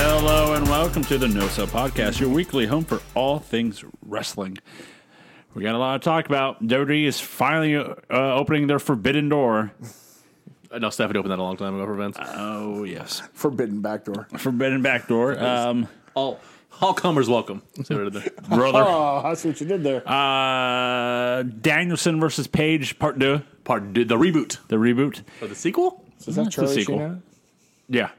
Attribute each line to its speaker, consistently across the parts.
Speaker 1: and welcome to the No Sell Podcast, your weekly home for all things wrestling. We got a lot to talk about. WWE is finally uh, opening their forbidden door.
Speaker 2: No, Stephanie opened that a long time ago for Vince.
Speaker 1: Oh yes,
Speaker 3: Forbidden backdoor.
Speaker 1: forbidden back door, um,
Speaker 2: all, all comers welcome. See what I did there?
Speaker 1: brother.
Speaker 3: Oh, I see what you did there.
Speaker 1: Uh, Danielson versus Page, part two,
Speaker 2: Part did the reboot
Speaker 1: the reboot.
Speaker 2: of the sequel.
Speaker 3: Is that
Speaker 1: that's the
Speaker 3: Charlie
Speaker 1: sequel.
Speaker 3: Sheen?
Speaker 1: Yeah,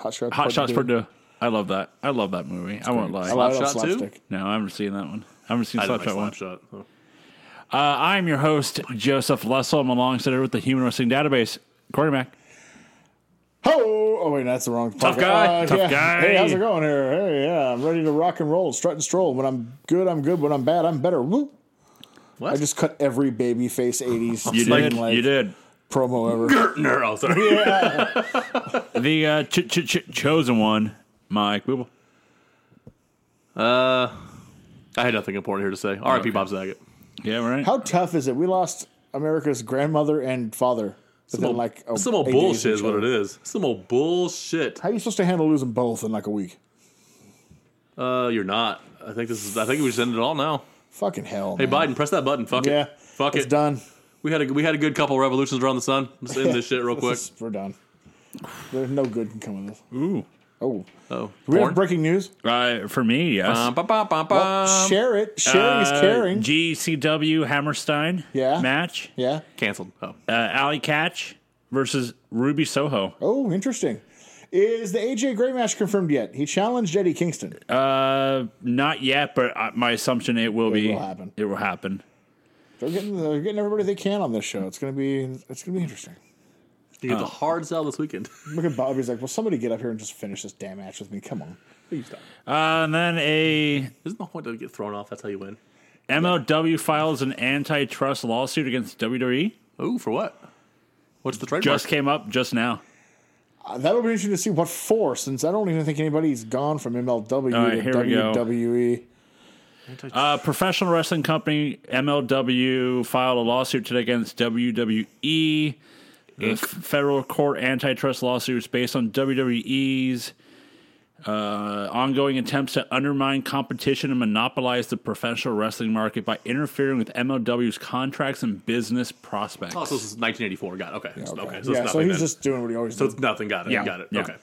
Speaker 3: Hot shots.
Speaker 1: Hot
Speaker 3: part
Speaker 1: Shots
Speaker 3: two.
Speaker 1: part two. I love that. I love that movie. I won't lie.
Speaker 3: I love
Speaker 2: Slapshot
Speaker 3: Slapshot
Speaker 2: too?
Speaker 3: Slapstick.
Speaker 1: no, I haven't seen that one. I haven't seen
Speaker 2: I
Speaker 1: Slapshot
Speaker 2: didn't like
Speaker 1: one.
Speaker 2: Slapshot. Oh.
Speaker 1: Uh, I'm your host, Joseph Lessel. I'm alongside with the Human Wrestling Database, Corey Mack.
Speaker 3: Oh, oh wait, that's the wrong tough
Speaker 1: guy, tough
Speaker 3: yeah.
Speaker 1: guy.
Speaker 3: Hey, how's it going here? Hey, yeah, I'm ready to rock and roll, strut and stroll. When I'm good, I'm good. When I'm bad, I'm better. Woo.
Speaker 2: What?
Speaker 3: I just cut every baby face '80s
Speaker 1: You
Speaker 3: fucking,
Speaker 1: did.
Speaker 3: like,
Speaker 1: you did.
Speaker 3: promo ever.
Speaker 2: Gertner. Oh, sorry.
Speaker 1: The uh, ch- ch- ch- chosen one, Mike Booble.
Speaker 2: I had nothing important here to say. R.I.P. Bob Saget.
Speaker 1: Yeah, right.
Speaker 3: How tough is it? We lost America's grandmother and father. But then,
Speaker 2: old-
Speaker 3: like, oh,
Speaker 2: Some old
Speaker 3: eight days
Speaker 2: bullshit is
Speaker 3: each
Speaker 2: what
Speaker 3: other.
Speaker 2: it is. Some old bullshit.
Speaker 3: How are you supposed to handle losing both in like a week?
Speaker 2: Uh, you're not. I think this is. I think we just end it all now.
Speaker 3: Fucking hell.
Speaker 2: Hey, Biden, press that button. Fuck
Speaker 3: Yeah.
Speaker 2: it. Fuck
Speaker 3: it's
Speaker 2: it.
Speaker 3: done.
Speaker 2: We had a we had a good couple revolutions around the sun. Let's end this shit real quick.
Speaker 3: This is- We're done. There's no good can come of this.
Speaker 1: Ooh.
Speaker 3: Oh,
Speaker 2: Oh,
Speaker 3: do we
Speaker 2: porn?
Speaker 3: have breaking news?
Speaker 1: Uh, for me, yes.
Speaker 2: Bum, bum, bum, bum,
Speaker 3: Well,
Speaker 2: bum.
Speaker 3: share it. Sharing is
Speaker 1: Uh,
Speaker 3: Um, caring.
Speaker 1: GCW Hammerstein
Speaker 3: Yeah.
Speaker 1: match.
Speaker 3: yeah.
Speaker 2: Canceled. Oh,
Speaker 1: Uh, Alley Catch versus Ruby Soho.
Speaker 3: Oh, interesting. Is the AJ Gray match confirmed yet? He challenged Eddie Kingston.
Speaker 1: Uh, not yet, but uh, my assumption it will be.
Speaker 3: will happen.
Speaker 1: It will happen.
Speaker 3: They're getting they're getting everybody they can on this show. It's gonna be it's gonna be interesting.
Speaker 2: you get
Speaker 3: uh.
Speaker 2: the hard sell this weekend.
Speaker 3: Look at Bobby's like, will somebody get up here and just finish this damn match with me? Come on.
Speaker 2: You stop.
Speaker 1: Uh, and then a
Speaker 2: There's no point to get thrown off. That's how you win.
Speaker 1: MLW files an antitrust lawsuit against WWE.
Speaker 2: Ooh, for what? What's the trademark?
Speaker 1: Just came up just now.
Speaker 3: Uh, that'll be interesting to see what for, since I don't even think anybody's gone from MLW
Speaker 1: All right,
Speaker 3: to E.
Speaker 1: here we go.
Speaker 3: WWE.
Speaker 1: Uh, professional wrestling company MLW filed a lawsuit today against WWE. The f- federal court antitrust lawsuit is based on WWE's uh, ongoing attempts to undermine competition and monopolize the professional wrestling market by interfering with MLW's contracts and business prospects.
Speaker 2: Oh, so this is 1984. Got it. Okay. It's- okay. So it's
Speaker 3: yeah,
Speaker 2: nothing.
Speaker 3: so he's
Speaker 2: then.
Speaker 3: just doing what he always
Speaker 2: so
Speaker 3: does.
Speaker 2: it's nothing. Got it.
Speaker 1: Yeah.
Speaker 2: Got it.
Speaker 1: Yeah.
Speaker 2: Okay.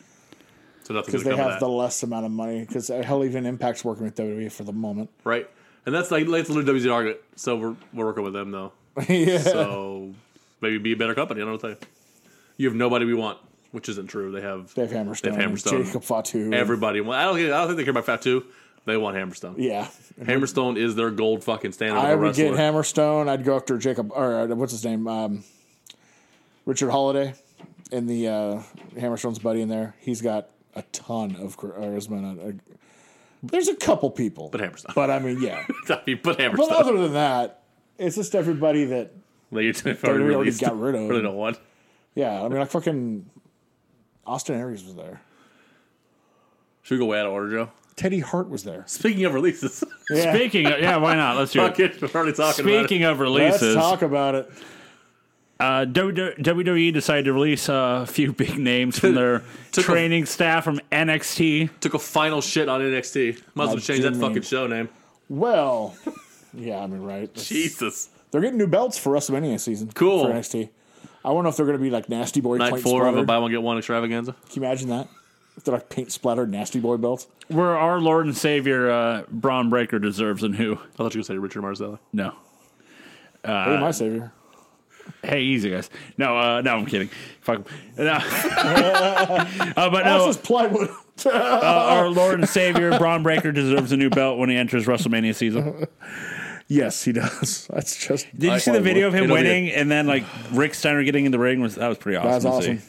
Speaker 2: So nothing's
Speaker 3: because
Speaker 2: gonna
Speaker 3: they
Speaker 2: come
Speaker 3: have
Speaker 2: of
Speaker 3: the
Speaker 2: that,
Speaker 3: less amount of money. Because hell, even Impact's working with WWE for the moment.
Speaker 2: right? And that's like that's the WZ argument. So we're we're working with them though.
Speaker 3: yeah,
Speaker 2: So maybe be a better company. I don't know. What to tell you. you have nobody we want, which isn't true. They have
Speaker 3: Dave Hammerstone,
Speaker 2: Dave Hammerstone.
Speaker 3: Jacob Fatu,
Speaker 2: everybody. Well, I don't. think- I don't think they care about Fatu. They want Hammerstone.
Speaker 3: yeah.
Speaker 2: Hammerstone is their gold fucking standard.
Speaker 3: I
Speaker 2: of a
Speaker 3: would
Speaker 2: wrestler.
Speaker 3: get Hammerstone. I'd go after Jacob or uh, what's his name, um, Richard Holiday, and the uh, Hammerstone's buddy in there. He's got a ton of charisma. and a- a- uh, there's a couple people,
Speaker 2: But Hammerstone.
Speaker 3: But I mean, yeah.
Speaker 2: You put
Speaker 3: but
Speaker 2: Hammerstone.
Speaker 3: other than that, it's just everybody that.
Speaker 2: That you already
Speaker 3: already
Speaker 2: released.
Speaker 3: got rid of.
Speaker 2: Really don't want.
Speaker 3: Yeah, I mean, like fucking Austin Aries was there.
Speaker 2: Should we go way out of order, Joe?
Speaker 3: Teddy Hart was there.
Speaker 2: Speaking of releases,
Speaker 3: Yeah.
Speaker 1: Speaking, of, yeah, why not? Let's do
Speaker 2: fuck
Speaker 1: it.
Speaker 2: it. We're already talking about it.
Speaker 1: Speaking of releases,
Speaker 3: Let's talk about it.
Speaker 1: Uh, WWE decided to release uh, a few big names from their
Speaker 2: Took a-
Speaker 1: training staff from NXT.
Speaker 2: Took a final shit on NXT. Might as well change that
Speaker 3: Jimmy.
Speaker 2: fucking show name.
Speaker 3: Well, yeah, I mean, right. That's-
Speaker 2: Jesus.
Speaker 3: They're getting new belts for WrestleMania season.
Speaker 2: Cool.
Speaker 3: For NXT. I wonder if they're going to be like Nasty Boy
Speaker 2: Night
Speaker 3: paint
Speaker 2: four of
Speaker 3: splatter.
Speaker 2: a buy one get one extravaganza.
Speaker 3: Can you imagine that? If they're like paint splattered Nasty Boy belts.
Speaker 1: Where our Lord and Savior uh, Braun Breaker deserves and who?
Speaker 2: I thought you were going to say Richard Marzella.
Speaker 1: No.
Speaker 3: hey, my savior.
Speaker 1: Hey, easy guys. No, uh, no, I'm kidding. Fuck. 'em. No. uh, but
Speaker 3: That's
Speaker 1: no,
Speaker 3: just plywood.
Speaker 1: uh, our Lord and Savior Braun Breaker deserves a new belt when he enters WrestleMania
Speaker 3: Uh-huh.
Speaker 1: season.
Speaker 3: yes, he does. That's just.
Speaker 1: Did you see the video of him
Speaker 2: It'll be a-
Speaker 1: winning and then like Rick Steiner getting in the ring? Was that was pretty awesome?
Speaker 3: That's
Speaker 1: to
Speaker 3: awesome.
Speaker 1: see.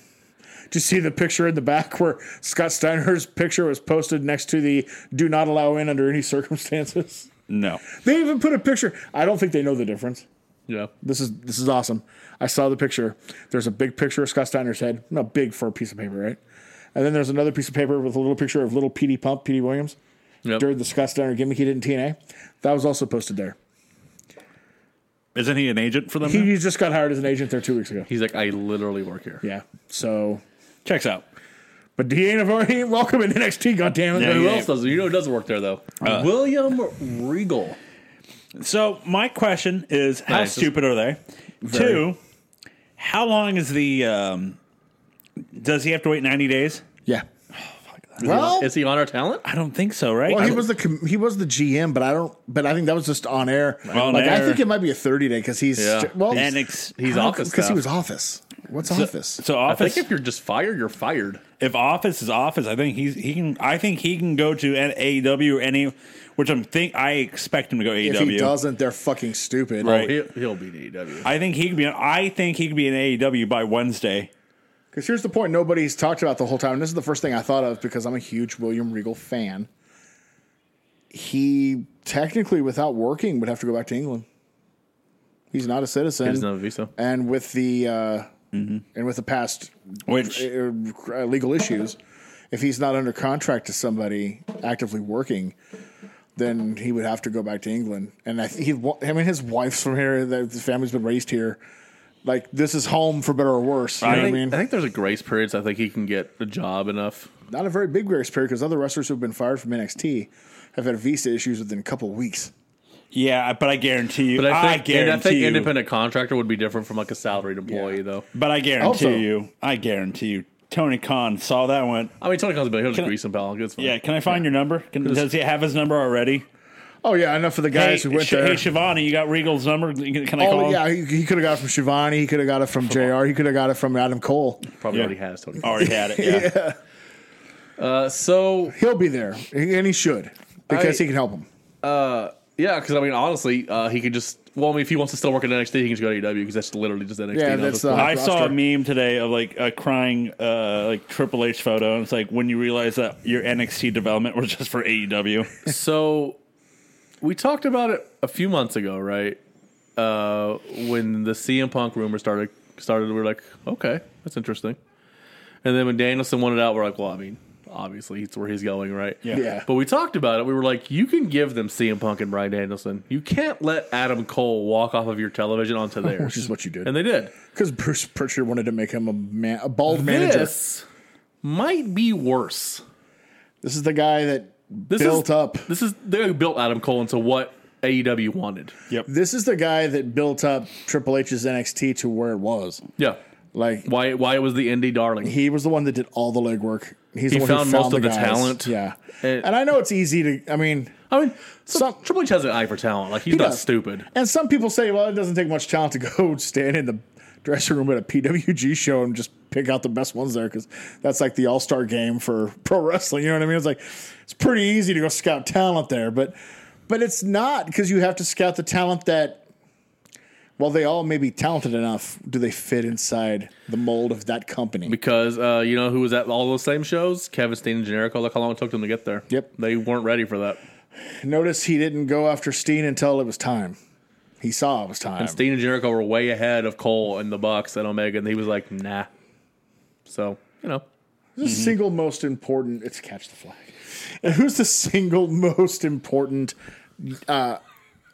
Speaker 3: Did you see the picture in the back where Scott Steiner's picture was posted next to the "Do not allow in under any circumstances"?
Speaker 1: No.
Speaker 3: They even put a picture. I don't think they know the difference.
Speaker 2: Yeah.
Speaker 3: This is this is awesome. I saw the picture. There's a big picture of Scott Steiner's head. Not big for a piece of paper, right? And then there's another piece of paper with a little picture of little PD Pump, PD Williams,
Speaker 2: Yep.
Speaker 3: during the Scott Steiner gimmick he did in TNA. That was also posted there.
Speaker 1: Isn't he an agent for them? now?
Speaker 3: He just got hired as an agent there two weeks ago.
Speaker 2: He's like, I literally work here.
Speaker 3: Yeah. So
Speaker 1: Checks out.
Speaker 3: But he ain't, he ain't welcome in NXT, goddammit.
Speaker 1: Yeah,
Speaker 3: it!
Speaker 2: Who
Speaker 1: yeah.
Speaker 2: else does it? You know who doesn't work there though? Uh, William Regal.
Speaker 1: So my question is, how
Speaker 2: Nice.
Speaker 1: stupid are they?
Speaker 2: Very.
Speaker 1: Two, how long is the? Um, does he have to wait ninety days?
Speaker 3: Yeah.
Speaker 2: Well,
Speaker 3: Well,
Speaker 2: Oh. is he on our talent?
Speaker 1: I don't think so, right?
Speaker 3: well, he was the com- he was the GM, but I don't. But I think that was just on air.
Speaker 1: On
Speaker 3: like I
Speaker 1: air.
Speaker 3: think it might be a thirty day because he's
Speaker 2: Yeah.
Speaker 3: stri- well
Speaker 1: and ex-
Speaker 2: He's office
Speaker 3: because he
Speaker 2: staff.
Speaker 3: was office. What's office?
Speaker 1: so
Speaker 2: I
Speaker 1: office.
Speaker 2: think if you're just fired, you're fired.
Speaker 1: if office is office, I think he's he can. I think he can go to an AEW or any, which I'm think I expect him to go E to
Speaker 3: if
Speaker 1: AEW.
Speaker 3: he doesn't, they're fucking stupid.
Speaker 1: Right.
Speaker 2: He'll, he'll be E DW.
Speaker 1: I think he could be. on- I think he could be in AEW by Wednesday.
Speaker 3: Because here's the point nobody's talked about the whole time. and This is the first thing I thought of because I'm a huge William Regal fan. He technically, without working, would have to go back to England. He's not a citizen.
Speaker 2: doesn't have a visa.
Speaker 3: And with the uh,
Speaker 1: Mm-hmm.
Speaker 3: and with the past
Speaker 1: Which
Speaker 3: uh, legal issues, if he's not under contract to somebody actively working, then he would have to go back to England. And I, th- he, wa- I mean, his wife's from here. The the family's been raised here. Like this is home for better or worse. You know
Speaker 2: I,
Speaker 3: what I
Speaker 2: think,
Speaker 3: mean?
Speaker 2: I think there's a grace period. So I think he can get a job enough.
Speaker 3: not a very big grace period because other wrestlers who've been fired from NXT have had visa issues within a couple of weeks.
Speaker 1: yeah, but I guarantee you.
Speaker 2: But I think, and
Speaker 1: guarantee
Speaker 2: I think
Speaker 1: you,
Speaker 2: independent contractor would be different from like a salaried employee, though.
Speaker 1: But I guarantee
Speaker 3: Also-
Speaker 1: you. I guarantee you. Tony Khan saw that and went.
Speaker 2: I mean, Tony Khan's been he'll just grease him pal. It's fine.
Speaker 1: Yeah, can I find your number? Can, does he have his number already?
Speaker 3: Oh yeah, enough for the
Speaker 1: Hey,
Speaker 3: guys who went
Speaker 1: Sh-
Speaker 3: there.
Speaker 1: hey, Shivani, you got Regal's number? Can can I call
Speaker 3: oh
Speaker 1: him?
Speaker 3: yeah, he, he could have got it from Shivani. He could have got it from Jr. He could have got it from Adam Cole.
Speaker 2: probably
Speaker 1: Yeah.
Speaker 2: already has Tony. Khan.
Speaker 1: Already had it. Yeah.
Speaker 2: Uh, so
Speaker 3: He'll be there, and he should because
Speaker 2: I-
Speaker 3: he can help him.
Speaker 2: uh, yeah, because I mean, honestly, uh, he could just. Well, I mean, if he wants to still work at NXT, he can just go to AEW because that's literally just NXT.
Speaker 3: Yeah,
Speaker 2: now at
Speaker 3: that's,
Speaker 2: this point.
Speaker 3: uh,
Speaker 1: I saw a
Speaker 3: roster.
Speaker 1: meme today of like a crying uh, like Triple H photo, and it's like when you realize that your NXT development was just for E AEW.
Speaker 2: So we talked about it a few months ago, right? Uh, when the CM Punk rumor started started, we were like, okay, that's interesting. And then when Danielson wanted out, we're like, well, I mean, obviously it's where he's going, right?
Speaker 1: Yeah.
Speaker 3: Yeah,
Speaker 2: But we talked about it. We were like, you can give them CM Punk and Brian Danielson. You can't let Adam Cole walk off of your television onto
Speaker 3: which is
Speaker 2: theirs.
Speaker 3: what you
Speaker 2: and
Speaker 3: did
Speaker 2: they did.
Speaker 3: because Bruce Pritchard wanted to make him a man, a bald manager. This,
Speaker 2: This might be worse.
Speaker 3: is the guy that
Speaker 2: This
Speaker 3: built
Speaker 2: is,
Speaker 3: up.
Speaker 2: This is they built Adam Cole into what AEW wanted.
Speaker 1: Yep.
Speaker 3: This is the guy that built up Triple H's NXT to where it was.
Speaker 2: Yeah.
Speaker 3: Like
Speaker 2: why why it was the indie darling.
Speaker 3: he was the one that did all the legwork. He's
Speaker 2: He
Speaker 3: the one
Speaker 2: found
Speaker 3: who
Speaker 2: most
Speaker 3: found the
Speaker 2: of the
Speaker 3: guys.
Speaker 2: talent.
Speaker 3: Yeah,
Speaker 2: And-
Speaker 3: and, I know it's easy to. I mean,
Speaker 2: I mean, so
Speaker 3: Some-
Speaker 2: Triple H has an eye for talent. Like he's
Speaker 3: He
Speaker 2: not
Speaker 3: does.
Speaker 2: stupid.
Speaker 3: and some people say, well, it doesn't take much talent to go stand in the dressing room at a PWG show and just pick out the best ones there because that's like the All Star game for pro wrestling. You know what I mean? It's like it's pretty easy to go scout talent there, but but it's not because you have to scout the talent that. While they all may be talented enough, do they fit inside the mold of that company?
Speaker 2: Because uh, you know who was at all those same shows? Kevin Steen and Jericho. Look how long it took them to get there.
Speaker 3: Yep.
Speaker 2: they weren't ready for that.
Speaker 3: Notice he didn't go after Steen until it was time. He saw it was time.
Speaker 2: Steen and Jericho were way ahead of Cole and the Bucks and Omega, and he was like, nah. So you know,
Speaker 3: Who's the single most important? It's catch the flag. Mm-hmm. And who's the single most important uh,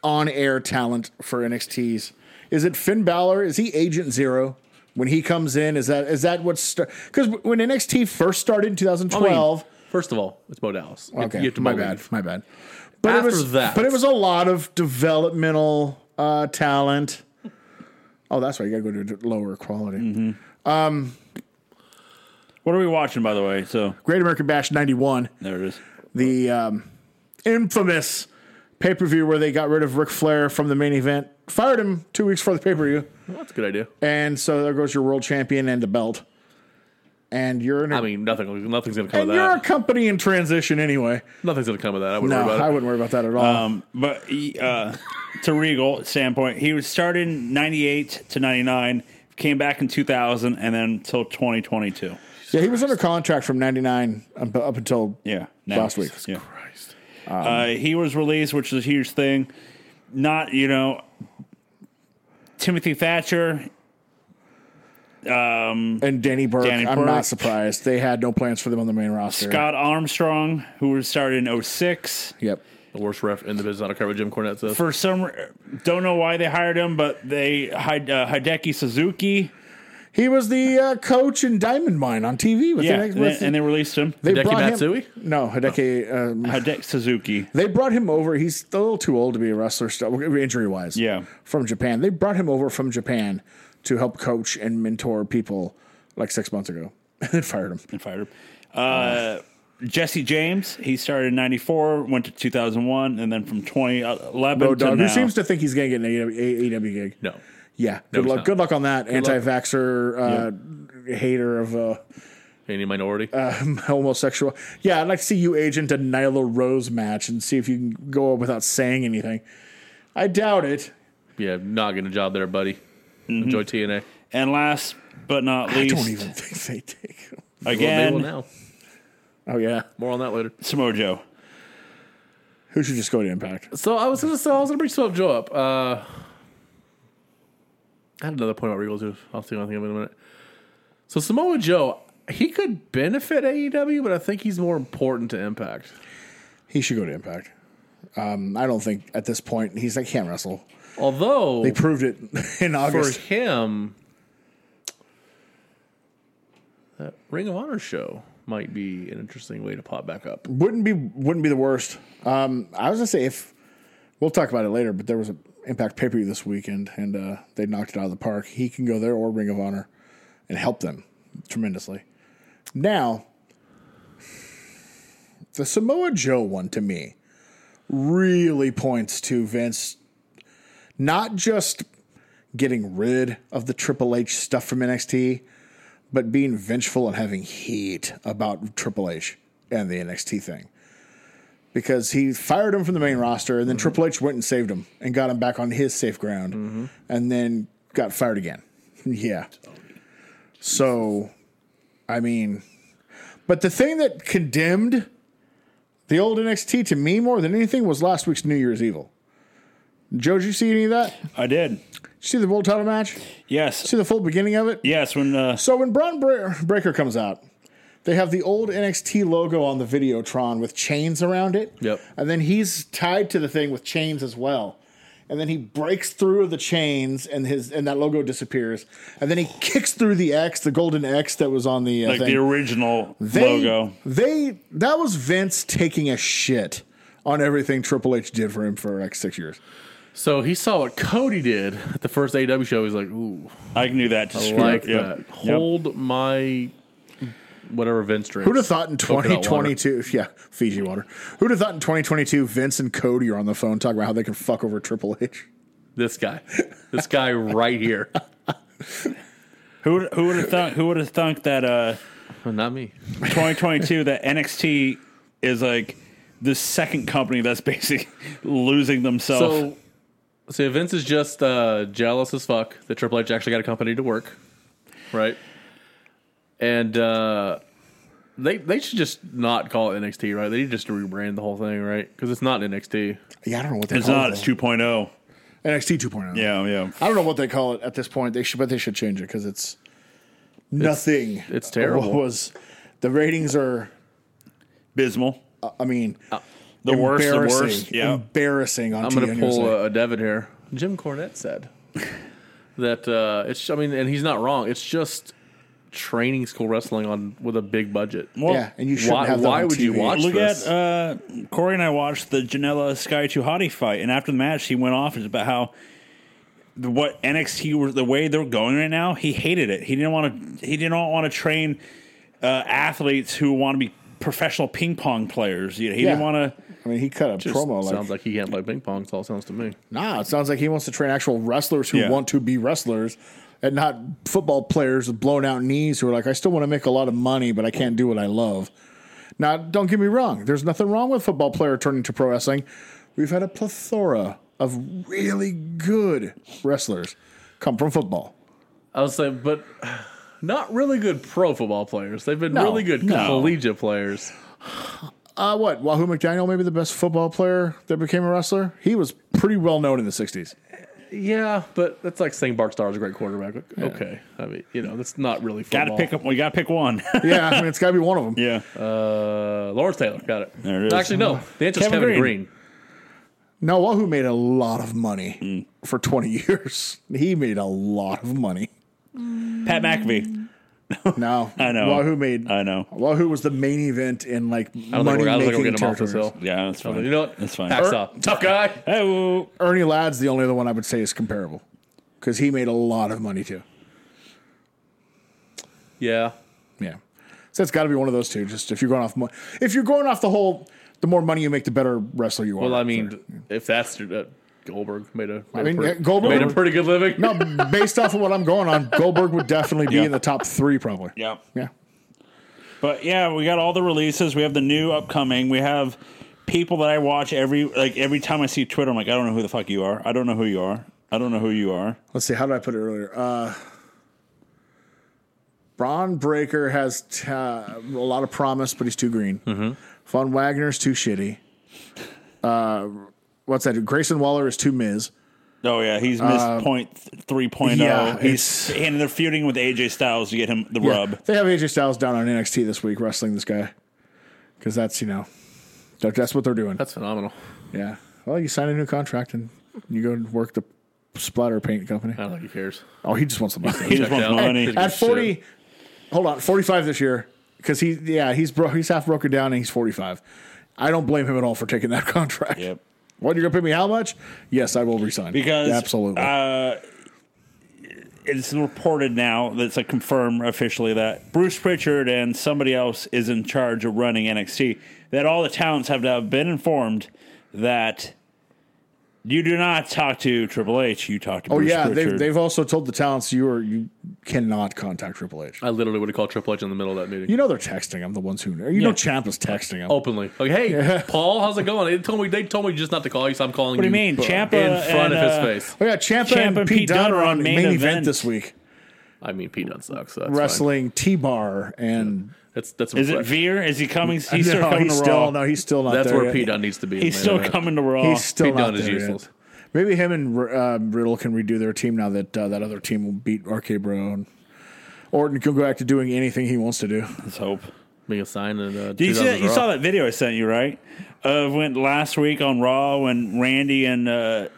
Speaker 3: on-air talent for NXTs? Is it Finn Balor? Is he Agent Zero? When he comes in, is that is that what's because when NXT first started in
Speaker 2: I mean,
Speaker 3: 2012?
Speaker 2: First of all, it's Bo Dallas. You-
Speaker 3: okay,
Speaker 2: you have to
Speaker 3: my
Speaker 2: believe.
Speaker 3: bad, my bad. But
Speaker 2: After
Speaker 3: it was
Speaker 2: that-
Speaker 3: but it was a lot of developmental uh, talent. Oh, that's right. You got to go to lower quality.
Speaker 1: What are we watching, by the way? So
Speaker 3: Great American Bash 91,
Speaker 1: there it is.
Speaker 3: the um, infamous pay per view where they got rid of Ric Flair from the main event, fired him two weeks before the pay per view.
Speaker 2: Well, that's a good idea.
Speaker 3: And so there goes your world champion and the belt. And you're in a,
Speaker 2: I mean, nothing, nothing's gonna come
Speaker 3: and
Speaker 2: of
Speaker 3: you're a
Speaker 2: that.
Speaker 3: company in transition anyway.
Speaker 2: Nothing's gonna come of that. I wouldn't
Speaker 3: No,
Speaker 2: worry about
Speaker 3: I
Speaker 2: it.
Speaker 3: wouldn't worry about that at all.
Speaker 1: Um, but he, uh, to Regal standpoint, he was started in '98 to '99, came back in 2000, and then till 2022.
Speaker 3: yeah, he was under contract from 99 up, up until
Speaker 1: Yeah,
Speaker 3: Last week.
Speaker 1: Yeah.
Speaker 2: Christ.
Speaker 1: uh, he was released, which is a huge thing. Not you know, Timothy Thatcher.
Speaker 3: and Danny Burke.
Speaker 1: Danny
Speaker 3: I'm
Speaker 1: Burke.
Speaker 3: not surprised. They had no plans for them on the main roster.
Speaker 1: Scott Armstrong, who was started in 06.
Speaker 3: Yep.
Speaker 2: The worst ref in the business. I don't care what Jim Cornette says.
Speaker 1: For some, don't know why they hired him, but they hired uh, Hideki Suzuki.
Speaker 3: He was the uh, coach in Diamond Mine on TV with
Speaker 1: Yeah, and
Speaker 3: the next
Speaker 1: they,
Speaker 3: with the-
Speaker 1: and they released him.
Speaker 3: they
Speaker 2: Hideki
Speaker 3: brought him-
Speaker 2: Matsui?
Speaker 3: No, Hideki. Um,
Speaker 1: Hideki Suzuki.
Speaker 3: They brought him over. He's a little too old to be a wrestler, still, injury wise.
Speaker 1: Yeah.
Speaker 3: From Japan. They brought him over from Japan to help coach and mentor people like six months ago and then fired him.
Speaker 1: and fired him. Uh, Jesse James, he started in '94, went to 2001, and then from 2011
Speaker 3: Bo
Speaker 1: to
Speaker 3: Dog,
Speaker 1: now.
Speaker 3: who seems to think he's going to get an AEW, AEW E gig.
Speaker 2: No.
Speaker 3: Yeah.
Speaker 2: No,
Speaker 3: Good
Speaker 2: he's
Speaker 3: luck.
Speaker 2: not.
Speaker 3: Good luck on that. Anti vaxxer, uh, hater of uh,
Speaker 2: Any minority?
Speaker 3: homosexual. Yeah. I'd like to see you age into Nyla Rose match and see if you can go without saying anything. I doubt it.
Speaker 2: yeah, not getting a job there, buddy.
Speaker 3: mm-hmm.
Speaker 2: Enjoy TNA.
Speaker 1: And last but not
Speaker 3: I
Speaker 1: least,
Speaker 3: don't even think they take him.
Speaker 2: Well, they will
Speaker 1: again,
Speaker 2: now.
Speaker 3: Oh, yeah.
Speaker 2: More on that later.
Speaker 1: Samoa Joe.
Speaker 3: Who should just go to Impact?
Speaker 2: So I was gonna so I was gonna bring Slow Joe up. Uh, I had another point about Regal too. I'll see. I think of it in a minute. So Samoa Joe, he could benefit AEW, but I think he's more important to Impact.
Speaker 3: He should go to Impact. Um, I don't think at this point he's like can't wrestle.
Speaker 2: Although
Speaker 3: They proved it in
Speaker 2: for
Speaker 3: August.
Speaker 2: him, that Ring of Honor show might be an interesting way to pop back up.
Speaker 3: Wouldn't be wouldn't be the worst. Um, I was gonna say if we'll talk about it later, but there was an Impact pay per view this weekend, and uh, they knocked it out of the park. He can go there or Ring of Honor and help them tremendously. Now, the Samoa Joe one to me really points to Vince not just getting rid of the Triple H stuff from NXT, but being vengeful and having heat about Triple H and the NXT thing. Because he fired him from the main roster, and then Triple H went and saved him and got him back on his safe ground, and then got fired again. yeah. So, I mean, but the thing that condemned the old NXT to me more than anything was last week's New Year's Evil. Joe, did you see any of that?
Speaker 1: I did.
Speaker 3: See the world title match?
Speaker 1: Yes,
Speaker 3: See the full beginning of it?
Speaker 1: yes. When uh,
Speaker 3: So when Braun Bre- Breaker comes out, they have the old NXT logo on the Videotron with chains around it.
Speaker 2: Yep.
Speaker 3: And then he's tied to the thing with chains as well. And then he breaks through the chains and his and that logo disappears. And then he kicks through the X, the golden X that was on the uh,
Speaker 1: like
Speaker 3: thing.
Speaker 1: the original
Speaker 3: They-
Speaker 1: logo,
Speaker 3: They that was Vince taking a shit on everything Triple H did for him for like six years.
Speaker 2: So he saw what Cody did at the first AEW show. He's like, ooh,
Speaker 1: I knew that. To screw
Speaker 2: like
Speaker 1: it. Yep.
Speaker 2: that.
Speaker 1: Yep.
Speaker 2: Hold my whatever Vince drinks.
Speaker 3: Who'd have thought in
Speaker 2: Coconut water.
Speaker 3: 2022? Yeah, Fiji water. Who'd have thought in 2022 Vince and Cody are on the phone talking about how they can fuck over Triple H?
Speaker 2: This guy, this guy right here.
Speaker 1: Who would- who would have thunk? Who would have thunk that uh,
Speaker 2: Not me.
Speaker 1: 2022 that NXT is like the second company that's basically losing themselves.
Speaker 2: So, so Vince is just uh, jealous as fuck that Triple H actually got a company to work, right? And uh, they they should just not call it NXT, right? They need just to rebrand the whole thing, right? Because it's not NXT.
Speaker 3: Yeah, I don't know what they
Speaker 1: it's
Speaker 3: call
Speaker 1: not.
Speaker 3: it.
Speaker 1: It's 2.0.
Speaker 3: though. NXT 2.0.
Speaker 1: Yeah, yeah.
Speaker 3: oh. I don't know what they call it at this point. They should, but they should change it because it's nothing.
Speaker 2: it's terrible.
Speaker 3: Was the ratings are? uh,
Speaker 1: Bismal.
Speaker 3: I mean,
Speaker 1: The worst, the
Speaker 3: embarrassing.
Speaker 1: worst. Yeah.
Speaker 3: embarrassing on.
Speaker 2: I'm
Speaker 3: going to
Speaker 2: pull uh, a Devin here. Jim Cornette said that uh, it's. I mean, and he's not wrong. It's just training school wrestling on with a big budget.
Speaker 1: Well,
Speaker 3: yeah, and you shouldn't
Speaker 2: why-
Speaker 3: have that
Speaker 2: why
Speaker 3: on
Speaker 2: would you
Speaker 3: TV.
Speaker 2: watch
Speaker 1: look
Speaker 2: this.
Speaker 1: at uh, Corey and I watched the Janela Sky Two Hottie fight, and after the match, he went off about how the, what NXT was the way they're going right now. He hated it. He didn't want to. He didn't want to train uh, athletes who want to be professional ping pong players. You know, he
Speaker 3: Yeah.
Speaker 1: didn't want to.
Speaker 3: I mean, he cut a promo like,
Speaker 2: sounds like he can't play ping pong. That's all it sounds to me.
Speaker 3: nah. It sounds like he wants to train actual wrestlers who
Speaker 1: Yeah.
Speaker 3: want to be wrestlers. And not football players with blown out knees who are like, I still want to make a lot of money, but I can't do what I love. Now, don't get me wrong. There's nothing wrong with football player turning to pro wrestling. We've had a plethora of really good wrestlers come from football.
Speaker 2: I was saying, but not really good pro football players. They've been
Speaker 3: No,
Speaker 2: really good
Speaker 1: no.
Speaker 2: collegiate players.
Speaker 3: Uh, what? Wahoo McDaniel, maybe the best football player that became a wrestler. He was pretty well known in the '60s.
Speaker 2: Yeah, but that's like saying Bart Starr is a great quarterback. Like, Okay, I mean, you know, that's not really
Speaker 1: Got
Speaker 2: football.
Speaker 1: to pick up. We got to pick one.
Speaker 3: Yeah, I mean, it's got to be one of them.
Speaker 1: yeah.
Speaker 2: Uh, Lawrence Taylor got it.
Speaker 1: There it is.
Speaker 2: Actually, no. The answer is
Speaker 1: Kevin
Speaker 2: Kevin Green.
Speaker 1: Green.
Speaker 3: Now, Wahoo made a lot of money for 20 years. He made a lot of money.
Speaker 1: Pat McAfee.
Speaker 3: No,
Speaker 1: I know.
Speaker 3: Wahoo made.
Speaker 1: I know.
Speaker 3: Wahoo was the main event in like
Speaker 2: I don't
Speaker 3: money
Speaker 2: think we're, I don't think we're
Speaker 3: making
Speaker 2: getting him off this
Speaker 3: territories.
Speaker 2: hill.
Speaker 1: Yeah, that's fine.
Speaker 2: You know what?
Speaker 1: That's fine.
Speaker 2: Hacksaw. Tough guy.
Speaker 1: Hey,
Speaker 3: Ernie Ladd's the only other one I would say is comparable because he made a lot of money too.
Speaker 2: Yeah.
Speaker 3: Yeah, so it's got to be one of those two. Just if you're going off, mo- if you're going off the whole, the more money you make, the better wrestler you are.
Speaker 2: Well, I mean, if that's your- uh, Goldberg made a, made, a
Speaker 3: mean,
Speaker 2: pretty,
Speaker 3: yeah, Goldberg-
Speaker 2: made a pretty good living.
Speaker 3: no, based off of what I'm going on, Goldberg would definitely be
Speaker 1: Yeah.
Speaker 3: in the top three probably.
Speaker 1: yeah.
Speaker 3: Yeah.
Speaker 1: But yeah, we got all the releases. We have the new upcoming. We have people that I watch every like every time I see Twitter. I'm like, I don't know who the fuck you are. I don't know who you are. I don't know who you are.
Speaker 3: Let's see. How did I put it earlier? Uh, Braun Breaker has t- uh, a lot of promise, but he's too green.
Speaker 1: Mm-hmm.
Speaker 3: Von Wagner's too shitty. Uh, what's that? Grayson Waller is too Miz.
Speaker 1: Oh yeah, he's missed point three point
Speaker 3: yeah,
Speaker 1: oh. He's
Speaker 3: it's-
Speaker 1: and they're feuding with AJ Styles to get him the rub.
Speaker 3: They have AJ Styles down on NXT this week wrestling this guy because that's you know that- that's what they're doing.
Speaker 2: That's phenomenal.
Speaker 3: yeah. Well, you sign a new contract and you go and work the splatter paint company.
Speaker 2: I don't think he cares.
Speaker 3: Oh, he just wants the
Speaker 1: Uh, He
Speaker 3: money.
Speaker 1: just
Speaker 2: Checked
Speaker 1: wants
Speaker 2: out.
Speaker 1: money.
Speaker 2: Pretty good
Speaker 3: At forty,
Speaker 2: shit.
Speaker 3: hold on, forty five this year because he yeah he's bro- he's half broken down and he's forty five. I don't blame him at all for taking that contract.
Speaker 1: Yep.
Speaker 3: What you're gonna pay me how much? Yes, I will resign
Speaker 1: because
Speaker 3: absolutely.
Speaker 1: uh, it's reported now that's like confirmed officially that Bruce Pritchard and somebody else is in charge of running NXT. That all the talents have to have been informed that you do not talk to Triple H. You talk to
Speaker 3: oh
Speaker 1: Bruce
Speaker 3: yeah, they've,
Speaker 1: Pritchard.
Speaker 3: they've also told the talents you are you cannot contact Triple H.
Speaker 2: I literally would have called Triple H in the middle of that meeting.
Speaker 3: You know they're texting him. The ones who know. You know
Speaker 1: Yeah.
Speaker 3: Champa's texting him.
Speaker 2: Openly, like, hey, Paul, how's it going? They told me they told me just not to call you, so I'm calling
Speaker 1: What do
Speaker 2: you.
Speaker 1: you mean? Ciampa
Speaker 2: in
Speaker 1: and,
Speaker 2: front of his
Speaker 1: uh,
Speaker 2: face.
Speaker 3: Oh yeah, Champa, and, Pete, Dunne are on main, event. this week,
Speaker 2: I mean, Peanut sucks. So that's Wrestling.
Speaker 3: wrestling T Bar and
Speaker 2: Fine. That's that's
Speaker 1: is it
Speaker 2: refresh.
Speaker 1: Veer? Is he coming? He's still
Speaker 3: No,
Speaker 1: coming
Speaker 3: he's
Speaker 1: to
Speaker 3: still,
Speaker 1: Raw.
Speaker 3: No, he's still not.
Speaker 2: That's
Speaker 3: there
Speaker 2: where
Speaker 3: yet.
Speaker 2: Pete Dunne needs to be. in
Speaker 1: he's
Speaker 2: the
Speaker 1: still
Speaker 2: main event.
Speaker 1: coming to Raw.
Speaker 3: He's still
Speaker 2: Pete
Speaker 3: not
Speaker 2: Dunne is
Speaker 3: there yet.
Speaker 2: useless.
Speaker 3: Maybe him and uh, Riddle can redo their team now that uh, that other team will beat RK Bro and Orton can go back to doing anything he wants to do.
Speaker 1: Let's hope.
Speaker 2: Being a sign and uh,
Speaker 1: Did you, see that,
Speaker 2: 2000
Speaker 1: you
Speaker 2: Raw.
Speaker 1: saw that video I sent you, right? Of when last week on Raw when Randy and uh,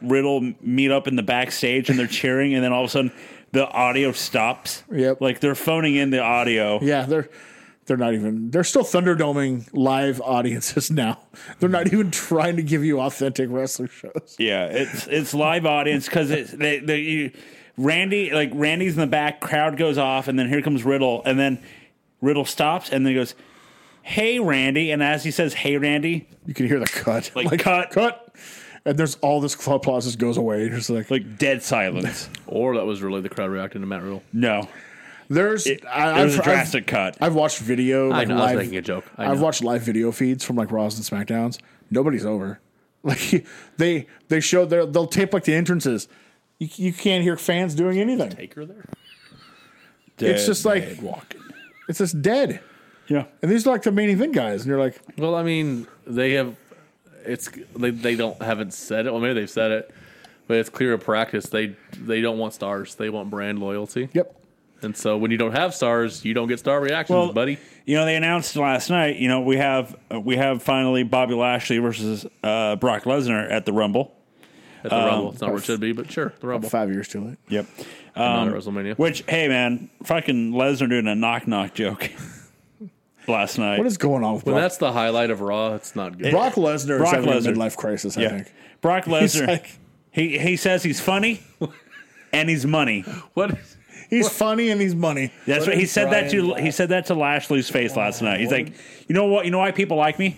Speaker 1: Riddle meet up in the backstage and they're cheering, and then all of a sudden the audio stops.
Speaker 3: Yep.
Speaker 1: like they're phoning in the audio.
Speaker 3: Yeah, they're they're not even they're still thunderdoming live audiences now. They're not even trying to give you authentic wrestler shows.
Speaker 1: Yeah, it's it's live audience because it's they, they you, Randy like Randy's in the back, crowd goes off, and then here comes Riddle, and then Riddle stops and then he goes, "Hey Randy," and as he says, "Hey Randy,"
Speaker 3: You can hear the cut,
Speaker 1: Like, cut.
Speaker 3: cut, and there's all this applause just goes away. You're just like,
Speaker 1: like dead silence.
Speaker 2: or that was really the crowd reacting to Matt Riddle.
Speaker 1: No,
Speaker 3: there's I,
Speaker 1: it was a
Speaker 3: I've-
Speaker 1: drastic cut.
Speaker 3: I've watched video. Like,
Speaker 2: know, I was
Speaker 3: live,
Speaker 2: making a joke. I
Speaker 3: have
Speaker 2: know.
Speaker 3: watched live video feeds from like Raws and Smackdowns. Nobody's over. Like they they show their they'll tape like the entrances. You, you can't hear fans doing anything.
Speaker 2: Baker there.
Speaker 3: It's just like it's just dead.
Speaker 1: yeah.
Speaker 3: And these are like the main event guys, and you're like,
Speaker 2: Well, I mean, they have. It's they, they don't haven't said it. Well, maybe they've said it, but it's clear of practice. They they don't want stars. They want brand loyalty.
Speaker 3: yep.
Speaker 2: And so when you don't have stars, you don't get star reactions,
Speaker 1: Well,
Speaker 2: buddy.
Speaker 1: You know, they announced last night. You know, we have uh, we have finally Bobby Lashley versus uh, Brock Lesnar at the Rumble.
Speaker 2: At the Rumble, it's not
Speaker 3: um,
Speaker 2: where it should be, but sure, the Rumble,
Speaker 3: Five years too late.
Speaker 1: Yep.
Speaker 3: Um,
Speaker 2: another WrestleMania.
Speaker 1: Which, hey man, fucking Lesnar doing a knock knock joke last night.
Speaker 3: What is going on with
Speaker 2: When
Speaker 3: Brock?
Speaker 2: that's the highlight of Raw, it's not good.
Speaker 3: Brock Lesnar is
Speaker 1: Brock
Speaker 3: having
Speaker 1: Lesnar.
Speaker 3: a midlife crisis. I
Speaker 1: yeah.
Speaker 3: think.
Speaker 1: Brock
Speaker 3: He's
Speaker 1: Lesnar?
Speaker 3: like-
Speaker 1: he he says he's funny and he's money.
Speaker 2: what?
Speaker 3: He's funny and he's money.
Speaker 1: That's
Speaker 2: What
Speaker 1: what, he
Speaker 2: is
Speaker 1: said that
Speaker 2: Brian
Speaker 1: to he said that to Lashley's face last night. He's like, you know what? You know why people like me?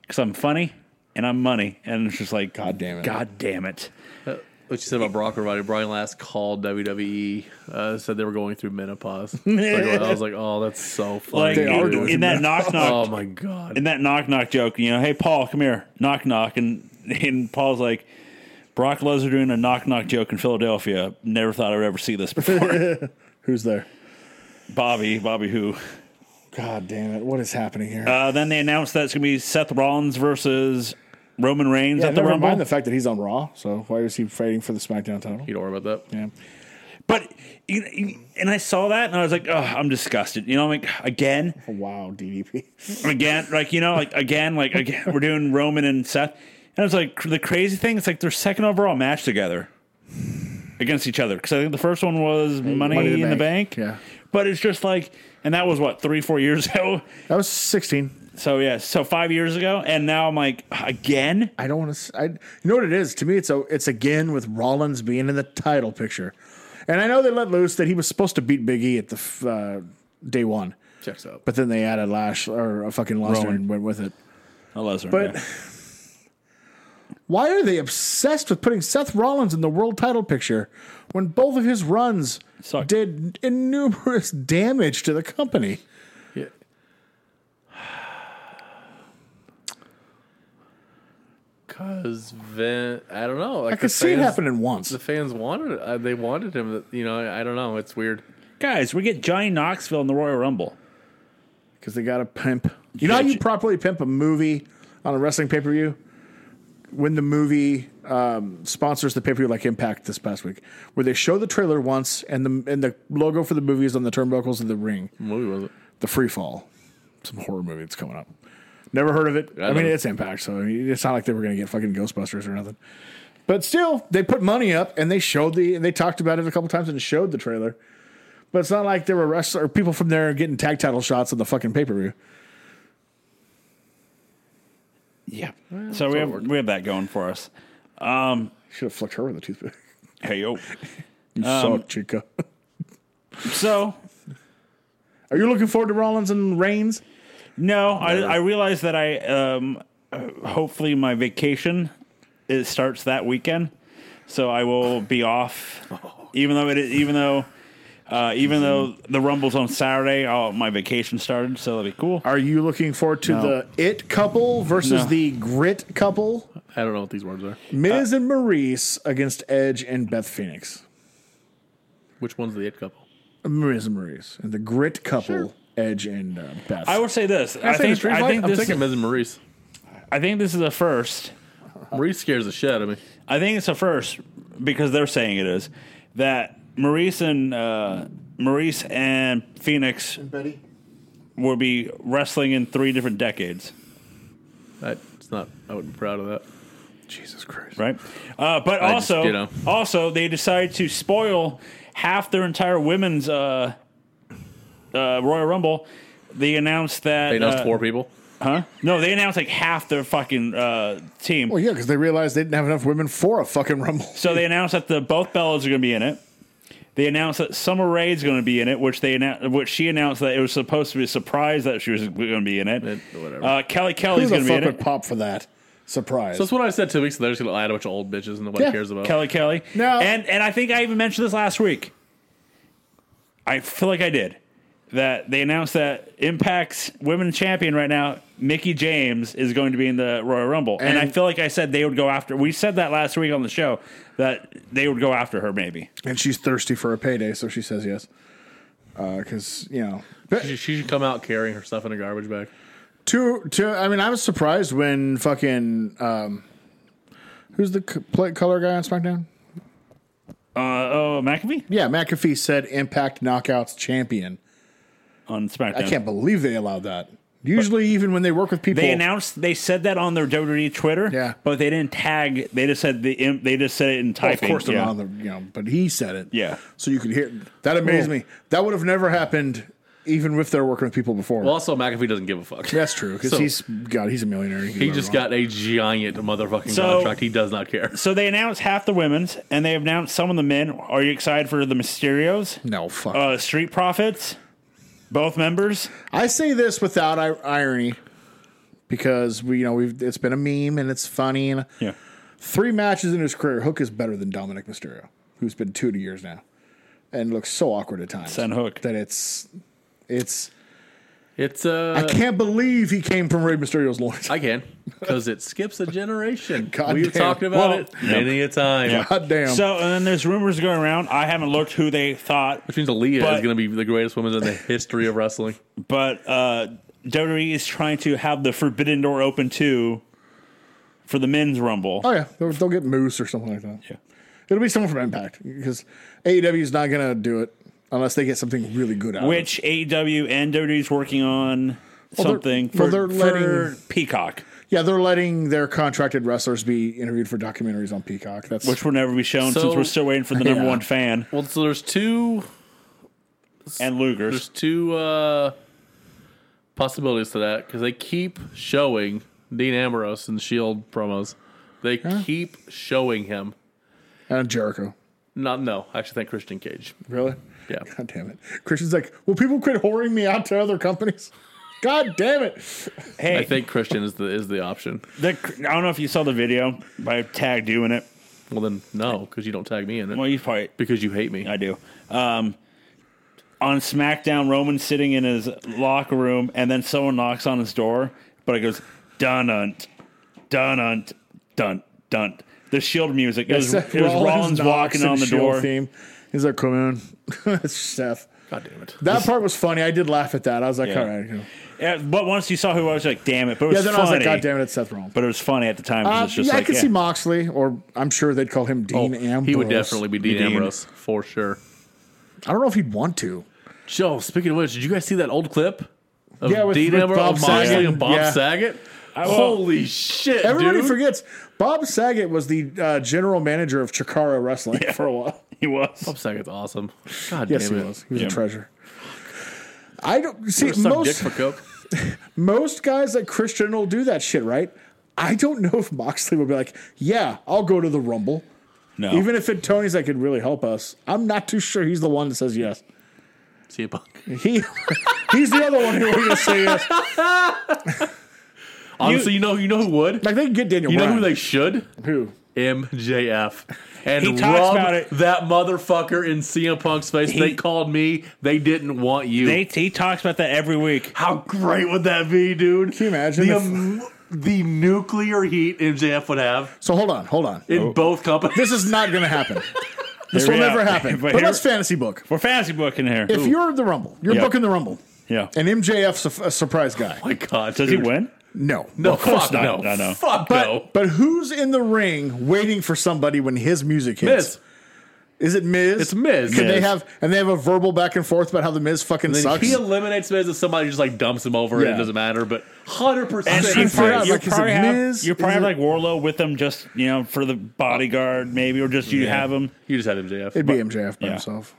Speaker 1: Because I'm funny and I'm money. And it's just like,
Speaker 3: God damn it.
Speaker 1: God damn it.
Speaker 2: What you said about Brock already? Brian last called WWE, uh, said they were going through menopause. It's like, I was like, oh, that's so funny.
Speaker 1: Like
Speaker 3: They are
Speaker 1: in,
Speaker 3: doing
Speaker 1: in that knock knock
Speaker 2: oh my god.
Speaker 1: in that knock knock joke, you know, hey Paul, come here, knock knock, and and Paul's like, Brock Lesnar doing a knock knock joke in Philadelphia. Never thought I would ever see this before.
Speaker 3: Who's there?
Speaker 1: Bobby, Bobby, who?
Speaker 3: God damn it! What is happening here?
Speaker 1: Uh, then they announced that it's gonna be Seth Rollins versus Roman Reigns
Speaker 3: yeah,
Speaker 1: at the
Speaker 3: never
Speaker 1: Rumble.
Speaker 3: mind the fact that he's on Raw. So why is he fighting for the SmackDown title?
Speaker 2: you don't worry about that.
Speaker 3: Yeah.
Speaker 1: but you know, and I saw that and I was like, oh, I'm disgusted. You know, I'm like again,
Speaker 3: Oh, Wow, DDP.
Speaker 1: again, like you know, like again, like again, we're doing Roman and Seth. And I was like, the crazy thing, it's like their second overall match together. against each other because I think the first one was Money,
Speaker 3: Money
Speaker 1: in the Bank.
Speaker 3: Yeah.
Speaker 1: But it's just like, and that was what three, four years ago.
Speaker 3: That was 16.
Speaker 1: So yeah, so five years ago, and now I'm like again.
Speaker 3: I don't want to. I you know what it is to me. It's a, it's again with Rollins being in the title picture, and I know they let loose that he was supposed to beat Big E at the f- uh, day one,
Speaker 2: Checks out.
Speaker 3: but then they added Lash or a fucking Lesnar
Speaker 1: Rowan.
Speaker 3: and went with it.
Speaker 1: Oh, Lesnar,
Speaker 3: But
Speaker 1: yeah.
Speaker 3: why are they obsessed with putting Seth Rollins in the world title picture when both of his runs
Speaker 1: Sucked.
Speaker 3: did innumerous damage to the company?
Speaker 2: Yeah. Cause Vin, I don't know. Like
Speaker 3: I could see it
Speaker 2: fans-
Speaker 3: happening once.
Speaker 2: The fans wanted it. Uh, they wanted him. to- You know, I I don't know. It's weird.
Speaker 1: guys, we get Johnny Knoxville in the Royal Rumble.
Speaker 3: because they got to pimp. You know how
Speaker 1: Yeah,
Speaker 3: you
Speaker 1: j-
Speaker 3: properly pimp a movie on a wrestling pay per view when the movie um, sponsors the pay per view, like Impact this past week, where they show the trailer once and the and the logo for the movie is on the turnbuckles of the ring.
Speaker 2: What movie was it?
Speaker 3: The Free Fall, some horror movie that's coming up. Never heard of it. I,
Speaker 2: I
Speaker 3: mean,
Speaker 2: know.
Speaker 3: it's Impact, so I mean, it's not like they were going to get fucking Ghostbusters or nothing. But still, they put money up and they showed the and they talked about it a couple times and showed the trailer. But it's not like there were wrestler or people from there getting tag title shots on the fucking pay per view.
Speaker 1: Yeah. so we have we have that going for us.
Speaker 3: Should have flicked her with a toothpick.
Speaker 1: Hey yo.
Speaker 3: You suck, Chica.
Speaker 1: So
Speaker 3: Are you looking forward to Rollins and Reigns?
Speaker 1: No, I, I realize that I um, uh, hopefully my vacation it starts that weekend, so I will be off. Even though it, is- even though, uh, even though the Rumble's on Saturday, i my vacation started, so that'll be cool.
Speaker 3: Are you looking forward to the It couple versus
Speaker 1: No.
Speaker 3: the Grit couple?
Speaker 2: I don't know what these words are.
Speaker 3: Miz and Maurice against Edge and Beth Phoenix.
Speaker 2: Which one's the it couple?
Speaker 3: Miz and Maurice and the Grit couple, Edge and uh, Beth.
Speaker 1: I will say this. I,
Speaker 2: Can say the
Speaker 1: think,
Speaker 2: street
Speaker 1: I
Speaker 2: fight?
Speaker 1: think
Speaker 2: I'm
Speaker 1: this.
Speaker 2: taking Miz and Maurice.
Speaker 1: I think this is a first.
Speaker 2: Maurice scares the shit out of me.
Speaker 1: I think it's a first because they're saying it is that Maurice and uh, Maurice and Phoenix
Speaker 4: Betty.
Speaker 1: will be wrestling in three different decades.
Speaker 2: I, it's not. I wouldn't be proud of that.
Speaker 3: Jesus Christ.
Speaker 1: right? Uh, but
Speaker 2: I just,
Speaker 1: also,
Speaker 2: you know.
Speaker 1: also they decided to spoil half their entire women's uh, uh, Royal Rumble. They announced that
Speaker 2: They announced
Speaker 1: uh,
Speaker 2: four people.
Speaker 1: huh? No, they announced like half their fucking uh, team.
Speaker 3: Well, yeah, because they realized they didn't have enough women for a fucking Rumble.
Speaker 1: So they announced that the both Bellas are going to be in it. They announced that Summer Rae's going to be in it, which they announced, which she announced that it was supposed to be a surprise that she was going to be in it.
Speaker 2: Eh, whatever.
Speaker 1: Uh, Kelly
Speaker 3: Who
Speaker 1: Kelly's
Speaker 3: the
Speaker 1: going to be
Speaker 3: fuck
Speaker 1: in it.
Speaker 3: would pop for that? Surprise.
Speaker 2: That's what I said two weeks ago. They're just gonna add a bunch of old bitches and nobody
Speaker 3: Yeah.
Speaker 2: cares about.
Speaker 1: Oh. Kelly Kelly.
Speaker 3: No.
Speaker 1: And and I think I even mentioned this last week. I feel like I did. That they announced that Impact's women's champion right now, Mickey James, is going to be in the Royal Rumble. And, I
Speaker 3: And-
Speaker 1: feel like I said they would go after we said that last week on the show that they would go after her maybe.
Speaker 3: and she's thirsty for a payday, so she says yes. Because, you know. But
Speaker 2: She, she should come out carrying her stuff in a garbage bag.
Speaker 3: two, two, I mean, I was surprised when fucking. Um, who's the c- play, color guy on SmackDown?
Speaker 1: Uh oh McAfee
Speaker 3: Yeah, McAfee said Impact Knockouts champion.
Speaker 1: on SmackDown.
Speaker 3: I can't believe they allowed that. Usually, even when they work with people,
Speaker 1: they announced they said that on their WWE Twitter,
Speaker 3: Yeah.
Speaker 1: but they didn't tag they just said the imp, they just said it in
Speaker 3: Well, of
Speaker 1: typing.
Speaker 3: course, they're
Speaker 1: yeah.
Speaker 3: not on the you know, but he said it.
Speaker 1: Yeah.
Speaker 3: so you could hear that amazed me. That would have never happened, even if they're working with people before.
Speaker 2: Well, also McAfee doesn't give a fuck.
Speaker 3: That's true because
Speaker 2: So-
Speaker 3: he's God. He's a millionaire. can do
Speaker 2: He
Speaker 3: whatever
Speaker 2: just
Speaker 3: he wants.
Speaker 2: got a giant motherfucking
Speaker 1: So-
Speaker 2: contract. He does not care.
Speaker 1: So they announced half the women's, and they announced some of the men. Are you excited for the Mysterios,
Speaker 3: no fuck.
Speaker 1: uh, Street Profits, both members?
Speaker 3: I say this without ir- irony because we you know we've it's been a meme and it's funny and
Speaker 1: Yeah,
Speaker 3: three matches in his career, Hook is better than Dominic Mysterio, who's been two to years now and looks so awkward at times.
Speaker 1: Send Hook.
Speaker 3: that it's it's.
Speaker 2: It's uh,
Speaker 3: I can't believe he came from Rey Mysterio's loins.
Speaker 2: I can because it skips a generation.
Speaker 3: God
Speaker 2: We've
Speaker 3: damn.
Speaker 2: talked about
Speaker 1: Well-
Speaker 2: it many a time.
Speaker 3: God damn.
Speaker 1: So and then there's rumors going around. I haven't looked who they thought,
Speaker 2: Which means Aaliyah
Speaker 1: But-
Speaker 2: is going to be the greatest woman in the history of wrestling.
Speaker 1: but uh, WWE is trying to have the Forbidden Door open too for the men's Rumble.
Speaker 3: Oh yeah, they'll, they'll get Moose or something like that.
Speaker 1: Yeah.
Speaker 3: it'll be someone from Impact because AEW is not gonna do it unless they get something really good out
Speaker 1: Which AEW and WWE is working on
Speaker 3: they're-
Speaker 1: something
Speaker 3: well,
Speaker 1: for,
Speaker 3: they're letting-
Speaker 1: for Peacock.
Speaker 3: of it. Yeah, they're letting their contracted wrestlers be interviewed for documentaries on Peacock. That's
Speaker 1: which will never be shown
Speaker 2: So-
Speaker 1: since we're still waiting for the number
Speaker 3: Yeah.
Speaker 1: one fan
Speaker 2: Well, so there's two
Speaker 1: and Luger's.
Speaker 2: there's two uh, possibilities to that because they keep showing Dean Ambrose in the Shield E promos. They keep showing him.
Speaker 3: and Jericho.
Speaker 2: Not no, I actually think Christian Cage.
Speaker 3: Really?
Speaker 2: Yeah.
Speaker 3: God damn it. Christian's like, will people quit whoring me out to other companies? God damn it.
Speaker 1: Hey,
Speaker 2: I think Christian is the is the option.
Speaker 1: the, I don't know if you saw the video, but I tagged you in it.
Speaker 2: Well then no, because you don't tag me in it
Speaker 1: Well, you probably
Speaker 2: because you hate me.
Speaker 1: I do. Um, on SmackDown, Roman's sitting in his locker room, and then someone knocks on his door, but it goes dununt, dununt, dun dunt. The Shield music. It was, it was Rollins
Speaker 3: knocks
Speaker 1: walking
Speaker 3: and
Speaker 1: on the
Speaker 3: Shield
Speaker 1: door.
Speaker 3: Theme. He's like, come on. That's Steph.
Speaker 2: God damn it.
Speaker 3: That part was funny. I did laugh at that. I was like,
Speaker 1: Yeah.
Speaker 3: all right. you know.
Speaker 1: Yeah, but once you saw who I was, like, damn it! But it was
Speaker 3: Yeah, then I
Speaker 1: funny.
Speaker 3: was like, God damn it, it's Seth Rollins.
Speaker 1: But it was funny at the time. 'cause
Speaker 3: Uh,
Speaker 1: it's
Speaker 3: yeah,
Speaker 1: just
Speaker 3: I
Speaker 1: like,
Speaker 3: could
Speaker 1: yeah.
Speaker 3: see Moxley, or I'm sure they'd call him Dean Ambrose.
Speaker 2: Oh, He would definitely be Dean
Speaker 1: Dean.
Speaker 2: Ambrose for sure.
Speaker 3: I don't know if he'd want to.
Speaker 2: Joe, speaking of which, did you guys see that old clip? Of
Speaker 3: Yeah, with-
Speaker 2: Dean
Speaker 3: with
Speaker 2: Ambrose, Oh,
Speaker 3: Bob
Speaker 2: of Moxley
Speaker 3: Saget.
Speaker 2: and Bob
Speaker 3: Yeah.
Speaker 2: Saget.
Speaker 1: will-
Speaker 2: Holy shit,
Speaker 3: Everybody
Speaker 2: dude.
Speaker 3: forgets Bob Saget was the uh, general manager of Chikara Wrestling for a while.
Speaker 1: he was.
Speaker 3: Oh,
Speaker 2: Bob Saget's awesome. God
Speaker 3: Yes,
Speaker 2: damn
Speaker 3: he
Speaker 2: it.
Speaker 3: was. He was
Speaker 1: Yeah.
Speaker 3: a treasure. I don't see
Speaker 2: Suck dick
Speaker 3: most
Speaker 2: for Coke.
Speaker 3: most guys like Christian will do that shit, right? I don't know if Moxley would be like, "Yeah, I'll go to the Rumble,"
Speaker 1: No,
Speaker 3: even if it Tony's that could really help us. I'm not too sure he's the one that says yes.
Speaker 2: See you, Buck.
Speaker 3: He he's the other one who will say yes.
Speaker 2: Honestly, you, know, you know who would.
Speaker 3: Like they can get Daniel.
Speaker 2: You know who they
Speaker 3: Bryan.
Speaker 2: should.
Speaker 3: who
Speaker 2: MJF. And
Speaker 1: He talks
Speaker 2: rub
Speaker 1: about it.
Speaker 2: that motherfucker in CM Punk's face.
Speaker 1: He-
Speaker 2: they called me. They didn't want you.
Speaker 1: they, he talks about that every week.
Speaker 2: How great would that be, dude?
Speaker 3: Can you imagine
Speaker 2: the,
Speaker 3: if-
Speaker 2: am- the nuclear heat MJF would have
Speaker 3: So hold on, hold on.
Speaker 2: in both companies?
Speaker 3: This is not going to happen. this
Speaker 1: Here
Speaker 3: will
Speaker 1: we
Speaker 3: never
Speaker 1: are.
Speaker 3: happen.
Speaker 1: But
Speaker 3: But,
Speaker 1: here-
Speaker 3: let's fantasy book.
Speaker 1: We're fantasy booking here.
Speaker 3: If you're the Rumble, you're
Speaker 1: Yeah.
Speaker 3: booking the Rumble,
Speaker 1: yeah.
Speaker 3: and MJF's a, f- a surprise guy.
Speaker 2: Oh my God,
Speaker 1: Does he
Speaker 2: dude.
Speaker 1: win?
Speaker 3: No,
Speaker 2: No,
Speaker 1: Of course
Speaker 2: fuck
Speaker 1: not.
Speaker 2: no,
Speaker 1: I know.
Speaker 2: fuck
Speaker 3: But
Speaker 2: no.
Speaker 3: but who's in the ring waiting for somebody when his music hits?
Speaker 2: Miz,
Speaker 3: Is it Miz?
Speaker 2: it's Miz.
Speaker 3: Can they
Speaker 1: Miz.
Speaker 3: have and they have a verbal back and forth about how the Miz fucking
Speaker 2: Then
Speaker 3: sucks?
Speaker 2: He eliminates Miz if somebody just like dumps him over and
Speaker 3: Yeah.
Speaker 2: it doesn't matter, but 100%
Speaker 1: And
Speaker 3: I
Speaker 1: you probably,
Speaker 2: it's
Speaker 3: forgot,
Speaker 2: Miz.
Speaker 1: you
Speaker 3: like, is
Speaker 1: probably
Speaker 3: it
Speaker 1: have
Speaker 3: Miz?
Speaker 1: you
Speaker 3: Is
Speaker 1: probably have
Speaker 3: it-
Speaker 1: like Warlow with them, just you know, for the bodyguard maybe, or just you have him.
Speaker 2: You just had MJF.
Speaker 3: It'd be MJF by
Speaker 1: Yeah.
Speaker 3: himself.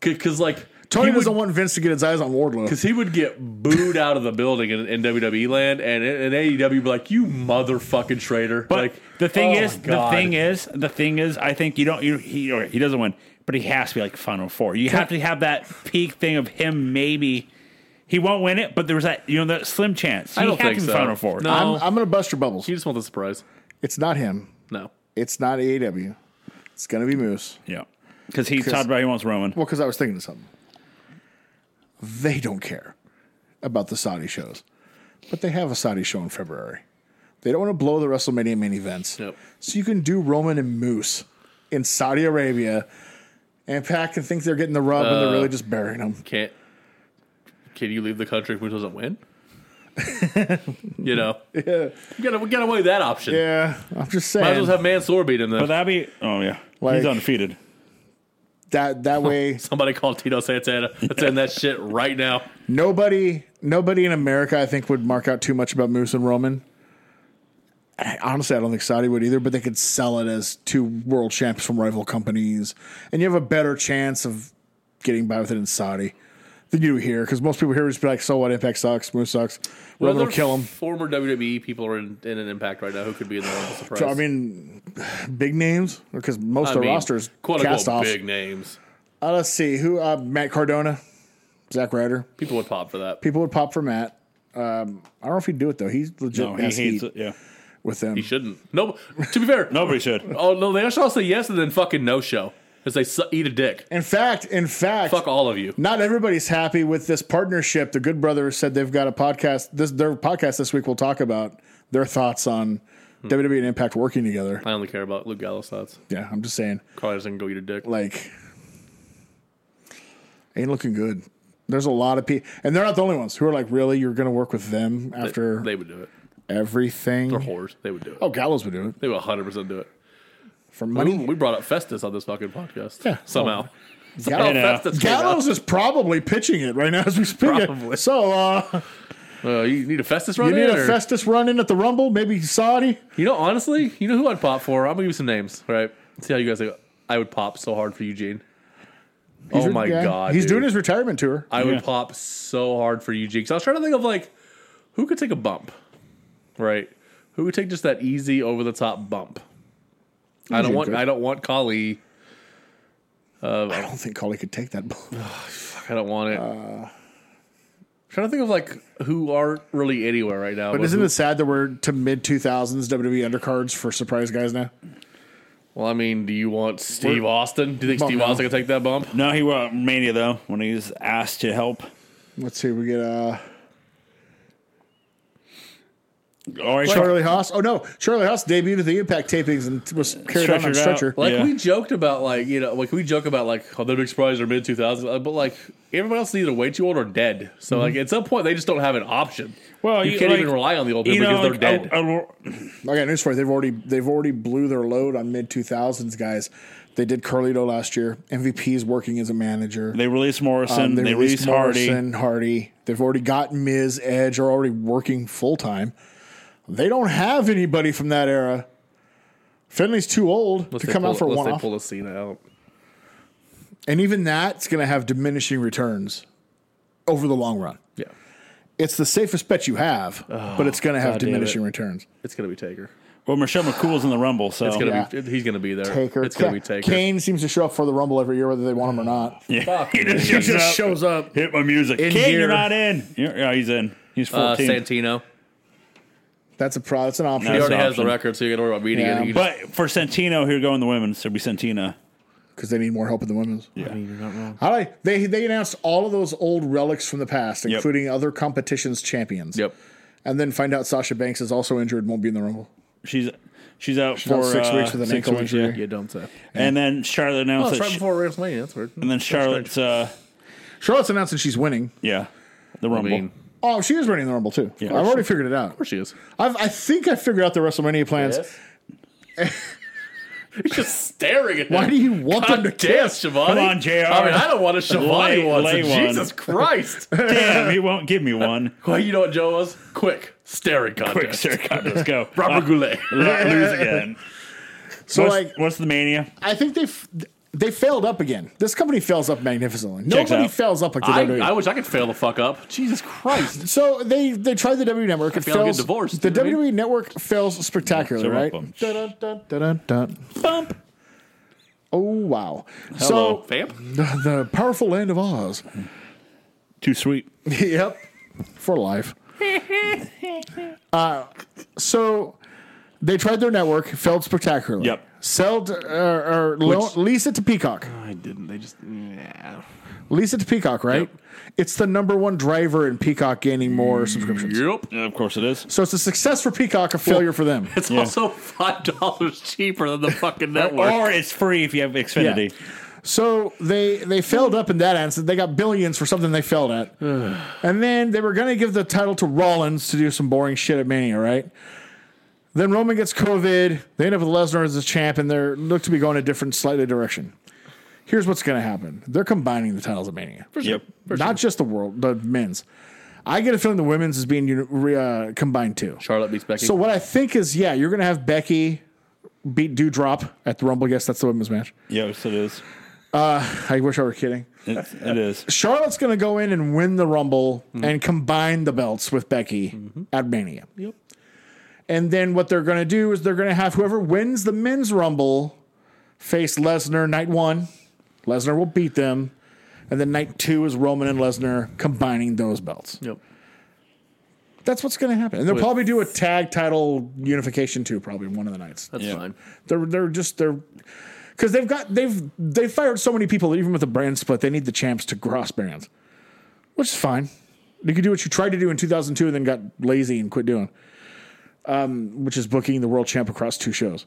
Speaker 2: Because like
Speaker 3: Tony
Speaker 2: he would,
Speaker 3: doesn't want Vince to get his eyes on Wardlow.
Speaker 2: because he would get booed out of the building in, in WWE land, and in, in AEW would be like, "You motherfucking traitor!"
Speaker 1: But
Speaker 2: like
Speaker 1: the thing
Speaker 2: oh
Speaker 1: is,
Speaker 2: my
Speaker 1: the
Speaker 2: God.
Speaker 1: thing is, the thing is, I think you don't. You, he or he doesn't win, but he has to be like Final Four. You have to have that peak thing of him. Maybe he won't win it, but there was that you know that slim chance. He
Speaker 2: I don't
Speaker 1: had
Speaker 2: think
Speaker 1: to be
Speaker 2: so.
Speaker 1: Final Four.
Speaker 2: No,
Speaker 3: I'm, I'm going to bust your bubbles.
Speaker 2: you just want the surprise.
Speaker 3: It's not him.
Speaker 2: No,
Speaker 3: It's not AEW. It's going to be Moose.
Speaker 1: Yeah, because he talked about he wants Roman.
Speaker 3: Well, because I was thinking of something. They don't care about the Saudi shows, but they have a Saudi show in February. They don't want to blow the WrestleMania main events.
Speaker 2: Nope.
Speaker 3: So you can do Roman and Moose in Saudi Arabia and Pack and think they're getting the rub
Speaker 2: Uh,
Speaker 3: and they're really just burying them.
Speaker 2: can't. Can you leave the country if Moose doesn't win? you know,
Speaker 3: Yeah.
Speaker 2: we gotta we gotta weigh that option.
Speaker 3: Yeah. I'm just
Speaker 2: Might as
Speaker 3: saying
Speaker 2: well have Mansoor beat him. Then
Speaker 1: But that'd be oh yeah,
Speaker 3: Like-
Speaker 1: he's undefeated.
Speaker 3: that that way
Speaker 2: somebody called Tito Santana. That's in that shit right now.
Speaker 3: nobody nobody in America I think would mark out too much about Moose and Roman. I- honestly, I don't think Saudi would either, but they could sell it as two world champs from rival companies, and you have a better chance of getting by with it in Saudi than you do here, because most people here would just be like, "So what? Impact sucks. Moose sucks. Roman will
Speaker 2: Other
Speaker 3: kill him."
Speaker 2: Former WWE people are in, in an impact right now. Who could be in the Rumble surprise?
Speaker 3: So, I mean, big names because most
Speaker 2: I
Speaker 3: of the
Speaker 2: mean,
Speaker 3: rosters
Speaker 2: quote
Speaker 3: cast
Speaker 2: unquote
Speaker 3: off.
Speaker 2: big names.
Speaker 3: Uh, let's see who: uh, Matt Cardona, Zack Ryder.
Speaker 2: People would pop for that.
Speaker 3: People would pop for Matt. Um, I don't know if he'd do it though. He's legit.
Speaker 1: No, he hates
Speaker 3: heat
Speaker 1: it. Yeah,
Speaker 3: with them.
Speaker 2: He shouldn't. No, to be fair,
Speaker 1: nobody should.
Speaker 2: Oh no, they should all say yes and then fucking no show because they su- eat a dick.
Speaker 3: In fact, in fact,
Speaker 2: Fuck all of you.
Speaker 3: not everybody's happy with this partnership. The Good Brothers said they've got a podcast. This their podcast this week will talk about their thoughts on
Speaker 2: Hmm.
Speaker 3: WWE and Impact working together.
Speaker 2: I only care about Luke Gallows thoughts.
Speaker 3: Yeah, I'm just saying,
Speaker 2: Carly doesn't go eat a dick.
Speaker 3: like, ain't looking good. There's a lot of people, and they're not the only ones who are like, really, you're going to work with them after
Speaker 2: They would do it. They're
Speaker 3: everything.
Speaker 2: whores. They would do it.
Speaker 3: Oh, Gallows would do it
Speaker 2: They would 100 percent do it.
Speaker 3: for
Speaker 2: We,
Speaker 3: money.
Speaker 2: we brought up Festus on this fucking podcast.
Speaker 3: Yeah.
Speaker 2: Somehow. oh,
Speaker 3: Gallows,
Speaker 1: know.
Speaker 2: Festus came out.
Speaker 3: Gallows is probably pitching it right now as we speak.
Speaker 2: Probably.
Speaker 3: So, uh,
Speaker 2: Uh, you need a Festus run
Speaker 3: You
Speaker 2: in,
Speaker 3: need a
Speaker 2: or-
Speaker 3: Festus run in at the Rumble, maybe Saudi.
Speaker 2: You know, honestly, you know who I'd pop for? I'm gonna give you some names, right? See how you guys go. I would pop so hard for Eugene.
Speaker 3: He's
Speaker 2: oh
Speaker 3: re-
Speaker 2: my
Speaker 3: yeah.
Speaker 2: god,
Speaker 3: he's
Speaker 2: dude.
Speaker 3: doing his retirement tour.
Speaker 2: I
Speaker 5: Yeah.
Speaker 2: would pop so hard for Eugene because I was trying to think of like who could take a bump, right? Who could take just that easy over the top bump? I don't
Speaker 3: Eugene
Speaker 2: want.
Speaker 3: could.
Speaker 2: I don't want Kali.
Speaker 3: I don't think Coley could take that.
Speaker 2: I don't want it.
Speaker 3: Uh,
Speaker 2: trying to think of like who aren't really anywhere right now.
Speaker 3: But isn't it sad that we're to mid two thousands WWE undercards for surprise guys now?
Speaker 2: Well, I mean, do you want Steve Austin? Do you think
Speaker 3: Bump
Speaker 2: Steve
Speaker 3: now.
Speaker 2: Austin can take that bump?
Speaker 5: No, he won Mania though when he was asked to help.
Speaker 3: Let's see. We get uh,
Speaker 5: All right,
Speaker 3: Charlie Haas. Oh no, Charlie Haas debuted at the Impact tapings and was carried on on
Speaker 5: Stretchered out.
Speaker 3: stretcher.
Speaker 2: Like
Speaker 5: Yeah.
Speaker 2: we joked about, like you know, like we joke about, like oh, the big surprise are mid 2000s, uh, but like everyone else is either way too old or dead. So
Speaker 3: Mm-hmm.
Speaker 2: like at some point they just don't have an option.
Speaker 5: Well,
Speaker 2: you,
Speaker 5: you-
Speaker 2: can't
Speaker 5: like,
Speaker 2: even rely on the old people
Speaker 5: you know,
Speaker 2: because
Speaker 3: uh,
Speaker 2: they're
Speaker 5: like,
Speaker 2: dead.
Speaker 5: I- I-
Speaker 3: I got news for you. They've already they've already blew their load on mid two thousands guys. They did Carlito last year. MVP's working as a manager.
Speaker 5: they released Morrison.
Speaker 3: Um,
Speaker 5: they, released, Hardy.
Speaker 3: Hardy. They've already got Miz, Edge are already working full time. They don't have anybody from that era. Finley's too old
Speaker 2: Unless
Speaker 3: to
Speaker 2: they
Speaker 3: come
Speaker 2: pull,
Speaker 3: out for
Speaker 2: unless
Speaker 3: one
Speaker 2: They
Speaker 3: off,
Speaker 2: pull a Cena out.
Speaker 3: and even that's going to have diminishing returns over the long run.
Speaker 2: Yeah,
Speaker 3: It's the safest bet you have, but it's going to have
Speaker 2: Oh, God damn
Speaker 3: diminishing
Speaker 2: it.
Speaker 3: returns.
Speaker 2: it's gonna be Taker.
Speaker 5: Well, Michelle McCool's in the Rumble, so
Speaker 2: It's gonna
Speaker 3: Yeah.
Speaker 2: be. He's gonna be there.
Speaker 3: Taker,
Speaker 2: It's gonna be
Speaker 3: Ca-
Speaker 2: Taker.
Speaker 3: Kane seems to show up for the Rumble every year, whether they want him or not.
Speaker 2: Fuck.
Speaker 5: he just,
Speaker 2: He
Speaker 5: shows, up.
Speaker 3: up.
Speaker 5: Hit my music.
Speaker 3: In
Speaker 5: King,
Speaker 3: gear.
Speaker 5: you're not in. You're, yeah, he's in. He's
Speaker 2: Uh,
Speaker 5: 14.
Speaker 2: Santino.
Speaker 3: That's a pro. That's an option.
Speaker 2: He
Speaker 5: That's
Speaker 2: already
Speaker 5: an
Speaker 2: has the
Speaker 5: option.
Speaker 2: record, so you got to worry about beating
Speaker 3: Yeah.
Speaker 2: it. You just-
Speaker 5: but for Santino, here going the women, so it'd be Santina.
Speaker 3: because they need more help in the women's.
Speaker 5: Yeah. I mean,
Speaker 3: you're not wrong. How do I, they they announced all of those old relics from the past, including other competitions champions.
Speaker 2: yep.
Speaker 3: And then find out Sasha Banks is also injured and won't be in the rumble.
Speaker 5: She's she's out
Speaker 3: out
Speaker 5: for
Speaker 3: six
Speaker 5: uh,
Speaker 3: weeks with an
Speaker 5: six
Speaker 3: ankle
Speaker 5: weeks,
Speaker 3: injury.
Speaker 5: yeah.
Speaker 2: You don't say.
Speaker 5: And then Charlotte
Speaker 2: Oh,
Speaker 5: announced
Speaker 2: it's
Speaker 5: that
Speaker 2: right
Speaker 5: she-
Speaker 2: before WrestleMania. That's weird.
Speaker 5: and then Charlotte's uh,
Speaker 3: Charlotte's announcing she's winning.
Speaker 5: yeah, the
Speaker 2: I
Speaker 5: Rumble.
Speaker 2: mean,
Speaker 3: Oh, she is winning the rumble too.
Speaker 5: Yeah.
Speaker 3: I've already figured it out.
Speaker 2: where she is.
Speaker 3: I've, I think I figured out the WrestleMania plans.
Speaker 2: He's just staring at
Speaker 3: Why
Speaker 2: him.
Speaker 3: do you want them to
Speaker 2: damn,
Speaker 3: kiss?
Speaker 2: Shivani.
Speaker 5: Come on, JR.
Speaker 2: I mean, I don't want a Shivani
Speaker 5: Lay-
Speaker 2: one.
Speaker 5: lay
Speaker 2: so
Speaker 5: one.
Speaker 2: Jesus Christ.
Speaker 5: Damn, he won't give me one.
Speaker 2: well, you know what Joe was? Quick staring
Speaker 5: Quick,
Speaker 2: contest.
Speaker 5: sir, God, let's go.
Speaker 2: Robert
Speaker 5: Uh,
Speaker 2: Goulet.
Speaker 5: lo- lose again.
Speaker 3: So
Speaker 5: what's,
Speaker 3: like,
Speaker 5: what's the mania?
Speaker 3: I think they f- they failed up again. This company fails up magnificently. Nobody
Speaker 5: out.
Speaker 3: fails up like the
Speaker 2: I,
Speaker 3: WWE.
Speaker 2: I wish I could fail the fuck up. Jesus Christ.
Speaker 3: So they they tried the WWE network. It
Speaker 2: feel like I'm
Speaker 3: fails.
Speaker 2: getting divorced,
Speaker 3: the
Speaker 2: you know what I
Speaker 3: WWE network fails spectacularly,
Speaker 5: Yeah,
Speaker 3: right?
Speaker 5: so bump.
Speaker 3: Dun, dun, dun, dun, dun.
Speaker 5: Bump.
Speaker 3: Oh wow!
Speaker 2: Hello,
Speaker 3: So
Speaker 2: fam.
Speaker 3: the, the powerful land of Oz.
Speaker 5: Too sweet.
Speaker 3: yep, for life. uh, so they tried their network, failed spectacularly.
Speaker 5: Yep.
Speaker 3: Sold uh, or lo- lease it to Peacock.
Speaker 2: I didn't. They just. Yeah.
Speaker 3: Lease it to Peacock, right?
Speaker 2: Yep.
Speaker 3: It's the number one driver in Peacock gaining more subscriptions.
Speaker 2: Yep.
Speaker 5: Yeah, of course it is.
Speaker 3: So it's a success for Peacock, a failure for them.
Speaker 2: It's also five dollars cheaper than the fucking network.
Speaker 5: Or it's free if you have Xfinity.
Speaker 3: So they they failed up in that answer. They got billions for something they failed at, and then they were going to give the title to Rollins to do some boring shit at Mania, right? Then Roman gets COVID. They end up with Lesnar as the champ, and they are look to be going a different, slightly direction. Here's what's going to happen: they're combining the titles at Mania,
Speaker 5: Yep.
Speaker 3: not just the world, the men's. I get a feeling the women's is being uni- re- uh, combined too.
Speaker 2: Charlotte beats Becky.
Speaker 3: So what I think is, yeah, you're going to have Becky beat Dewdrop at the Rumble. Yes, that's the women's match.
Speaker 5: Yes, it is.
Speaker 3: I wish I were kidding.
Speaker 5: It's, it is.
Speaker 3: Charlotte's going to go in and win the Rumble and combine the belts with Becky at Mania.
Speaker 2: Yep.
Speaker 3: And then what they're going to do is they're going to have whoever wins the men's Rumble face Lesnar night one. Lesnar will beat them. And then night two is Roman and Lesnar combining those belts.
Speaker 2: Yep.
Speaker 3: That's what's going to happen. And they'll probably do a tag title unification too, probably one of the nights.
Speaker 2: That's
Speaker 5: Yeah.
Speaker 2: fine.
Speaker 3: They're they're just they're because they've got they've they've fired so many people that even with a brand split, they need the champs to cross brands, which is fine. You could do what you tried to do in 2002 and then got lazy and quit doing, um, which is booking the world champ across two shows.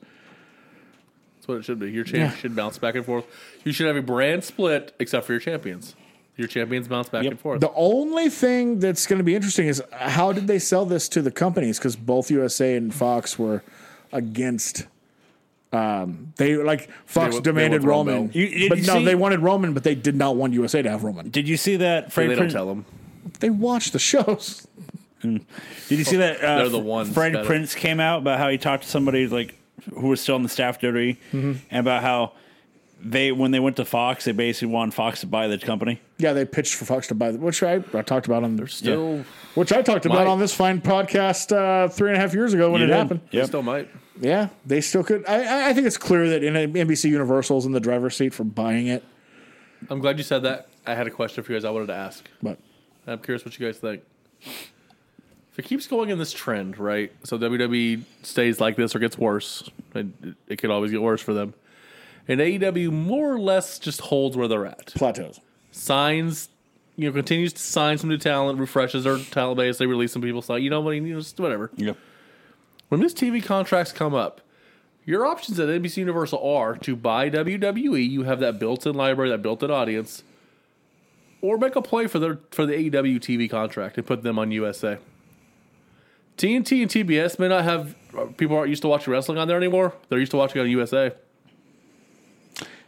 Speaker 2: That's what it should be. Your champ
Speaker 3: Yeah.
Speaker 2: should bounce back and forth. You should have a brand split except for your champions. Your champions bounce back and forth.
Speaker 3: The only thing that's going to be interesting is how did they sell this to the companies? Because both USA and Fox were against. Um, they like Fox
Speaker 2: They wa- they
Speaker 3: demanded
Speaker 2: want Roman.
Speaker 3: Roman,
Speaker 5: You- you
Speaker 3: but no,
Speaker 5: see-
Speaker 3: they wanted Roman, but they did not want USA to have Roman.
Speaker 5: Did you see that
Speaker 2: they
Speaker 5: Frank?
Speaker 2: don't
Speaker 5: Prin-
Speaker 2: tell them.
Speaker 3: They watched the shows.
Speaker 1: Did you see that? Uh,
Speaker 2: They're the ones
Speaker 1: Fred
Speaker 2: that-
Speaker 1: Prince came out about how he talked to somebody like who was still on the staff of WWE
Speaker 2: Mm-hmm.
Speaker 1: and about how they when they went to Fox, they basically wanted Fox to buy the company.
Speaker 3: Yeah, they pitched for Fox to buy, the- which I, I talked about on their
Speaker 1: Yeah.
Speaker 2: Still,
Speaker 3: which I talked about
Speaker 2: Might.
Speaker 3: on this fine podcast uh, three and a half years ago when
Speaker 1: You
Speaker 3: it
Speaker 1: did.
Speaker 3: happened.
Speaker 2: they
Speaker 1: Yep.
Speaker 2: still might.
Speaker 3: Yeah, they still could. I, I- I think it's clear that in NBC Universal's in the driver's seat for buying it,
Speaker 2: I'm glad you said that. I had a question for you guys. I wanted to ask.
Speaker 3: but
Speaker 2: I'm curious what you guys think. If it keeps going in this trend, right? So WWE stays like this or gets worse. It, it could always get worse for them. And AEW more or less just holds where they're at.
Speaker 3: plateaus.
Speaker 2: Signs, you know, continues to sign some new talent, refreshes their talent base. They release some people. So you know what? You know, just whatever.
Speaker 1: Yep.
Speaker 2: When these TV contracts come up, your options at NBC Universal are to buy WWE. You have that built-in library, that built-in audience, or make a E play for their for the AEW TV contract and put them on USA. TNT and TBS may not have uh, people aren't used to watching wrestling on there anymore. They're used to watching on USA.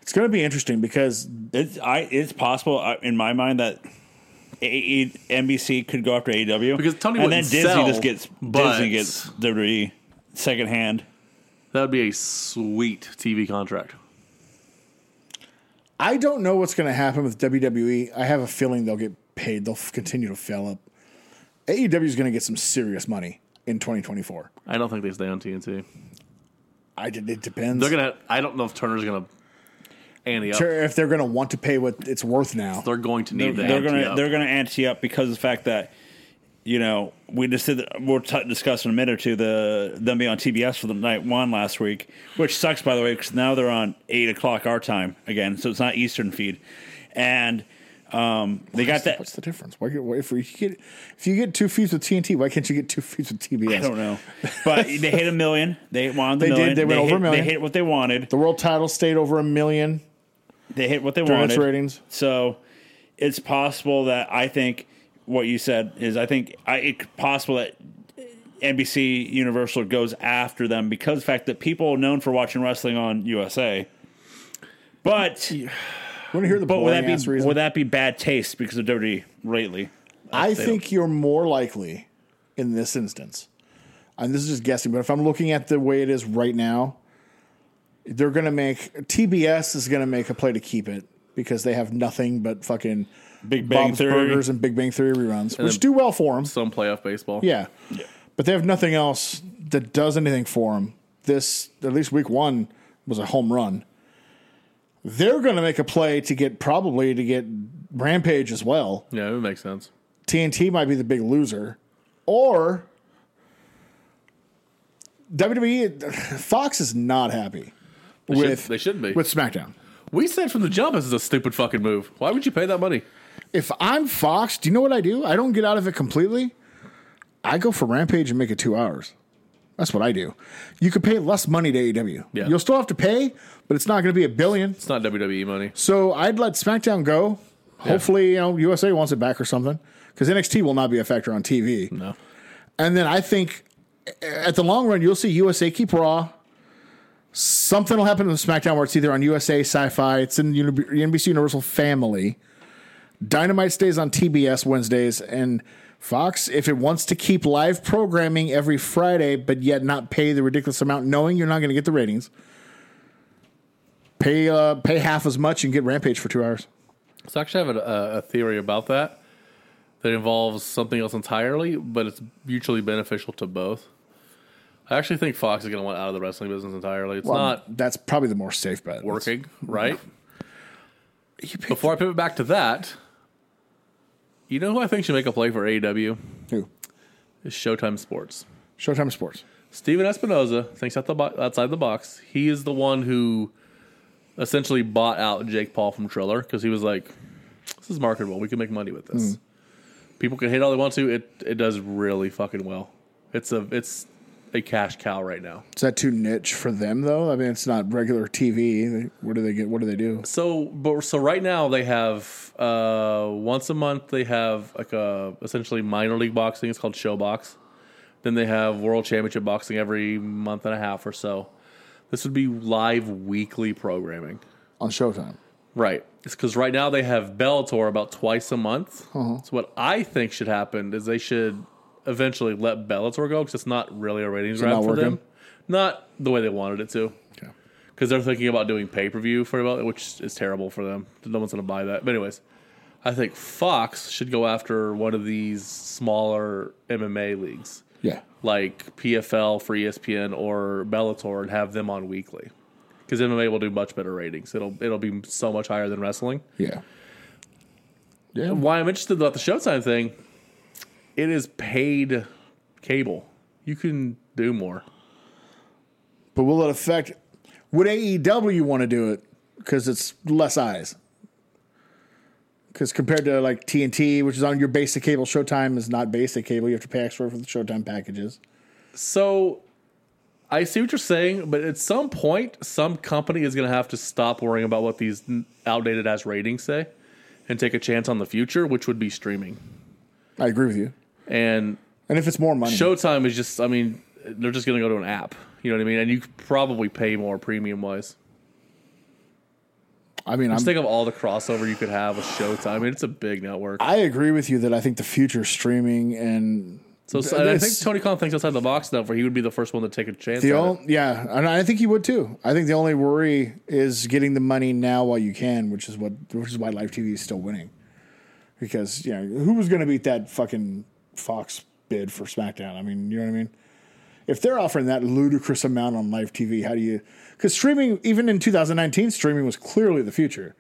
Speaker 3: It's going to be interesting because
Speaker 1: It's I. It's possible uh, in my mind that. E, AE, NBC could go after AEW
Speaker 2: Because Tony
Speaker 1: and then
Speaker 2: wouldn't
Speaker 1: Disney
Speaker 2: sell,
Speaker 1: just gets
Speaker 2: but-
Speaker 1: Disney gets WWE secondhand.
Speaker 2: That would be a sweet TV contract.
Speaker 3: I don't know what's going to happen with WWE. I have a feeling they'll get paid. They'll f- continue to fill up. AEW is going to get some serious money in 2024.
Speaker 2: I don't think they stay on TNT.
Speaker 3: I did. It depends.
Speaker 2: They're gonna. I don't know if Turner's gonna ante up.
Speaker 3: Sure, if they're going to want to pay what it's worth now.
Speaker 2: They're going to need
Speaker 1: they're,
Speaker 2: that.
Speaker 1: gonna they're gonna ante up because of the fact that you know we just did we'll t- discuss in a minute or two the them being on TBS for the night one last week, which sucks by the way because now they're on eight o'clock our time again, so it's not Eastern feed, and um, they got that.
Speaker 3: What's the difference? Why, get- why- if you get if you get two feeds with TNT, why can't you get two feeds with TBS?
Speaker 1: I don't know, but they hit a million. They wanted the
Speaker 3: They did.
Speaker 1: million.
Speaker 3: They went over a
Speaker 1: hit-
Speaker 3: million.
Speaker 1: They hit what they wanted.
Speaker 3: The world title stayed over a million
Speaker 1: They hit what they
Speaker 3: during
Speaker 1: wanted.
Speaker 3: its ratings.
Speaker 1: So it's possible that I think what you said is I think I, it's possible that NBC Universal goes after them because of the fact that people are known for watching wrestling on USA. But
Speaker 3: Want to hear the
Speaker 1: but would that
Speaker 3: boring-ass
Speaker 1: be
Speaker 3: reason?
Speaker 1: would that be bad taste because of WWE lately?
Speaker 3: I think you're more likely in this instance, and this is just guessing, but if I'm looking at the way it is right now, they're going to make TBS is going to make a play to keep it because they have nothing but fucking
Speaker 1: Big Bang
Speaker 3: Bob's
Speaker 1: Theory.
Speaker 3: Burgers and Big Bang Theory reruns, which
Speaker 2: then-
Speaker 3: do well for them.
Speaker 2: some playoff baseball.
Speaker 3: Yeah. But they have nothing else that does anything for them. This, at least week one, was a home run. They're going to make a play to get probably to get Rampage as well.
Speaker 2: yeah, it would make sense.
Speaker 3: TNT might be the big loser, or WWE. E, Fox is not happy
Speaker 2: should-
Speaker 3: with
Speaker 2: they shouldn't be.
Speaker 3: with SmackDown.
Speaker 2: We said from the jump this is a stupid fucking move. Why would you pay that money?
Speaker 3: If I'm Fox, do you know what I do? I don't get out of it completely. I go for Rampage and make it two hours. That's what I do. You could pay less money to AEW.
Speaker 2: Yeah.
Speaker 3: You'll still have to pay, but it's not going to be a billion.
Speaker 2: It's not WWE money.
Speaker 3: So I'd let SmackDown go. Hopefully, you know USA wants it back or something because NXT will not be a factor on TV.
Speaker 2: No.
Speaker 3: And then I think at the long run, you'll see USA keep Raw. Something will happen in SmackDown where it's either on USA, Sci Fi, it's in Uni- NBC Universal Family. Dynamite stays on TBS Wednesdays. And Fox, if it wants to keep live programming every Friday, but yet not pay the ridiculous amount, knowing you're not going to get the ratings, pay, uh, pay half as much and get Rampage for two hours.
Speaker 2: So I actually have a, a, a theory about that that involves something else entirely, but it's mutually beneficial to both. I actually think Fox is going to want out of the wrestling business entirely. It's not
Speaker 3: That's probably the more safe bet.
Speaker 2: working, right? Before I pivot back to that, you know who I think should make a play for AEW?
Speaker 3: Who?
Speaker 2: Is Showtime Sports.
Speaker 3: Showtime Sports.
Speaker 2: Steven Espinoza thinks out the bo- outside the box. He is the one who essentially bought out Jake Paul from Triller because he was like, "This is marketable. We can make money with this. People can hate all they want to. It it does really fucking well. It's a it's a cash cow right now.
Speaker 3: Is that too niche for them though? I mean, it's not regular TV. They- What do they get? What do they do?
Speaker 2: So but so right now they have uh, once a month they have like a essentially minor league boxing. It's called Showbox. Then they have World Championship boxing every month and a half or so. This would be live weekly programming.
Speaker 3: On Showtime.
Speaker 2: Right. It's because right
Speaker 3: Uh-huh.
Speaker 2: now they have Bellator about twice a month. So what I think should happen is they should eventually let Bellator go because it's not really a ratings
Speaker 3: it
Speaker 2: grab
Speaker 3: not
Speaker 2: for them.
Speaker 3: working?
Speaker 2: Not the way they wanted it to.
Speaker 3: Okay.
Speaker 2: Because they're thinking about doing pay per view for about, which is terrible for them. No one's going to buy that. But anyways, I think Fox should go after one of these smaller MMA leagues
Speaker 3: Yeah.
Speaker 2: like PFL for E ESPN or Bellator and have them on weekly. Because MMA will do much better ratings. It'll it'll be so much higher than wrestling.
Speaker 3: Yeah. Yeah.
Speaker 2: Why I'm interested about the Showtime thing, it is paid cable. You can do more.
Speaker 3: But will it affect? Would AEW want to do it because it's less eyes? Because compared to like TNT, which is on your basic cable, Showtime is not basic cable. You have to pay extra for the Showtime packages.
Speaker 2: So I see what you're saying, but at some point, some company is going to have to stop worrying about what these n- outdated ass ratings say and take a chance on the future, which would be streaming.
Speaker 3: I agree with you.
Speaker 2: And
Speaker 3: And if it's more money,
Speaker 2: Showtime is just, I mean, they're just going to go to an app. You know what I mean? And you could probably pay more premium wise.
Speaker 3: I mean, I'm,
Speaker 2: Just think of all the crossover you could have with Showtime. I mean, it's a big network.
Speaker 3: I agree with you that I think the future is streaming and
Speaker 2: So so- and I think
Speaker 3: It's-
Speaker 2: Tony Khan thinks outside the box now, where he would be the first one to take a chance.
Speaker 3: the
Speaker 2: at
Speaker 3: only yeah, and I think he would too. I think the only worry is getting the money now while you can, which is what which is why live TV is still winning. Because you know who was going to beat that fucking Fox bid for SmackDown? I mean, you know what I mean. If they're offering that ludicrous amount on live TV, how do you? Because streaming, even in 2019, streaming was clearly the future.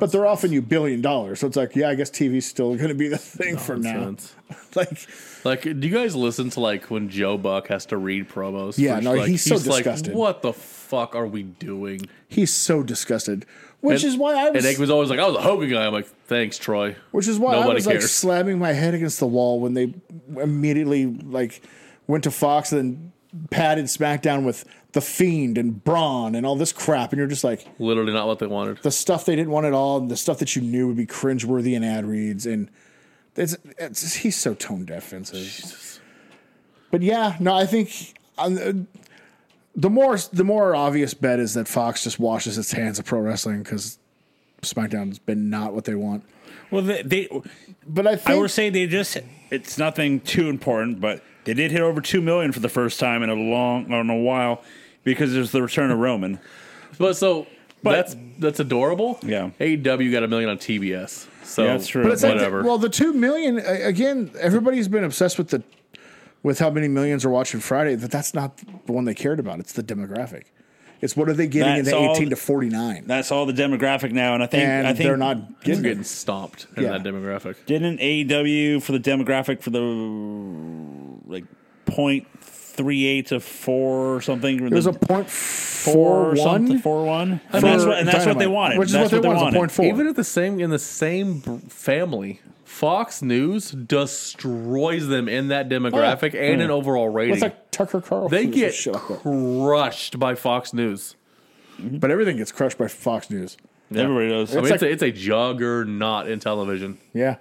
Speaker 3: But they're offering you billion dollars, so it's like, yeah, I guess TV's still going to be the thing for
Speaker 2: it.
Speaker 3: now.
Speaker 2: Nonsense.
Speaker 3: Like,
Speaker 2: Like, do you guys listen to like when Joe Buck has to read promos?
Speaker 3: Yeah,
Speaker 2: for-
Speaker 3: no,
Speaker 2: like,
Speaker 3: he's so disgusted.
Speaker 2: Like, what the fuck are we doing?
Speaker 3: he's so disgusted, which
Speaker 2: And-
Speaker 3: is why I was.
Speaker 2: And Eggman's always like, "I was a Hogan guy." I'm like, "Thanks, Troy."
Speaker 3: Which is why I
Speaker 2: Nobody
Speaker 3: was like
Speaker 2: cares.
Speaker 3: slamming my head against the wall when they immediately like went to Fox and then padded SmackDown with the Fiend and Braun and all this crap, and you're just like
Speaker 2: Literally not what they wanted.
Speaker 3: the stuff they didn't want at all, and the stuff that you knew would be cringeworthy in ad reads, and it's, it's he's so tone deaf, Vince. is. But yeah, no, I think um, the more the more obvious bet is that Fox just washes its hands of pro wrestling because SmackDown's been not what they want.
Speaker 5: Well, they, they
Speaker 3: But I
Speaker 5: I
Speaker 3: think
Speaker 5: would say they just it's nothing too important, but they did hit over two million for the first time in a long in a while because there's the return of Roman.
Speaker 2: But so that's that's adorable.
Speaker 5: Yeah.
Speaker 2: AEW got a million on TBS. So
Speaker 5: Yeah, that's true.
Speaker 2: But
Speaker 5: But
Speaker 2: it's
Speaker 5: it's
Speaker 3: like the-
Speaker 2: whatever.
Speaker 3: well, the two million a- again. Everybody's been obsessed with the with how many millions are watching Friday. That that's not the one they cared about. It's the demographic. It's what are they getting in
Speaker 5: That's
Speaker 3: the
Speaker 5: all-
Speaker 3: eighteen to forty nine,
Speaker 5: That's all the demographic now, and I think
Speaker 3: and
Speaker 5: I think
Speaker 3: they're not
Speaker 2: We're
Speaker 3: getting
Speaker 2: getting
Speaker 3: it.
Speaker 2: stomped in
Speaker 3: Yeah.
Speaker 2: that demographic.
Speaker 5: didn't AEW for the demographic for the like point three eight to four or something.
Speaker 3: It was a point four one.
Speaker 5: four one,
Speaker 3: for
Speaker 5: and that's what and that's what they
Speaker 3: Dynamite,
Speaker 5: wanted.
Speaker 3: which is
Speaker 5: that's
Speaker 3: what they wanted.
Speaker 5: wanted.
Speaker 3: A point four.
Speaker 2: Even at the same in the same b- family, Fox News destroys them in that demographic and in overall rating.
Speaker 3: Oh. it's like Tucker Carlson.
Speaker 2: they
Speaker 3: or
Speaker 2: get
Speaker 3: shit like that.
Speaker 2: crushed by Fox News.
Speaker 3: but everything gets crushed by Fox News.
Speaker 5: Everybody knows.
Speaker 2: I mean, it's,
Speaker 3: It's
Speaker 2: a, it's a juggernaut in television.
Speaker 3: Yeah,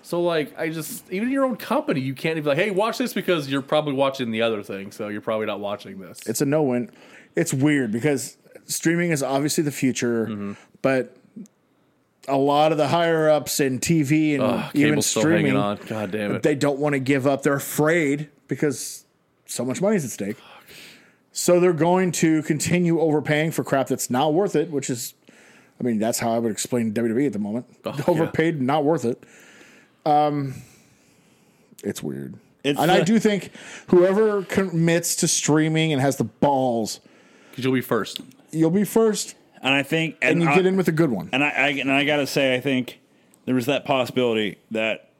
Speaker 2: So, like, I just even your own company, you can't even be like, hey, watch this because you're probably watching the other thing, so you're probably not watching this.
Speaker 3: it's a no win. It's weird because streaming is obviously the future,
Speaker 2: Mm-hmm.
Speaker 3: but a lot of the higher ups in TV and
Speaker 2: Ugh,
Speaker 3: even
Speaker 2: cable's still hanging
Speaker 3: streaming
Speaker 2: on. God damn it.
Speaker 3: they don't want to give up. They're afraid because so much money's at stake. So they're going to continue overpaying for crap that's not worth it, which is, I mean, that's how I would explain WWE at the moment.
Speaker 2: Oh,
Speaker 3: Overpaid, not worth it. Um, it's weird.
Speaker 5: It's
Speaker 3: and I
Speaker 5: the-
Speaker 3: do think whoever commits to streaming and has the balls,
Speaker 2: Because you'll be first.
Speaker 3: you'll be first
Speaker 5: and I think
Speaker 3: and
Speaker 2: Uh,
Speaker 3: you
Speaker 5: I-
Speaker 3: get in with a good one.
Speaker 5: And I, I and I gotta say, I think there was that possibility that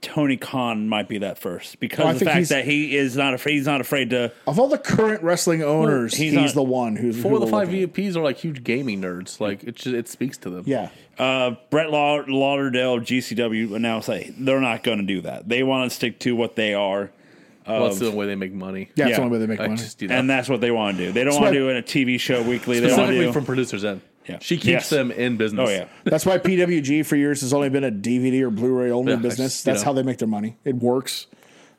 Speaker 5: Tony Khan might be that first because
Speaker 3: Oh, I
Speaker 5: of the
Speaker 3: think
Speaker 5: fact
Speaker 3: he's-
Speaker 5: that he is not afraid. He's not afraid to.
Speaker 3: Of all the current wrestling owners,
Speaker 5: he's not-
Speaker 3: he's, the one who's
Speaker 2: Four
Speaker 3: who
Speaker 2: of the
Speaker 3: we're
Speaker 2: five
Speaker 3: looking at.
Speaker 2: VPs are like huge gaming nerds. Like, it, just, it speaks to them.
Speaker 3: Yeah.
Speaker 5: Uh, Brett Law- Lauderdale of GCW announced that they're not going to do that. They want to stick to what they are,
Speaker 2: Well, that's the way they make money.
Speaker 3: Yeah, it's
Speaker 5: Yeah.
Speaker 3: the only way they make
Speaker 2: I
Speaker 3: money.
Speaker 2: just do that.
Speaker 5: and that's what they want to do. They don't want
Speaker 3: why-
Speaker 5: to do it in a TV show weekly. They want to
Speaker 2: Specifically
Speaker 5: do.
Speaker 2: from producers end.
Speaker 5: Yeah.
Speaker 2: She keeps
Speaker 5: Yes.
Speaker 2: them in business.
Speaker 5: oh yeah,
Speaker 3: That's why PWG for years has only been a DVD or Blu-ray only
Speaker 2: Yeah,
Speaker 3: business.
Speaker 2: you
Speaker 3: That's
Speaker 2: know.
Speaker 3: how they make their money. It works.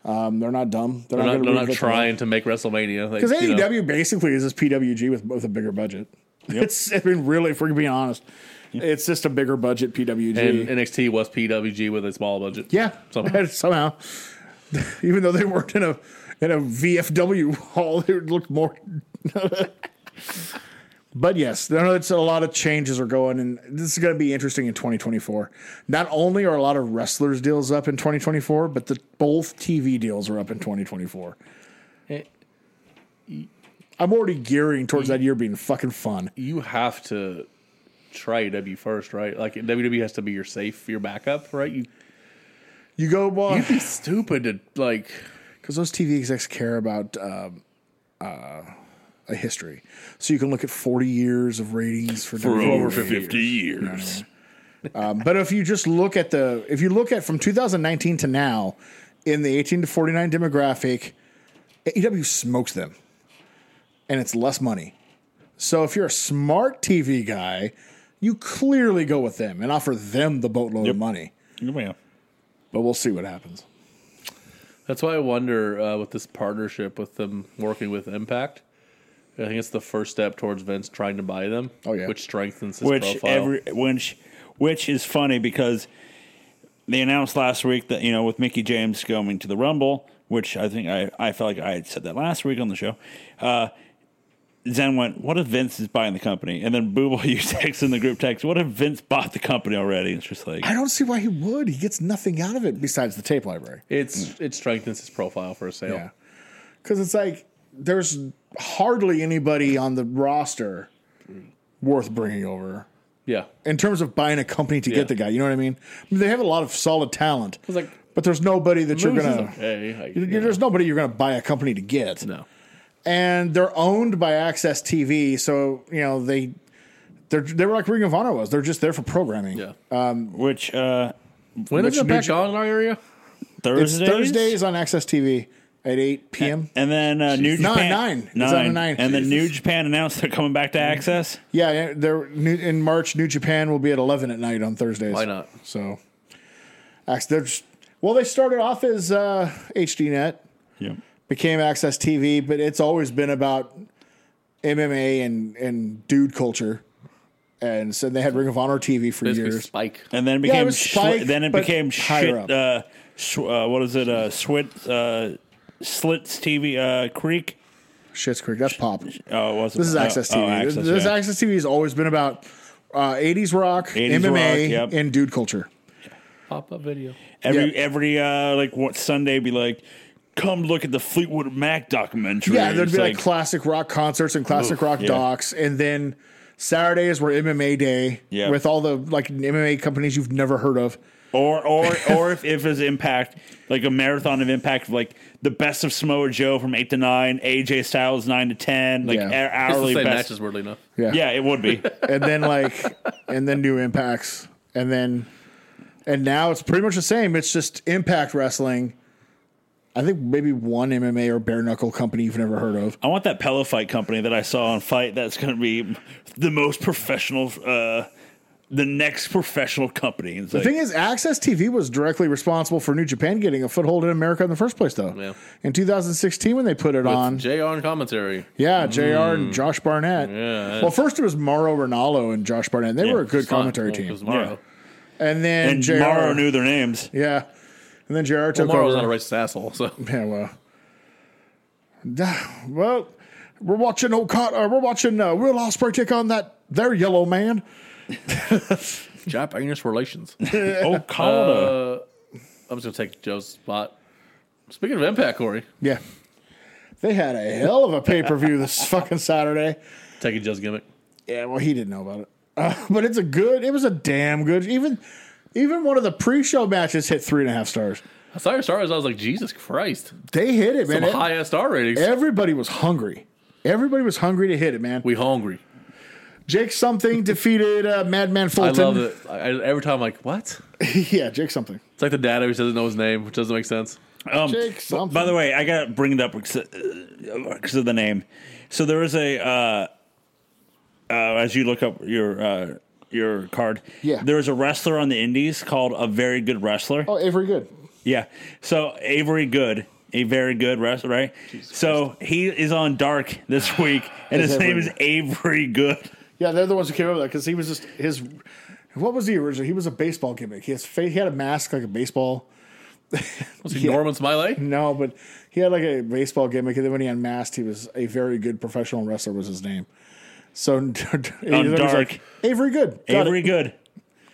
Speaker 3: Um, they're not dumb. They're,
Speaker 2: They're
Speaker 3: not,
Speaker 2: not, they're
Speaker 3: going
Speaker 2: not
Speaker 3: to
Speaker 2: trying to make WrestleMania. Like,
Speaker 3: because
Speaker 2: you know,
Speaker 3: AEW basically is this PWG with with a bigger budget. It's I mean really, if we're being honest, It's just a bigger budget PWG.
Speaker 2: And NXT was PWG with a small budget.
Speaker 3: yeah,
Speaker 2: Somehow.
Speaker 3: somehow. even though they weren't in a in a VFW hall, it looked more. but yes, no, no, it's a lot of changes are going, and this is going to be interesting in 2024. Not only are a lot of wrestlers deals up in 2024, but the both TV deals are up in 2024. Eh. I'm already gearing towards that year being fucking fun.
Speaker 2: You have to try AEW first, right? Like WWE has to be your safe, your backup, right? You,
Speaker 3: You go, boy.
Speaker 2: you'd be stupid to like.
Speaker 3: because those TV execs care about um, uh, a history. So you can look at 40 years of ratings for, WWE.
Speaker 5: years.
Speaker 3: Um, but if you just look at the, if you look at from 2019 to now, in the 18 to 49 demographic, AEW smokes them, and it's less money. So if you're a smart TV guy, you clearly go with them and offer them the boatload of money.
Speaker 5: Yeah.
Speaker 3: But we'll see what happens.
Speaker 2: That's why I wonder uh, with this partnership with them working with Impact. I think it's the first step towards Vince trying to buy them.
Speaker 3: Oh, yeah.
Speaker 2: which strengthens his
Speaker 1: which
Speaker 2: profile.
Speaker 1: every which which is funny because they announced last week that you know with Mickey James going to the Rumble, which I think I I felt like I had said that last week on the show. Uh, Zen went, "What if Vince is buying the company?" And then Booble you text in the group text, "What if Vince bought the company already?" It's just like
Speaker 3: I don't see why he would. He gets nothing out of it besides the tape library.
Speaker 2: it's it strengthens his profile for a sale.
Speaker 3: Mm. Yeah. Because it's like there's hardly anybody on the roster worth bringing over
Speaker 2: yeah.
Speaker 3: in terms of buying a company to
Speaker 2: Yeah.
Speaker 3: get the guy. You know what I mean? I mean, They have a lot of solid talent,
Speaker 2: It's like
Speaker 3: but there's nobody that you're
Speaker 2: Moose is
Speaker 3: gonna.
Speaker 2: okay, like,
Speaker 3: you-
Speaker 2: you know.
Speaker 3: There's nobody you're gonna buy a company to get.
Speaker 2: No.
Speaker 3: And they're owned by Access TV, so you know they. They're, they were like Ring of Honor was. They're just there for programming.
Speaker 2: Yeah.
Speaker 1: which uh,
Speaker 2: when is
Speaker 3: which
Speaker 2: it back
Speaker 3: did Um, you-
Speaker 2: on in our area?
Speaker 3: It's
Speaker 1: Thursdays,
Speaker 3: Thursdays on Access TV at 8 p.m.
Speaker 1: and then uh, New
Speaker 3: Nine,
Speaker 1: Japan
Speaker 3: nine. It's on the nine.
Speaker 1: and then New Japan announced they're coming back to Access.
Speaker 3: Yeah, yeah, they're new, in March. New Japan will be at eleven at night on Thursdays.
Speaker 2: Why not?
Speaker 3: So, Ax- they're just- well, they started off as uh, HDNet,
Speaker 1: Yep.
Speaker 3: became Access TV, but it's always been about MMA and and dude culture, and so they had Ring of Honor TV for
Speaker 2: Basically
Speaker 3: years.
Speaker 2: Spike.
Speaker 1: and then it
Speaker 3: Yeah, it
Speaker 1: became
Speaker 3: was
Speaker 1: schli-
Speaker 3: Spike,
Speaker 1: then it
Speaker 3: but
Speaker 1: became
Speaker 3: higher
Speaker 1: shit. Uh, sh- uh, what is it? Uh, Swit, uh, Slits TV uh, Creek.
Speaker 3: Shit's Creek, that's pop.
Speaker 1: Oh, it wasn't.
Speaker 3: This is
Speaker 1: oh,
Speaker 3: Access
Speaker 1: oh,
Speaker 3: TV.
Speaker 1: Access,
Speaker 3: this
Speaker 1: yeah.
Speaker 3: Access TV has always been about uh, '80s rock,
Speaker 1: 80s
Speaker 3: MMA,
Speaker 1: rock, yep.
Speaker 3: and dude culture.
Speaker 2: Pop up video.
Speaker 1: every
Speaker 3: yeah.
Speaker 1: every uh, like what Sunday be like, come look at the Fleetwood Mac documentary.
Speaker 3: Yeah, there'd
Speaker 1: It's
Speaker 3: be like, classic rock concerts and classic rock
Speaker 1: yeah.
Speaker 3: docs, and then Saturdays were MMA day
Speaker 1: Yeah.
Speaker 3: with all the like MMA companies you've never heard of.
Speaker 1: or or or if if it's Impact, like a marathon of Impact, like the best of Samoa Joe from eight to nine, AJ Styles nine to ten, like
Speaker 3: Yeah.
Speaker 1: hou-
Speaker 2: It's the
Speaker 1: hourly
Speaker 2: same
Speaker 1: best.
Speaker 2: matches, weirdly enough.
Speaker 3: Yeah,
Speaker 1: Yeah, it would be.
Speaker 3: and then like, and then new impacts, and then, and now it's pretty much the same. It's just Impact Wrestling. I think maybe one MMA or bare knuckle company you've never heard of.
Speaker 1: I want that pillow fight company that I saw on Fight. That's going to be the most professional, uh, the next professional company. It's
Speaker 3: The
Speaker 1: like,
Speaker 3: thing is, Access TV was directly responsible for New Japan getting a foothold in America in the first place, though.
Speaker 2: Yeah.
Speaker 3: In 2016, when they put it
Speaker 2: With
Speaker 3: on,
Speaker 2: JR and commentary.
Speaker 3: Yeah, JR and Josh Barnett.
Speaker 2: Mm. Yeah.
Speaker 3: Well, first it was Mauro Ronaldo and Josh Barnett. They were a good commentary
Speaker 2: It
Speaker 3: team.
Speaker 2: was Morrow.
Speaker 3: And then
Speaker 1: and
Speaker 3: JR.
Speaker 1: Morrow knew their names.
Speaker 3: Yeah. And then JR
Speaker 2: Well,
Speaker 3: took
Speaker 2: Morrow's
Speaker 3: over.
Speaker 2: not a racist asshole, so
Speaker 3: yeah, well. Duh, Well, we're watching Ocon- uh, we're watching uh, Will Ospreay take on that their yellow man.
Speaker 2: Japanese relations.
Speaker 1: Oh, Calda.
Speaker 3: Uh,
Speaker 2: I'm just gonna take Joe's spot. Speaking of Impact, Corey,
Speaker 3: Yeah. They had a hell of a pay per view this fucking Saturday.
Speaker 2: taking Joe's gimmick.
Speaker 3: Yeah, well, he didn't know about it. Uh, but it's a good. It was a damn good. Even, even one of the pre-show matches hit three and a half stars.
Speaker 2: I saw your stars. I was like, Jesus Christ,
Speaker 3: They hit it, man.
Speaker 2: some
Speaker 3: It-
Speaker 2: high ass star ratings.
Speaker 3: Everybody was hungry. Everybody was hungry to hit it, man.
Speaker 2: we hungry.
Speaker 3: Jake something defeated uh, Madman
Speaker 2: I
Speaker 3: Fulton.
Speaker 2: love it. I, I- every time, I'm like, what?
Speaker 3: yeah, Jake something.
Speaker 2: It's like the dad always doesn't know his name, which doesn't make sense.
Speaker 1: Um,
Speaker 3: Jake something.
Speaker 1: By the way, I got to bring it up because uh, of the name. So there is a uh, uh, as you look up your uh, your card.
Speaker 3: Yeah.
Speaker 1: there is a wrestler on the Indies called a very good wrestler.
Speaker 3: oh, Avery Good.
Speaker 1: Yeah. So Avery Good, a very good wrestler, right? so he is on Dark this week, and
Speaker 3: Is
Speaker 1: his name
Speaker 3: Avery-
Speaker 1: is Avery Good.
Speaker 3: Yeah, they're the ones who came up with that because he was just his. What was the original? He was a baseball gimmick. He has fa- he had a mask like a baseball.
Speaker 2: Was he
Speaker 3: Yeah.
Speaker 2: Norman Smiley?
Speaker 3: No, but he had like a baseball gimmick, and then when he unmasked, he was a very good professional wrestler. Was his name? So on
Speaker 1: Dark.
Speaker 3: Avery Good, Got
Speaker 1: Avery
Speaker 3: it.
Speaker 1: Good,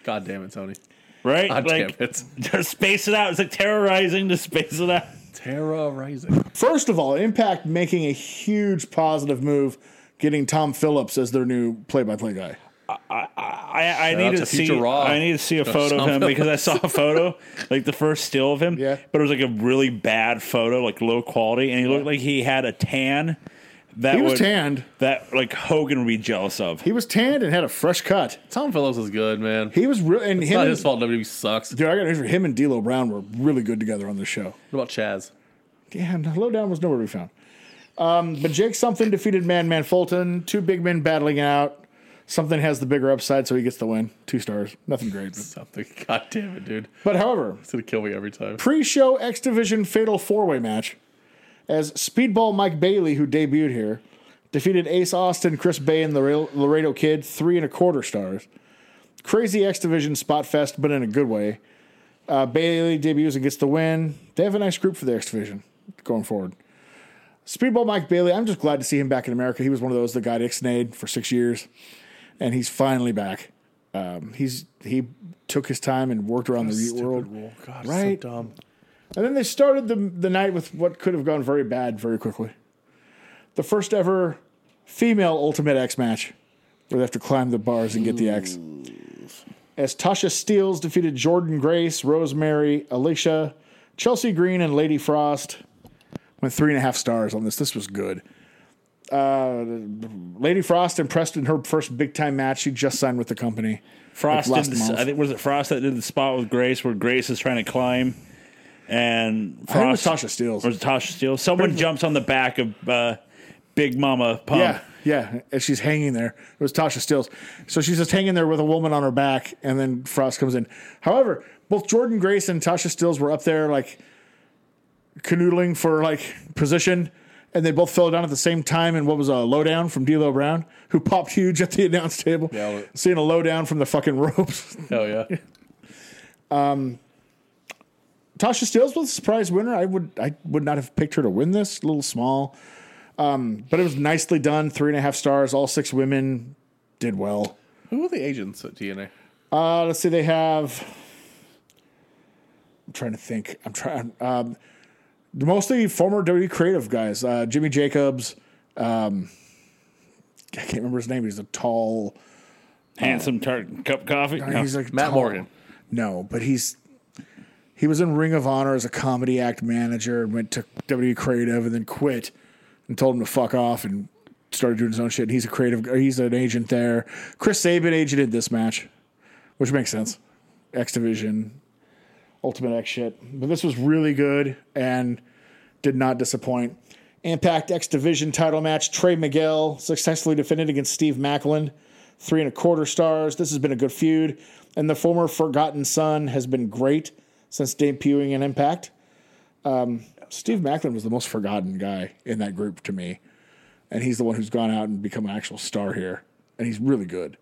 Speaker 2: God damn it, Tony.
Speaker 1: right?
Speaker 2: God
Speaker 1: like
Speaker 2: damn it.
Speaker 1: to space it out. It's like terrorizing to space it out.
Speaker 2: Terrorizing.
Speaker 3: First of all, Impact making a huge positive move, getting Tom Phillips as their new play-by-play guy.
Speaker 1: I, I
Speaker 2: out
Speaker 1: need to
Speaker 2: to
Speaker 1: see.
Speaker 2: Future Raw.
Speaker 1: I need to see a photo of him
Speaker 2: Something.
Speaker 1: because I saw a photo, like the first still of him.
Speaker 3: Yeah.
Speaker 1: But it was like a really bad photo, like low quality, and he looked like he had a tan. That
Speaker 3: He was
Speaker 1: would,
Speaker 3: tanned.
Speaker 1: That like Hogan would be jealous of.
Speaker 3: He was tanned and had a fresh cut.
Speaker 2: Tom Phillips is good, man.
Speaker 3: He was real, and
Speaker 2: It's
Speaker 3: him
Speaker 2: not
Speaker 3: and,
Speaker 2: his fault WWE sucks.
Speaker 3: dude. I got news for you. him and D'Lo Brown were really good together on this show.
Speaker 2: What about Chaz?
Speaker 3: Damn, the lowdown was nowhere to be found. Um, but Jake something defeated Man Man Fulton. Two big men battling it out. Something has the bigger upside, so he gets the win. Two stars. Nothing great. But,
Speaker 2: Something. God damn it, dude.
Speaker 3: but however,
Speaker 2: It's gonna kill me every time.
Speaker 3: pre-show X Division Fatal Four Way match as Speedball Mike Bailey, who debuted here, defeated Ace Austin, Chris Bay, and the Rel- Laredo Kid. Three and a quarter stars. Crazy X Division spot fest, but in a good way. Uh, Bailey debuts and gets the win. They have a nice group for the X Division going forward. Speedball Mike Bailey, I'm just glad to see him back in America. He was one of those that got ixnayed for six years, and he's finally back. Um, he's he took his time and worked around the
Speaker 2: Stupid
Speaker 3: world.
Speaker 2: rule. God,
Speaker 3: Right.
Speaker 2: so dumb.
Speaker 3: And then they started the, the night with what could have gone very bad very quickly. The first ever female Ultimate X match, where they have to climb the bars and get the X. As Tasha Steeles defeated Jordan Grace, Rosemary, Alicia, Chelsea Green, and Lady Frost. Went three and a half stars on this. This was good. Uh, Lady Frost impressed in her first big time match. She just signed with the company.
Speaker 1: Frost
Speaker 3: Like
Speaker 1: did.
Speaker 3: last
Speaker 1: This,
Speaker 3: month.
Speaker 1: I think was it Frost that did the spot with Grace where Grace is trying to climb, and Frost,
Speaker 3: I think it was Tasha Steeles.
Speaker 1: Or was it Tasha Steele? Someone jumps on the back of uh, Big Mama Pump.
Speaker 3: Yeah, yeah. And she's hanging there. It was Tasha Stills. So she's just hanging there with a woman on her back, and then Frost comes in. However, both Jordan Grace and Tasha Stills were up there, like canoodling for like position, and they both fell down at the same time in what was a lowdown from D'Lo Brown, who popped huge at the announce table,
Speaker 2: Nailed it.
Speaker 3: seeing a lowdown from the fucking ropes.
Speaker 2: Hell yeah.
Speaker 3: Tasha Steeles was a surprise winner. I would I would not have picked her to win this. A little small, um, but it was nicely done. Three and a half stars. All six women did well.
Speaker 2: Who are the agents at TNA?
Speaker 3: Uh, let's see. They have. I'm trying to think. I'm trying. Um, mostly former WWE creative guys. Uh, Jimmy Jacobs. Um, I can't remember his name. He's a tall.
Speaker 1: Handsome tart cup of coffee. No.
Speaker 3: He's like
Speaker 2: Matt
Speaker 3: tall-
Speaker 2: Morgan.
Speaker 3: No, but he's he was in Ring of Honor as a comedy act manager and went to WWE Creative and then quit and told him to fuck off and started doing his own shit. And he's a creative. or He's an agent there. Chris Sabin agented this match, which makes sense. X Division, Ultimate X shit. But this was really good and did not disappoint. Impact X Division title match. Trey Miguel successfully defended against Steve Macklin. Three and a quarter stars. This has been a good feud. And the former Forgotten Son has been great since debuting in Impact. Um, Steve Macklin was the most forgotten guy in that group to me. And he's the one who's gone out and become an actual star here. And he's really good.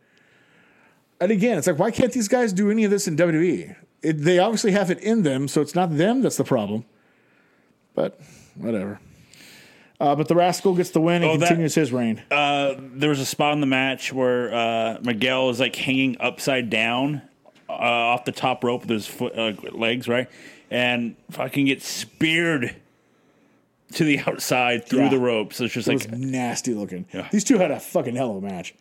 Speaker 3: And again, it's like, why can't these guys do any of this in WWE? It, they obviously have it in them, so it's not them that's the problem. But whatever. Uh, but the rascal gets the win and
Speaker 1: Oh, that-
Speaker 3: continues his reign.
Speaker 1: Uh, there was a spot in the match where uh, Miguel was like hanging upside down uh, off the top rope with his foot, uh, legs, right, and fucking gets speared to the outside through
Speaker 3: Yeah.
Speaker 1: the ropes. It's just like
Speaker 3: It was nasty looking.
Speaker 1: Yeah.
Speaker 3: These two had a fucking hell of a match.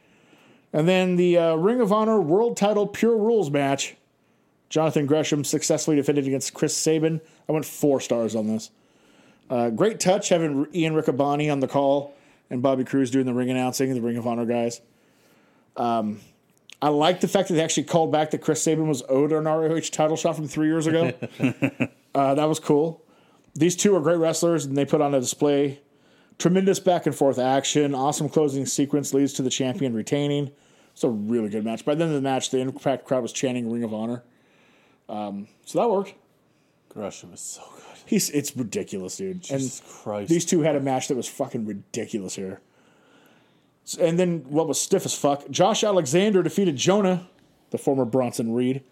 Speaker 3: And then the uh, Ring of Honor World Title Pure Rules match. Jonathan Gresham successfully defended against Chris Sabin. I went four stars on this. Uh, great touch having Ian Riccaboni on the call and Bobby Cruz doing the ring announcing, the Ring of Honor guys. Um, I like the fact that they actually called back that Chris Sabin was owed an ROH title shot from three years ago. uh, that was cool. These two are great wrestlers, and they put on a display tremendous back and forth action. Awesome closing sequence leads to the champion retaining. It's a really good match. By the end of the match, the Impact crowd was chanting Ring of Honor. Um, so that worked.
Speaker 2: Gresham is so good.
Speaker 3: He's it's ridiculous, dude.
Speaker 2: Jesus
Speaker 3: and
Speaker 2: Christ.
Speaker 3: these two had a match that was fucking ridiculous here. S- And then what was stiff as fuck? Josh Alexander defeated Jonah, the former Bronson Reed.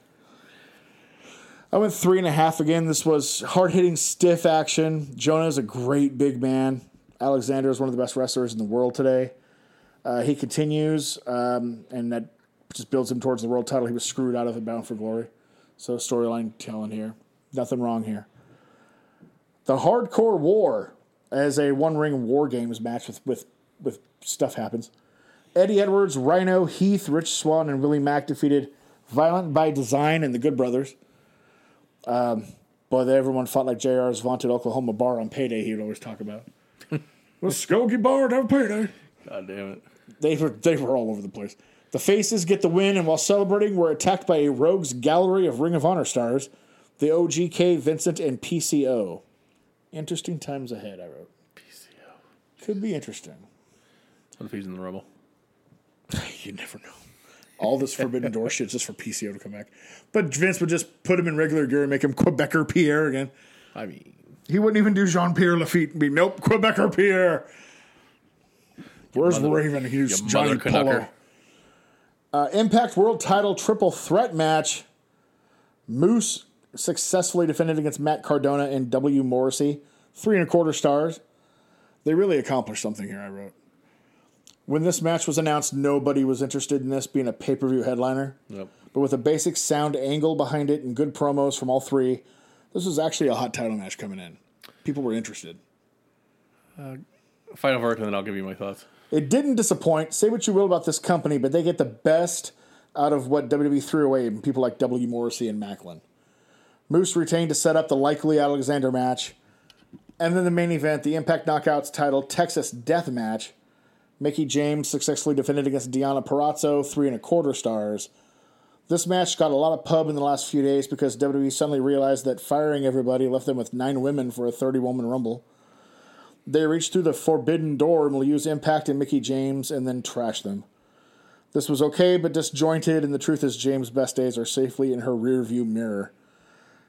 Speaker 3: I went three and a half again. This was hard hitting, stiff action. Jonah is a great big man. Alexander is one of the best wrestlers in the world today. Uh, he continues, um, and that just builds him towards the world title. He was screwed out of it, bound for glory. So storyline telling here, nothing wrong here. The Hardcore War as a one ring war games match with with with stuff happens. Eddie Edwards, Rhino, Heath, Rich Swan, and Willie Mack defeated Violent by Design and the Good Brothers. Um, but everyone fought like JR's vaunted Oklahoma bar on payday. He would always talk about. Well, Skokie bar on payday
Speaker 2: God damn it.
Speaker 3: they were they were all over the place. The faces get the win, and while celebrating, were attacked by a rogues gallery of Ring of Honor stars, the OGK, Vincent, and PCO. Interesting times ahead, I wrote. PCO could be interesting.
Speaker 2: What if he's in the rubble?
Speaker 3: You never know. All this Forbidden Door shit just for PCO to come back. But Vince would just put him in regular gear and make him Quebecer Pierre again.
Speaker 2: I mean,
Speaker 3: He wouldn't even do Jean Pierre Lafitte and be, nope, Quebecer Pierre. Where's
Speaker 2: mother-
Speaker 3: Raven? He's
Speaker 2: your
Speaker 3: Johnny
Speaker 2: mother
Speaker 3: Polo.
Speaker 2: Canucker.
Speaker 3: Uh, Impact World Title Triple Threat match. Moose successfully defended against Matt Cardona and W. Morrissey. Three and a quarter stars. They really accomplished something here, I wrote. When this match was announced, nobody was interested in this being a pay per view headliner.
Speaker 2: Yep.
Speaker 3: But with a basic sound angle behind it and good promos from all three, this was actually a hot title match coming in. People were interested.
Speaker 2: Final verdict, and then I'll give you my thoughts.
Speaker 3: It didn't disappoint. Say what you will about this company, but they get the best out of what WWE threw away in people like W. Morrissey and Macklin. Moose retained to set up the likely Alexander match. And then the main event, the Impact Knockouts title Texas Death Match. Mickey James successfully defended against Deanna Parazzo, three and a quarter stars. This match got a lot of pub in the last few days because WWE suddenly realized that firing everybody left them with nine women for a 30 woman rumble. They reach through the forbidden door and will use Impact and Mickey James and then trash them. This was okay, but disjointed, and the truth is James' best days are safely in her rearview mirror.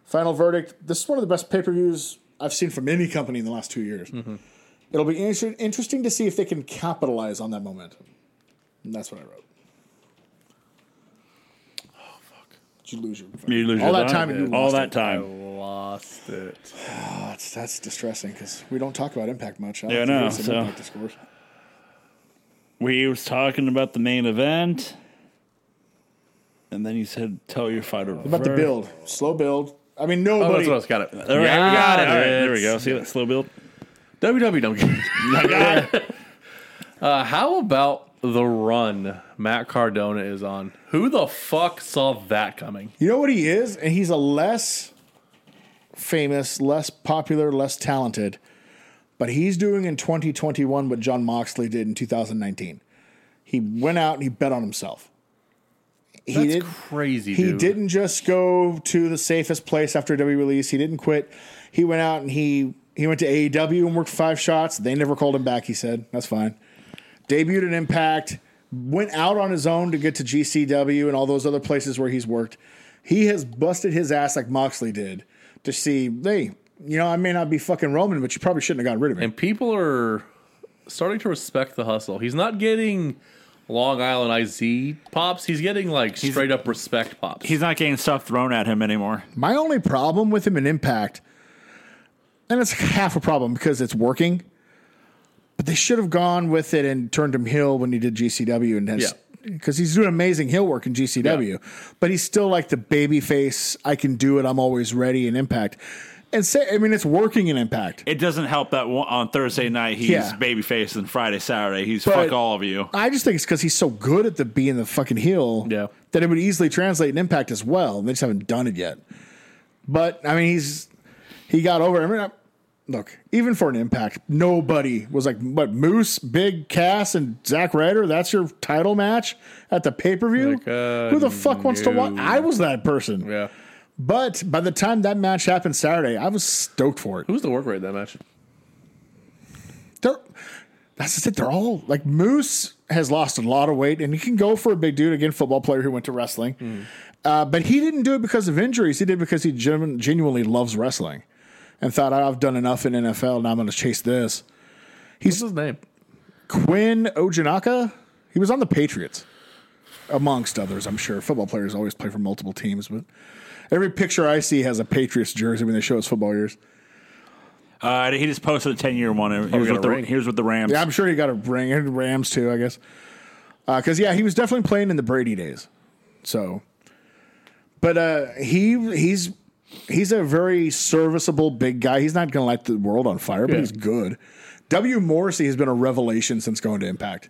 Speaker 3: Final verdict this is one of the best pay per views I've seen from any company in the last two years.
Speaker 1: Mm-hmm.
Speaker 3: It'll be inter- interesting to see if they can capitalize on that momentum. And that's what I wrote.
Speaker 1: Oh,
Speaker 3: Did you lose your
Speaker 1: You lose
Speaker 3: all
Speaker 1: your
Speaker 3: that
Speaker 1: thought?
Speaker 3: time and you
Speaker 1: all
Speaker 3: lost
Speaker 1: that
Speaker 3: it.
Speaker 2: I
Speaker 1: time.
Speaker 2: lost it.
Speaker 3: That's that's distressing because we don't talk about impact much. I
Speaker 1: Yeah, I
Speaker 3: like to hear
Speaker 1: know,
Speaker 3: some
Speaker 1: so-
Speaker 3: Impact discourse.
Speaker 1: We was talking about the main event, and then you said, "Tell your fighter
Speaker 3: About the build, slow build. I mean,
Speaker 2: Oh,
Speaker 3: nobody.
Speaker 2: that's what else. Got it. All right,
Speaker 1: All right, we got it. All right, there we go. See that slow build.
Speaker 2: WW don't get it. uh, how about the run Matt Cardona is on? Who the fuck saw that coming?
Speaker 3: you know what he is, and he's a less famous, less popular, less talented, but he's doing in 2021 what John Moxley did in 2019. He went out and he bet on himself. He
Speaker 2: That's
Speaker 3: did-
Speaker 2: crazy.
Speaker 3: He
Speaker 2: dude.
Speaker 3: didn't just go to the safest place after a WWE release. He didn't quit. He went out and he he went to AEW and worked five shots. They never called him back. He said that's fine. Debuted in Impact. Went out on his own to get to GCW and all those other places where he's worked. He has busted his ass like Moxley did to see. Hey, you know I may not be fucking Roman, but you probably shouldn't have got rid of me.
Speaker 2: And people are starting to respect the hustle. He's not getting Long Island IZ pops. He's getting like straight up respect pops.
Speaker 1: He's not getting stuff thrown at him anymore.
Speaker 3: My only problem with him in Impact, and it's half a problem because it's working, but they should have gone with it and turned him heel when he did GCW and has because he's doing amazing heel work in GCW, but he's still like the baby face. I can do it. I'm always ready in Impact, and say I mean it's working in Impact.
Speaker 1: It doesn't help that one, on Thursday night he's
Speaker 3: Yeah.
Speaker 1: babyface and Friday Saturday he's
Speaker 3: But-
Speaker 1: fuck all of you.
Speaker 3: I just think it's because he's so good at the being the fucking heel
Speaker 2: Yeah.
Speaker 3: that it would easily translate and impact as well. They just haven't done it yet. But I mean, he's he got over. I mean, I, look, even for an impact, nobody was like, "But Moose, Big Cass, and Zack Ryder, that's your title match at the pay per view."
Speaker 2: Like, uh,
Speaker 3: Who the fuck wants to watch?
Speaker 2: no.
Speaker 3: I was that person.
Speaker 2: yeah.
Speaker 3: But by the time that match happened Saturday, I was stoked for it.
Speaker 2: Who's the work rate in that match?
Speaker 3: they're that's just it. They're all like Moose has lost a lot of weight, and he can go for a big dude again. Football player who went to wrestling,
Speaker 2: Hmm.
Speaker 3: uh, but he didn't do it because of injuries. He did it because he genu- genuinely loves wrestling, and thought I've done enough in NFL, and I'm going to chase this.
Speaker 2: What's his name?
Speaker 3: Quinn Ojanaka. He was on the Patriots, amongst others, I'm sure. Football players always play for multiple teams, but every picture I see has a Patriots jersey when they show us football years.
Speaker 1: Uh, he just posted a 10 year one. Here's,
Speaker 2: Oh, got
Speaker 1: with
Speaker 2: a
Speaker 1: the,
Speaker 2: ring.
Speaker 1: here's with the Rams.
Speaker 3: Yeah, I'm sure he got a ring. And Rams, too, I guess. Because, yeah, he was definitely playing in the Brady days. So, but uh, he he's he's a very serviceable big guy. He's not going to light the world on fire, but
Speaker 2: Yeah.
Speaker 3: he's good. W. Morrissey has been a revelation since going to Impact.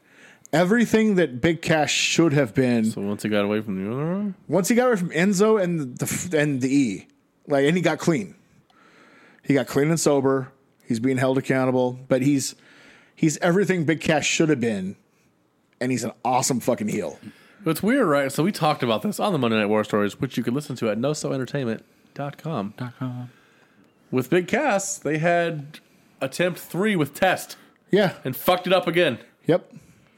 Speaker 3: Everything that Big Cash should have been
Speaker 2: So once he got away from the other one,
Speaker 3: once he got away from Enzo and the f- and the E, like, and he got clean. He got clean and sober. He's being held accountable, but he's he's everything Big Cash should have been, and he's an awesome fucking heel.
Speaker 2: But it's weird, right? So we talked about this on the Monday Night War Stories, which you can listen to at nosoentertainment.com. With Big Cass, they had attempt three with Test
Speaker 3: Yeah.
Speaker 2: and fucked it up again.
Speaker 3: Yep.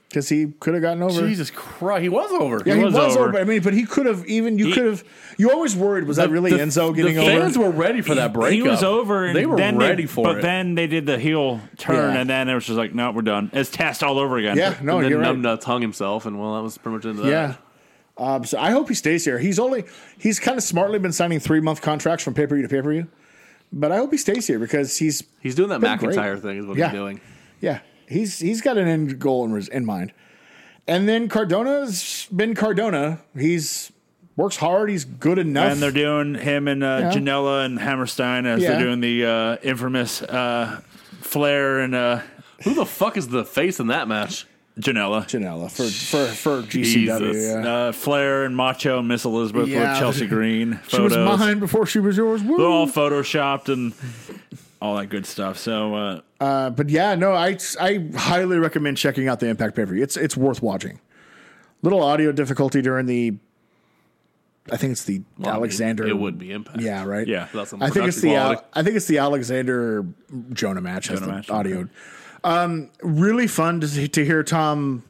Speaker 3: Because he could have gotten over.
Speaker 2: Jesus Christ, he was over.
Speaker 3: Yeah, he was,
Speaker 5: was
Speaker 3: over.
Speaker 5: over.
Speaker 3: I mean, but he could have even you could have. You always worried was that really
Speaker 2: The-
Speaker 3: Enzo getting
Speaker 2: the
Speaker 3: over?
Speaker 2: fans were ready for that breakup.
Speaker 1: He was over. And
Speaker 2: they were
Speaker 1: then
Speaker 2: ready
Speaker 1: they,
Speaker 2: for
Speaker 1: but
Speaker 2: it.
Speaker 1: then they did the heel turn,
Speaker 3: Yeah.
Speaker 1: and then it was just like, no, we're done. It's Test all over again.
Speaker 3: yeah, no,
Speaker 2: and then
Speaker 3: you're right.
Speaker 2: Numbnuts hung himself, and well, that was pretty much into that.
Speaker 3: Yeah. Um, so I hope he stays here. He's only he's kind of smartly been signing three month contracts from pay per view to pay per view, but I hope he stays here because he's
Speaker 2: He's doing that
Speaker 3: Been great.
Speaker 2: McIntyre thing, is what
Speaker 3: Yeah.
Speaker 2: he's doing.
Speaker 3: yeah he's he's got an end goal in, res- in mind. And then Cardona's been Cardona. He's works hard. He's good enough.
Speaker 1: And they're doing him and uh,
Speaker 3: Yeah.
Speaker 1: Janela and Hammerstein as
Speaker 3: Yeah.
Speaker 1: they're doing the uh, infamous uh, Flair and uh,
Speaker 2: Who the fuck is the face in that match?
Speaker 1: Janela.
Speaker 3: Janela for for for GCW.
Speaker 2: Jesus.
Speaker 3: Yeah.
Speaker 1: Uh, Flair and Macho and Miss Elizabeth
Speaker 3: Yeah.
Speaker 1: with Chelsea Green.
Speaker 3: She was
Speaker 1: photos.
Speaker 3: mine before she was yours. Woo.
Speaker 1: They're all photoshopped and all that good stuff. So uh,
Speaker 3: Uh, but yeah, no, I I highly recommend checking out the Impact pay per view. It's it's worth watching. Little audio difficulty during the, I think it's the Alexander.
Speaker 2: It would be impact.
Speaker 3: Yeah, right.
Speaker 1: Yeah.
Speaker 2: That's some
Speaker 3: I think it's the
Speaker 2: production
Speaker 3: Al- I think it's the Alexander Jonah match. has
Speaker 1: Jonah
Speaker 3: the
Speaker 1: match,
Speaker 3: audio. Um, really fun to, to hear Tom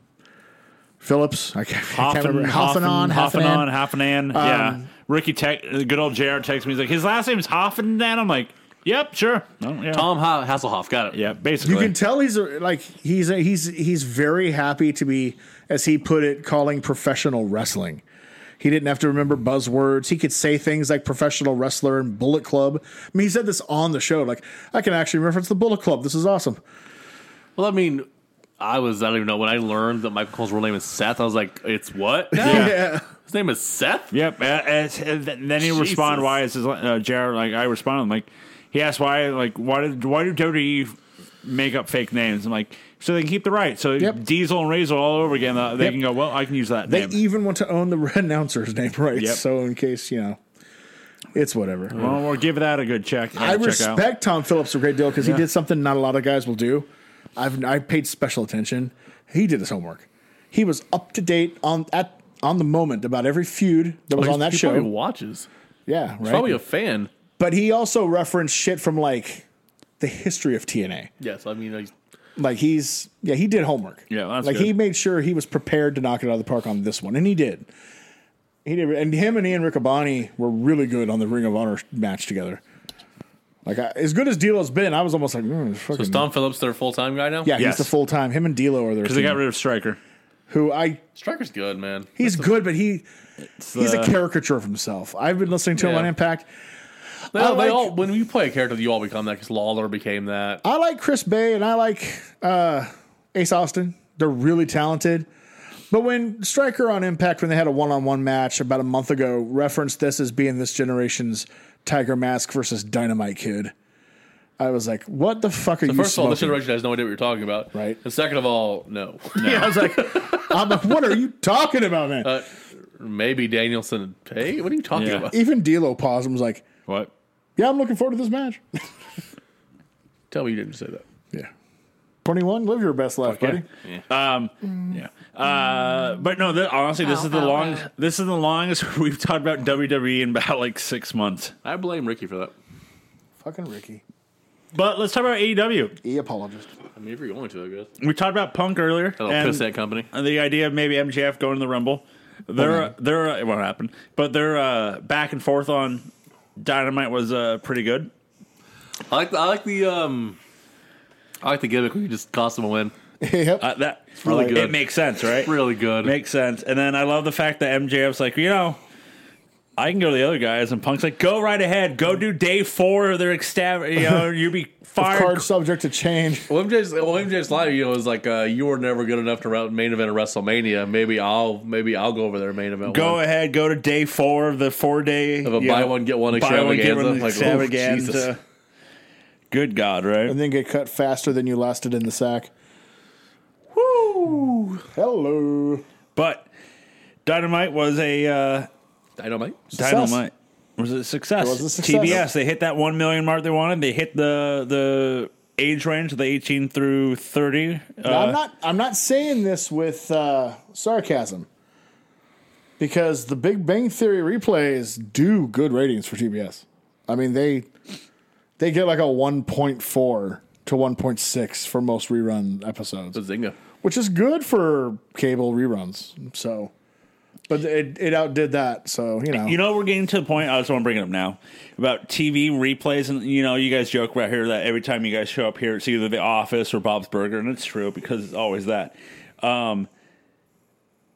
Speaker 3: Phillips. I can't, I can't remember. Hoffanon, Hoffanon.
Speaker 1: Hoffanon,
Speaker 3: Um,
Speaker 1: Hoffanon. Yeah, Ricky, Tech, good old Jared texts me. He's like, his last name's Hoffanon. I'm like, yep, sure. Oh, yeah.
Speaker 2: Tom ha- Hasselhoff got it.
Speaker 1: Yeah, basically.
Speaker 3: You can tell he's a, like he's a, he's he's very happy to be, as he put it, calling professional wrestling. He didn't have to remember buzzwords. He could say things like professional wrestler and Bullet Club. I mean, he said this on the show. Like, I can actually reference the Bullet Club. This is awesome.
Speaker 2: Well, I mean, I was, I don't even know, when I learned that Michael Cole's real name is Seth, I was like, it's what? now?
Speaker 3: Yeah.
Speaker 2: His name is Seth?
Speaker 1: Yep. uh, As, then he respond
Speaker 2: Jesus.
Speaker 1: why is his uh, Jared like I respond like he asked why like why did why do WWE make up fake names? I'm like so they can keep the right. So
Speaker 3: Yep.
Speaker 1: Diesel and Razor all over again. Uh, they
Speaker 3: Yep.
Speaker 1: can go well. I can use that
Speaker 3: They e-
Speaker 1: name.
Speaker 3: even want to own the announcer's name, right?
Speaker 1: Yep.
Speaker 3: So in case you know, it's whatever.
Speaker 1: well, we'll give that a good check.
Speaker 3: I
Speaker 1: check
Speaker 3: respect
Speaker 1: Out.
Speaker 3: Tom Phillips a great deal because he did something not a lot of guys will do. I've I paid special attention. He did his homework. He was up to date on at on the moment about every feud that was
Speaker 2: He's-
Speaker 3: on that
Speaker 2: he probably
Speaker 3: show.
Speaker 2: watches.
Speaker 3: Yeah, right.
Speaker 2: Probably a fan.
Speaker 3: but he also referenced shit from like the history of TNA.
Speaker 2: Yes, I mean, uh, like,
Speaker 3: Like he's yeah, he did homework.
Speaker 1: Yeah, that's
Speaker 3: like
Speaker 1: good.
Speaker 3: he made sure he was prepared to knock it out of the park on this one, and he did. He did, and him and Ian Riccaboni were really good on the Ring of Honor match together. Like I, as good as D'Lo's been, I was almost like, mm, fucking,
Speaker 2: is Tom Phillips their full time guy now?
Speaker 3: yeah, he's
Speaker 1: Yes.
Speaker 3: the full time. Him and D'Lo are their
Speaker 1: Because they got
Speaker 3: team,
Speaker 1: rid of Striker.
Speaker 3: who I
Speaker 2: Striker's good, man.
Speaker 3: he's good, but he he's a
Speaker 1: uh,
Speaker 3: caricature of himself. I've been listening to him
Speaker 2: Yeah.
Speaker 3: on Impact.
Speaker 2: They,
Speaker 3: I
Speaker 2: they
Speaker 3: like-
Speaker 2: all, when you play a character, you all become that because Lawler became that.
Speaker 3: I like Chris Bay and I like uh, Ace Austin. They're really talented. But when Striker on Impact, when they had a one-on-one match about a month ago, referenced this as being this generation's Tiger Mask versus Dynamite Kid, I was like, "What the fuck are you?"
Speaker 2: First of all, this
Speaker 3: smoking?
Speaker 2: generation has no idea what you're talking about.
Speaker 3: Right.
Speaker 2: And second of all, no.
Speaker 3: yeah, I was like, "I'm like, what are you talking about, man?"
Speaker 2: Uh, maybe Danielson and Pay? What are you talking
Speaker 1: Yeah.
Speaker 2: about?
Speaker 3: Even D'Lo paused and was like,
Speaker 1: What?
Speaker 3: "Yeah, I'm looking forward to this match."
Speaker 2: Tell me you didn't say that.
Speaker 3: Yeah. 21, live your best life, buddy.
Speaker 1: Yeah. Uh, but no, th- honestly, this is the long. This is the longest we've talked about WWE in about like six months.
Speaker 2: I blame Ricky for that.
Speaker 3: Fucking Ricky.
Speaker 1: But let's talk about AEW.
Speaker 3: E apologist.
Speaker 2: I mean, if you're going to, I guess.
Speaker 1: We talked about Punk earlier.
Speaker 2: That'll
Speaker 1: and-
Speaker 2: piss that company.
Speaker 1: and the idea of maybe MJF going to the Rumble. They're they're it won't happen, but their uh, back and forth on Dynamite was uh, pretty good.
Speaker 2: I like the, I like the um I like the gimmick where you just cost them a win.
Speaker 3: yep.
Speaker 1: Uh, that it's
Speaker 2: really good.
Speaker 1: It makes sense, right?
Speaker 2: Really good.
Speaker 1: Makes sense. And then I love the fact that MJF's like, you know, I can go to the other guys, and Punk's like, go right ahead, go do day four of their extab. You know, you'll be fired.
Speaker 3: Card subject to change.
Speaker 2: Well, MJ's well, MJ's line, you know, is like uh, you were never good enough to route main event of WrestleMania. Maybe I'll maybe I'll go over there main event.
Speaker 1: Go
Speaker 2: one.
Speaker 1: ahead, go to day four of the four day
Speaker 2: Of a buy one, get one
Speaker 1: buy one, get
Speaker 2: extravaganza.
Speaker 1: one
Speaker 2: Like, oh,
Speaker 1: extravaganza.
Speaker 2: Jesus.
Speaker 1: Good God, right?
Speaker 3: and then get cut faster than you lasted in the sack. Woo! Hello.
Speaker 1: But Dynamite was a uh,
Speaker 2: Dynamite.
Speaker 1: Dynamite was a success.
Speaker 3: It was a success.
Speaker 1: TBS they hit that one million mark they wanted. They hit the the age range, the eighteen through thirty. Uh,
Speaker 3: Now, I'm not. I'm not saying this with uh, sarcasm, because the Big Bang Theory replays do good ratings for TBS. I mean they they get like a 1.4 to 1.6 for most rerun episodes,
Speaker 2: Bazinga.
Speaker 3: which is good for cable reruns. So, but it it outdid that. So you know.
Speaker 1: You know, we're getting to the point. I just want to bring it up now about TV replays, and you know, you guys joke right here that every time you guys show up here, it's either The Office or Bob's Burger, and it's true because it's always that. Um,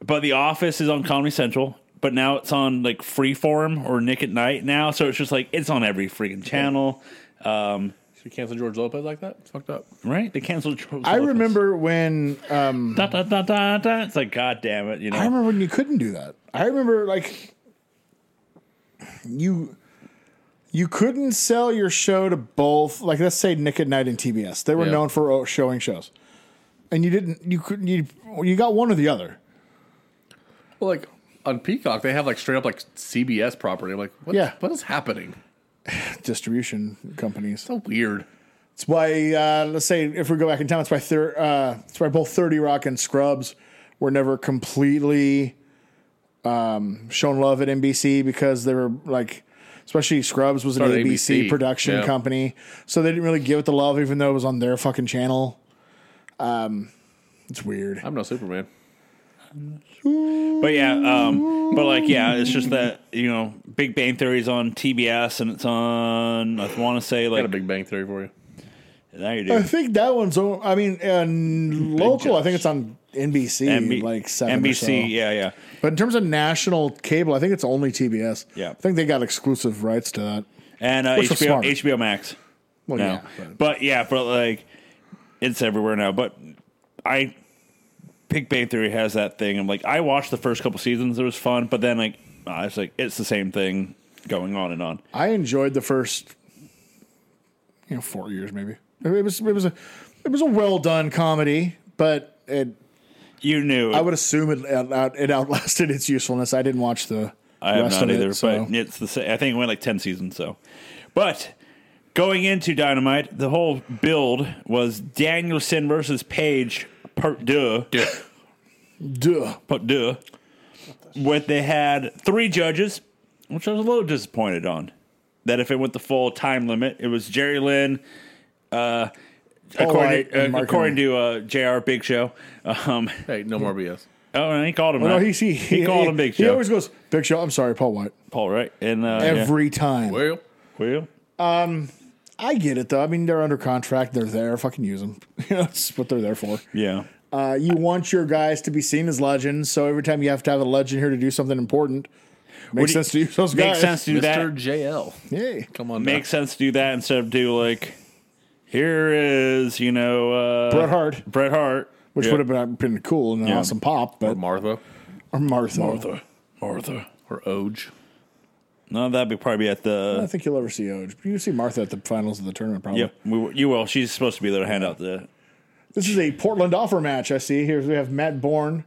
Speaker 1: but The Office is on Comedy Central, but now it's on like Freeform or Nick at Night now, so it's just like it's on every freaking channel, Uh,
Speaker 2: Should we cancel George Lopez like that? It's fucked up.
Speaker 1: right? They canceled. George
Speaker 3: I
Speaker 1: Lopez.
Speaker 3: remember when um,
Speaker 1: Da, da, da, da, da. It's like, God damn it, you know.
Speaker 3: I remember when you couldn't do that. I remember like you you couldn't sell your show to both like let's say Nick at Night and TBS. They were
Speaker 2: Yeah.
Speaker 3: known for o- showing shows. And you didn't you couldn't you you got one or the other.
Speaker 2: Well, like on Peacock, they have like straight up like CBS property. I'm like, what,
Speaker 3: Yeah.
Speaker 2: what is happening?
Speaker 3: Distribution companies.
Speaker 2: So weird.
Speaker 3: It's why uh, let's say if we go back in time, it's why thir- uh, it's why both Thirty Rock and Scrubs were never completely um, shown love at NBC because they were like, especially Scrubs was an
Speaker 2: Started
Speaker 3: ABC,
Speaker 2: ABC,
Speaker 3: production
Speaker 2: yeah.
Speaker 3: company, so they didn't really give it the love, even though it was on their fucking channel. Um, it's weird.
Speaker 2: I'm no Superman.
Speaker 1: But yeah, um, but like yeah, it's just that you know, Big Bang Theory is on TBS and it's on. I want to say
Speaker 2: I got a
Speaker 1: like
Speaker 2: Big Bang Theory for you.
Speaker 1: there you
Speaker 3: I
Speaker 1: do.
Speaker 3: think that one's. on- I mean, uh, local. I think it's on NBC,
Speaker 1: MB
Speaker 3: like seven
Speaker 1: NBC,
Speaker 3: NBC.
Speaker 1: yeah, yeah,
Speaker 3: But in terms of national cable, I think it's only TBS.
Speaker 1: Yeah.
Speaker 3: I think they got exclusive rights to that.
Speaker 1: and uh,
Speaker 3: Which was
Speaker 1: HBO,
Speaker 3: smart.
Speaker 1: HBO Max.
Speaker 3: Well,
Speaker 1: No,
Speaker 3: yeah. but-
Speaker 1: but. yeah, but like it's everywhere now. But I, Big Bang Theory has that thing. I'm like, I watched the first couple seasons; it was fun, but then like I was like, it's the same thing going on and on.
Speaker 3: I enjoyed the first, you know, four years maybe. It was it was a it was a well done comedy, but it,
Speaker 1: You knew
Speaker 3: I would assume it out, it outlasted its usefulness. I didn't watch the
Speaker 1: I have
Speaker 3: rest
Speaker 1: not
Speaker 3: of
Speaker 1: either,
Speaker 3: it, so.
Speaker 1: but it's the same. I think it went like ten seasons. So, but going into Dynamite, the whole build was Danielson versus Page part deux,
Speaker 3: Duh.
Speaker 1: part deux, where they had three judges, which I was a little disappointed on. That if it went the full time limit, it was Jerry Lynn. Uh, according,
Speaker 3: White and
Speaker 1: uh,
Speaker 3: Mark
Speaker 1: according to uh, Jr. Big Show, um,
Speaker 2: Hey, no more BS.
Speaker 1: oh, and he called him.
Speaker 3: No,
Speaker 1: out.
Speaker 3: he, he,
Speaker 1: he, called him Big Show.
Speaker 3: He always goes Big Show. I'm sorry, Paul White.
Speaker 1: Paul, right? And uh,
Speaker 3: Every time.
Speaker 2: Well,
Speaker 1: yeah. Will?
Speaker 3: I get it though. I mean, they're under contract. They're there. Fucking use them. You know, that's what they're there for.
Speaker 1: yeah.
Speaker 3: Uh, you want your guys to be seen as legends, so every time you have to have a legend here to do something important,
Speaker 1: Would
Speaker 3: makes
Speaker 1: he-
Speaker 3: sense to use those
Speaker 1: Makes
Speaker 3: guys.
Speaker 1: sense to do that.
Speaker 2: Mr. JL.
Speaker 3: Yay.
Speaker 2: Come on,
Speaker 1: makes sense to do that instead of do like here is you know uh,
Speaker 3: Bret Hart.
Speaker 1: Bret Hart,
Speaker 3: which would have been, been cool and an awesome pop,
Speaker 2: now. or
Speaker 3: but
Speaker 2: Martha
Speaker 3: or Martha.
Speaker 1: Martha.
Speaker 2: or Oge.
Speaker 1: No, that'd be probably at
Speaker 3: I
Speaker 1: the
Speaker 3: don't think you'll ever see Oge. You see Martha at the finals of the tournament, probably.
Speaker 1: yeah. We, you will. She's supposed to be there to hand out the
Speaker 3: This is a Portland offer match. I see here we have Matt Bourne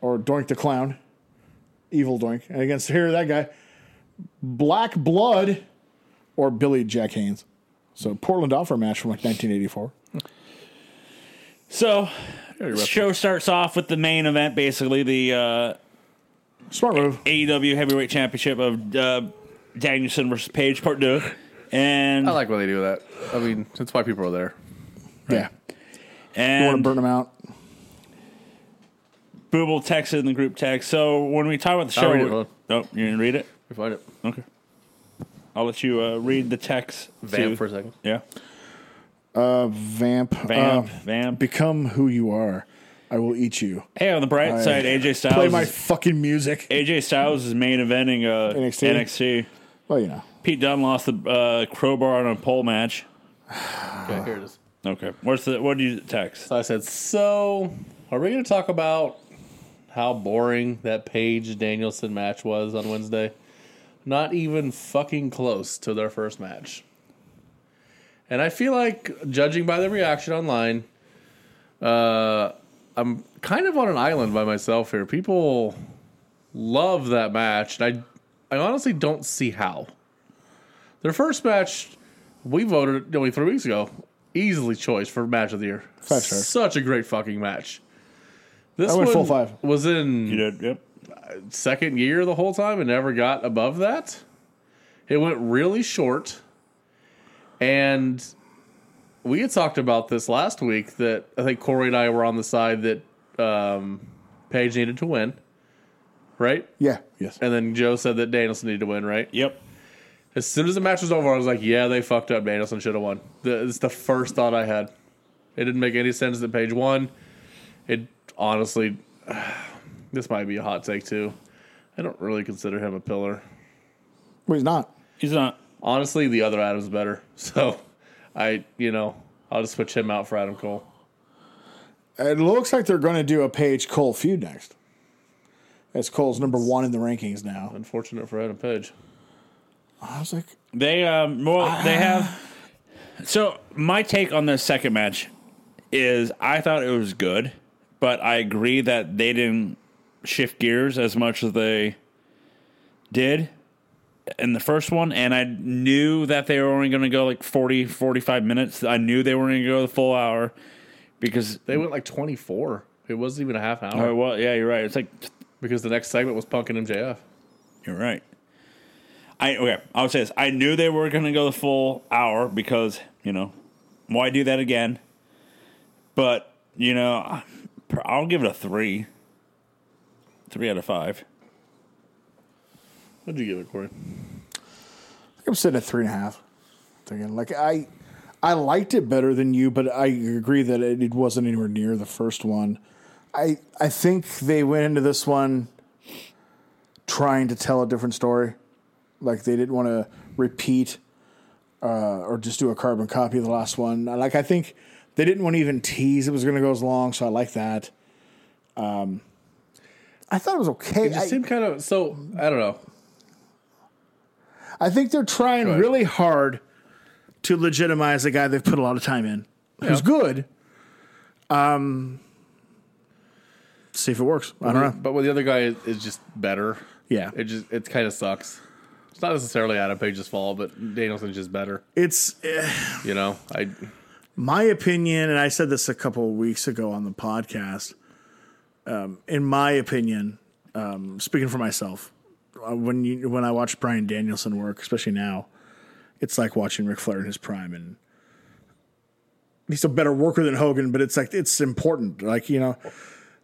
Speaker 3: or Doink the Clown, Evil Doink, and against here that guy, Black Blood or Billy Jack Haynes. So Portland offer match from like 1984.
Speaker 1: so. The show starts off with the main event, basically the uh,
Speaker 3: Smart move.
Speaker 1: AEW Heavyweight Championship of uh, Danielson versus Page Part Two, and
Speaker 2: I like when they do that. I mean, that's why people are there.
Speaker 3: Yeah, you want to
Speaker 1: and
Speaker 3: burn them out.
Speaker 1: Booble texted in the group text. So when we talk about the
Speaker 2: I'll
Speaker 1: show,
Speaker 2: read it, hold
Speaker 1: oh, you didn't read it?
Speaker 2: We find it.
Speaker 1: Okay, I'll let you uh, read the text.
Speaker 2: Vamp
Speaker 1: to-
Speaker 2: for a second.
Speaker 1: yeah.
Speaker 3: Uh, Vamp.
Speaker 1: Vamp,
Speaker 3: Uh,
Speaker 1: vamp.
Speaker 3: Become who you are. I will eat you.
Speaker 1: Hey, on the bright side, AJ Styles.
Speaker 3: Play my
Speaker 1: is-
Speaker 3: fucking music.
Speaker 1: AJ Styles is main eventing uh,
Speaker 3: NXT?
Speaker 1: NXT.
Speaker 3: Well, you know.
Speaker 1: Pete Dunne lost the uh, crowbar on a pole match. Ah.
Speaker 2: Okay, here it is.
Speaker 1: Okay, what's the what do you text?
Speaker 2: So I said, so are we going to talk about how boring that Paige Danielson match was on Wednesday? Not even fucking close to their first match. And I feel like, judging by the reaction online, uh, I'm kind of on an island by myself here. People love that match, and I, I honestly don't see how. Their first match, we voted only three weeks ago, easily choice for match of the year.
Speaker 3: Five star.
Speaker 2: Such a great fucking match. This
Speaker 3: I went
Speaker 2: one
Speaker 3: full five.
Speaker 2: was in
Speaker 1: You did, yep.
Speaker 2: second year the whole time and never got above that. It went really short. And we had talked about this last week that I think Corey and I were on the side that um, Paige needed to win, right?
Speaker 3: Yeah. Yes.
Speaker 2: And then Joe said that Danielson needed to win, right?
Speaker 1: Yep.
Speaker 2: As soon as the match was over, I was like, yeah, they fucked up. Danielson should have won. The, it's the first thought I had. It didn't make any sense that Page won. It honestly, this might be a hot take too. I don't really consider him a pillar.
Speaker 3: Well, he's not.
Speaker 1: He's not.
Speaker 2: Honestly, the other Adam's better. So I, you know, I'll just switch him out for Adam Cole.
Speaker 3: It looks like they're going to do a Page Cole feud next. As Cole's number one in the rankings now.
Speaker 2: Unfortunate for Adam Page.
Speaker 3: I was like,
Speaker 1: They um well they have so my take on the second match is I thought it was good, but I agree that they didn't shift gears as much as they did in the first one and I knew that they were only going to go like 40 45 minutes. I knew they weren't going to go the full hour because
Speaker 2: They went like 24. It wasn't even a half hour
Speaker 1: oh, well yeah, you're right. It's like
Speaker 2: because the next segment was Punk and MJF.
Speaker 1: You're right. I okay. I would say this. I knew they were going to go the full hour because you know why do that again? But you know, I'll give it a three. Three out of five.
Speaker 2: What'd you give it, Corey?
Speaker 3: I think I'm sitting at three and a half. Thinking like I, I liked it better than you, but I agree that it, it wasn't anywhere near the first one. I I think they went into this one trying to tell a different story, like they didn't want to repeat uh, or just do a carbon copy of the last one. Like I think they didn't want to even tease it was going to go as long, so I like that. Um, I thought it was okay.
Speaker 2: It just
Speaker 3: I-
Speaker 2: seemed kind of so. I don't know.
Speaker 3: I think they're trying
Speaker 2: ahead.
Speaker 3: really hard to legitimize a guy they've put a lot of time in, who's good. Um, see if it works. I don't know.
Speaker 2: But with the other guy, it- it's just better.
Speaker 3: Yeah,
Speaker 2: It just it kind of sucks. It's not necessarily Adam Page's fault, but Danielson's just better.
Speaker 3: it's eh,
Speaker 2: You know, I
Speaker 3: my opinion, and I said this a couple of weeks ago on the podcast. Um, in my opinion, um, speaking for myself, uh, when you when I watch Brian Danielson work, especially now, it's like watching Ric Flair in his prime and. He's a better worker than Hogan, but it's like it's important. Like you know,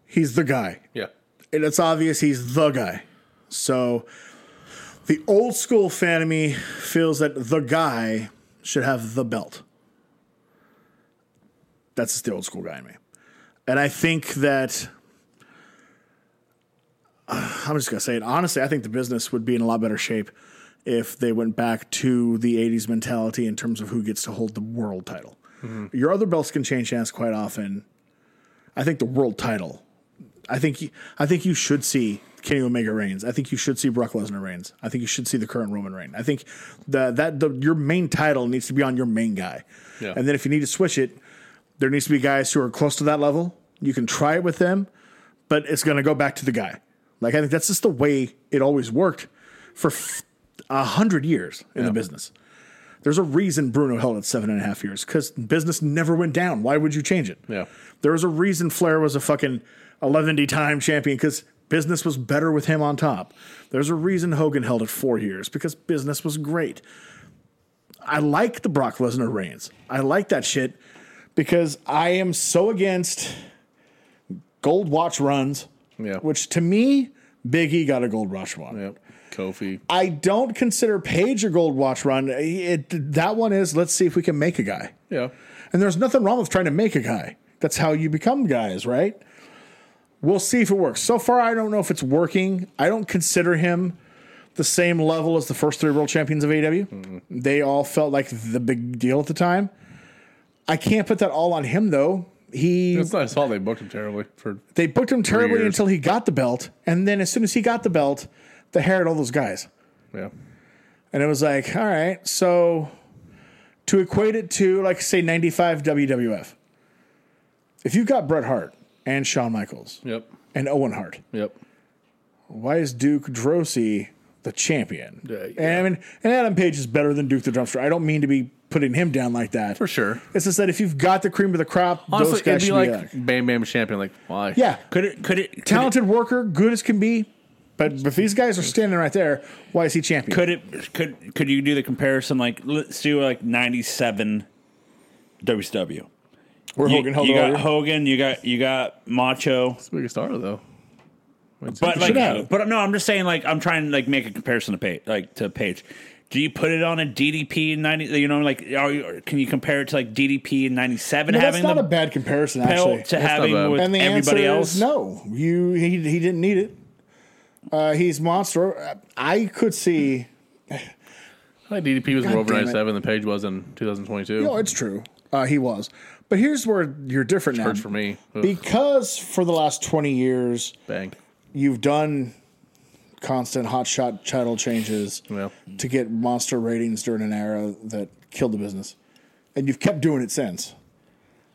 Speaker 3: he's the guy.
Speaker 2: yeah.
Speaker 3: and it's obvious he's the guy. So the old school fan of me feels that the guy should have the belt. That's just the old school guy in me. And I think that I'm just gonna say it honestly. I think the business would be in a lot better shape if they went back to the '80s mentality in terms of who gets to hold the world title. Your other belts can change hands quite often. I think the world title I think you- I think you should see Kenny Omega Reigns. I think you should see Brock Lesnar Reigns. I think you should see the current Roman Reign. I think the, that the, your main title needs to be on your main guy.
Speaker 2: Yeah.
Speaker 3: And then if you need to switch it, there needs to be guys who are close to that level. You can try it with them, but it's going to go back to the guy. Like I think that's just the way it always worked for f- a hundred years in the business. There's a reason Bruno held it seven and a half years because business never went down. Why would you change it?
Speaker 2: Yeah.
Speaker 3: There was a reason Flair was a fucking 11 time champion because business was better with him on top. There's a reason Hogan held it four years because business was great. I like the Brock Lesnar reigns. I like that shit because I am so against gold watch runs,
Speaker 2: Yeah.
Speaker 3: which to me, Big E got a gold watch run.
Speaker 2: Yep. Kofi.
Speaker 3: I don't consider Page a gold watch run. It, that one is let's see if we can make a guy.
Speaker 2: Yeah.
Speaker 3: And there's nothing wrong with trying to make a guy. That's how you become guys, right? We'll see if it works. So far, I don't know if it's working. I don't consider him the same level as the first three world champions of AW. They all felt like the big deal at the time. I can't put that all on him though. He
Speaker 2: It's not his fault they booked him terribly for
Speaker 3: they booked him terribly
Speaker 2: years.
Speaker 3: until he got the belt, and then as soon as he got the belt, they hired all those guys.
Speaker 2: yeah.
Speaker 3: And it was like, all right, so to equate it to, like, say, 95 WWF, if you've got Bret Hart and Shawn Michaels
Speaker 2: Yep.
Speaker 3: and Owen Hart,
Speaker 2: Yep.
Speaker 3: why is Duke Drosy the champion?
Speaker 2: Yeah, yeah.
Speaker 3: And I mean, and Adam Page is better than Duke the Dumpster. I don't mean to be putting him down like that.
Speaker 2: For sure.
Speaker 3: It's just that if you've got the cream of the crop,
Speaker 2: Honestly,
Speaker 3: those
Speaker 2: it'd
Speaker 3: guys
Speaker 2: be
Speaker 3: should
Speaker 2: like
Speaker 3: be like,
Speaker 2: Bam Bam Champion. Like why?
Speaker 3: yeah,
Speaker 5: Could it? Could it? Could
Speaker 3: talented worker, good as can be. But if these guys are standing right there, why is he champion?
Speaker 1: Could it? Could could you do the comparison? Like let's do like ninety seven WCW.
Speaker 3: Where
Speaker 1: You,
Speaker 3: Hogan held
Speaker 1: you
Speaker 3: it all
Speaker 1: got
Speaker 3: year.
Speaker 1: Hogan. You got you got Macho.
Speaker 2: It's the biggest star though. I mean, it's
Speaker 1: But like,
Speaker 2: interesting.
Speaker 3: have.
Speaker 1: but no, I'm just saying. Like, I'm trying to like make a comparison to page. Like to page. Do you put it on a DDP in ninety? You know, like, are you, can you compare it to like DDP in ninety seven
Speaker 3: But
Speaker 1: having
Speaker 3: that's not
Speaker 1: the
Speaker 3: a bad comparison,
Speaker 1: belt
Speaker 3: actually.
Speaker 1: to having
Speaker 2: bad.
Speaker 1: with
Speaker 3: and the
Speaker 1: everybody
Speaker 3: answer
Speaker 1: else?
Speaker 3: is no. You he he didn't need it. Uh, he's monster. I could see.
Speaker 2: I think DDP was more over
Speaker 3: damn it.
Speaker 2: 97 than Page was in 2022.
Speaker 3: No, it's true. Uh, he was, but here's where you're different now.
Speaker 2: Hurts for me. Ugh,
Speaker 3: Because for the last twenty years,
Speaker 2: bang.
Speaker 3: you've done constant hotshot title changes
Speaker 2: Well.
Speaker 3: to get monster ratings during an era that killed the business. And you've kept doing it since.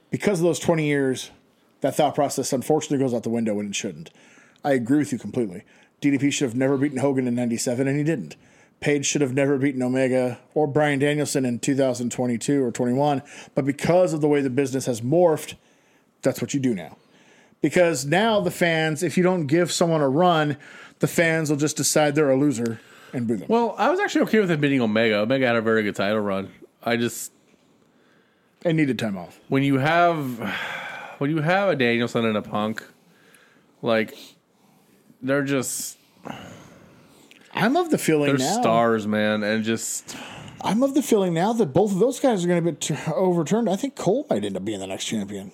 Speaker 3: Because of those 20 years, that thought process unfortunately goes out the window when it shouldn't. I agree with you completely. DDP should have never beaten Hogan in 97, and he didn't. Page should have never beaten Omega or Brian Danielson in 2022 or 21. But because of the way the business has morphed, that's what you do now because now the fans, if you don't give someone a run, the fans will just decide they're a loser and boo them.
Speaker 2: Well, I was actually okay with him beating Omega. Omega had a very good title run. I just
Speaker 3: I needed time off.
Speaker 2: when you have when you have a Danielson and a Punk, like they're just
Speaker 3: I'm of the feeling
Speaker 2: they're
Speaker 3: now.
Speaker 2: stars, man, and just
Speaker 3: I'm of the feeling now that both of those guys are going to be t- overturned. I think Cole might end up being the next champion.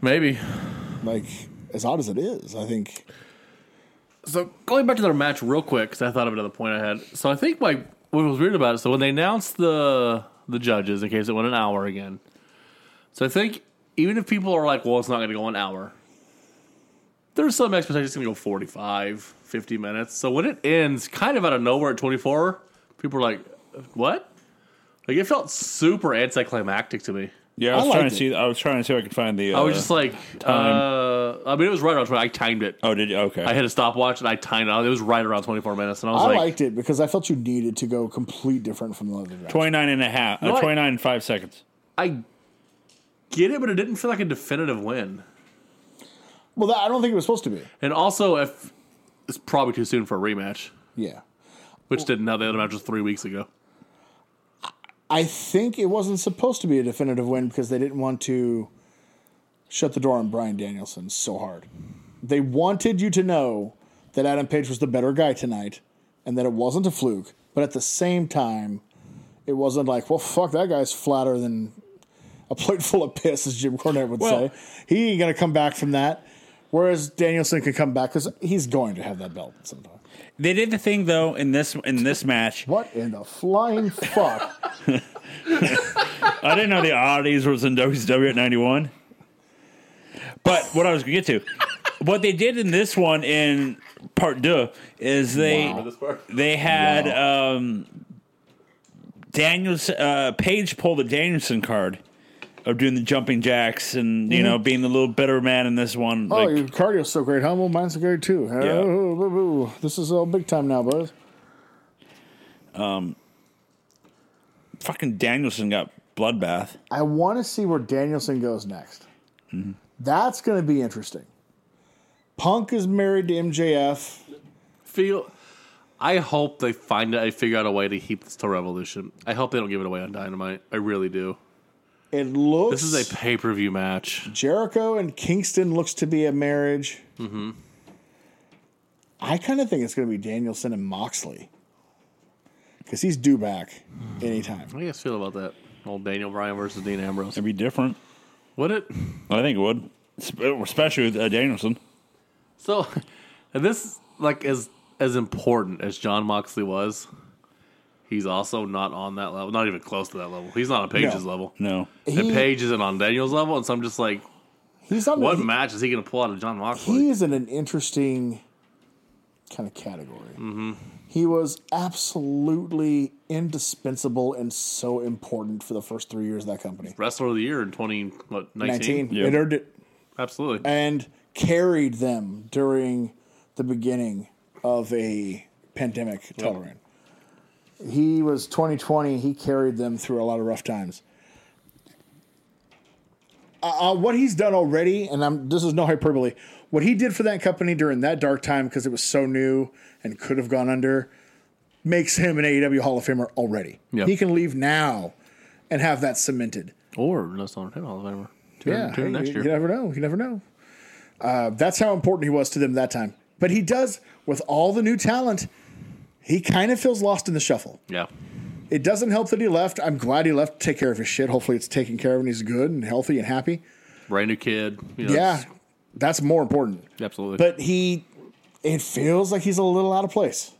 Speaker 2: maybe.
Speaker 3: Like as odd as it is, I think
Speaker 2: So going back to their match real quick, because I thought of another point I had. So I think like what was weird about it. So when they announced the the judges, in case it went an hour again. So I think even if people are like, well, it's not going to go an hour. There's some expectation it's going to go 45, 50 minutes. So when it ends, kind of out of nowhere at 24, people are like, what? Like it felt super anticlimactic to me.
Speaker 1: Yeah, I
Speaker 3: I
Speaker 1: was trying
Speaker 3: liked
Speaker 1: to
Speaker 3: it.
Speaker 1: see. I was trying to see if I could find the. Uh,
Speaker 2: I was just like, uh, I mean, it was right around. 20 I timed it.
Speaker 1: oh, did you? Okay.
Speaker 2: I hit a stopwatch and I timed it. It was right around 24 minutes, and I was
Speaker 3: I
Speaker 2: like,
Speaker 3: liked it because I felt you needed to go complete different from the other guys.
Speaker 1: 29 and a half.
Speaker 2: No,
Speaker 1: uh,
Speaker 2: I-
Speaker 1: 29 and 5 seconds.
Speaker 2: I get it, but it didn't feel like a definitive win.
Speaker 3: Well, that, I don't think it was supposed to be.
Speaker 2: And also, if it's probably too soon for a rematch,
Speaker 3: Yeah,
Speaker 2: which didn't now. The other match was three weeks ago.
Speaker 3: I think it wasn't supposed to be a definitive win because they didn't want to shut the door on Brian Danielson so hard. They wanted you to know that Adam Page was the better guy tonight and that it wasn't a fluke, but at the same time, it wasn't like, well, fuck, that guy's flatter than a plate full of piss, as Jim Cornette would
Speaker 1: Well-
Speaker 3: say. He ain't going to come back from that. Whereas Danielson could come back because he's going to have that belt sometime.
Speaker 1: They did the thing though in this in this match.
Speaker 3: What in the flying fuck?
Speaker 1: I didn't know the oddities was in WCW at 91. But what I was going to get to, what they did in this one in part deux is they
Speaker 3: Wow.
Speaker 1: they had um, Daniels uh, Page pull the Danielson card of doing the jumping jacks and you know being the little bitter man in this one.
Speaker 3: Oh,
Speaker 1: like,
Speaker 3: your cardio's so great, huh? Well, mine's great too. Oh, boo, boo. This is all big time now, boys.
Speaker 1: fucking Danielson got bloodbath.
Speaker 3: I want to see where Danielson goes next.
Speaker 2: Mm-hmm.
Speaker 3: That's going to be interesting. Punk is married to MJF.
Speaker 2: Feel. I hope they find it. I figure out a way to heap this to Revolution. I hope they don't give it away on Dynamite. I really do.
Speaker 3: It looks
Speaker 2: This is a pay per view match.
Speaker 3: Jericho and Kingston looks to be a marriage. Mm-hmm. I kind of think it's going to be Danielson and Moxley because he's due back anytime.
Speaker 2: Mm-hmm. How do you guys feel about that? Old Daniel Bryan versus Dean Ambrose.
Speaker 1: It'd be different.
Speaker 2: Would it?
Speaker 1: I think it would, Sp- especially with uh, Danielson.
Speaker 2: So, and this like as as important as John Moxley was, he's also not on that level. Not even close to that level. He's not on Page's
Speaker 3: No.
Speaker 2: level.
Speaker 1: No,
Speaker 2: And
Speaker 3: He-
Speaker 2: Page isn't on Daniel's level. And so I'm just like,
Speaker 3: He's not
Speaker 2: what
Speaker 3: he,
Speaker 2: match is he going to pull out of John Moxley?
Speaker 3: he is in an interesting kind of category. He was absolutely indispensable and so important for the first three years of that company.
Speaker 2: Wrestler of the Year in 20, what, 19?
Speaker 3: Nineteen,
Speaker 1: Yeah.
Speaker 3: It earned it-
Speaker 2: Absolutely.
Speaker 3: and carried them during the beginning of a pandemic title reign. He was 2020. He carried them through a lot of rough times. Uh, uh, what he's done already, and I'm, this is no hyperbole, what he did for that company during that dark time because it was so new and could have gone under makes him an AEW Hall of Famer already.
Speaker 2: Yeah.
Speaker 3: He can leave now and have that cemented.
Speaker 2: Or no Summer Him Hall of Famer. Two,
Speaker 3: Yeah,
Speaker 2: two
Speaker 3: hey,
Speaker 2: next
Speaker 3: you,
Speaker 2: year.
Speaker 3: you never know. You never know. Uh, that's how important he was to them that time. But he does with all the new talent. He kind of feels lost in the shuffle.
Speaker 2: Yeah.
Speaker 3: It doesn't help that he left. I'm glad he left to take care of his shit. Hopefully, it's taken care of and he's good and healthy and happy.
Speaker 2: Brand new kid. You know,
Speaker 3: Yeah,
Speaker 2: it's-
Speaker 3: that's more important.
Speaker 2: Absolutely.
Speaker 3: But he, it feels like he's a little out of place.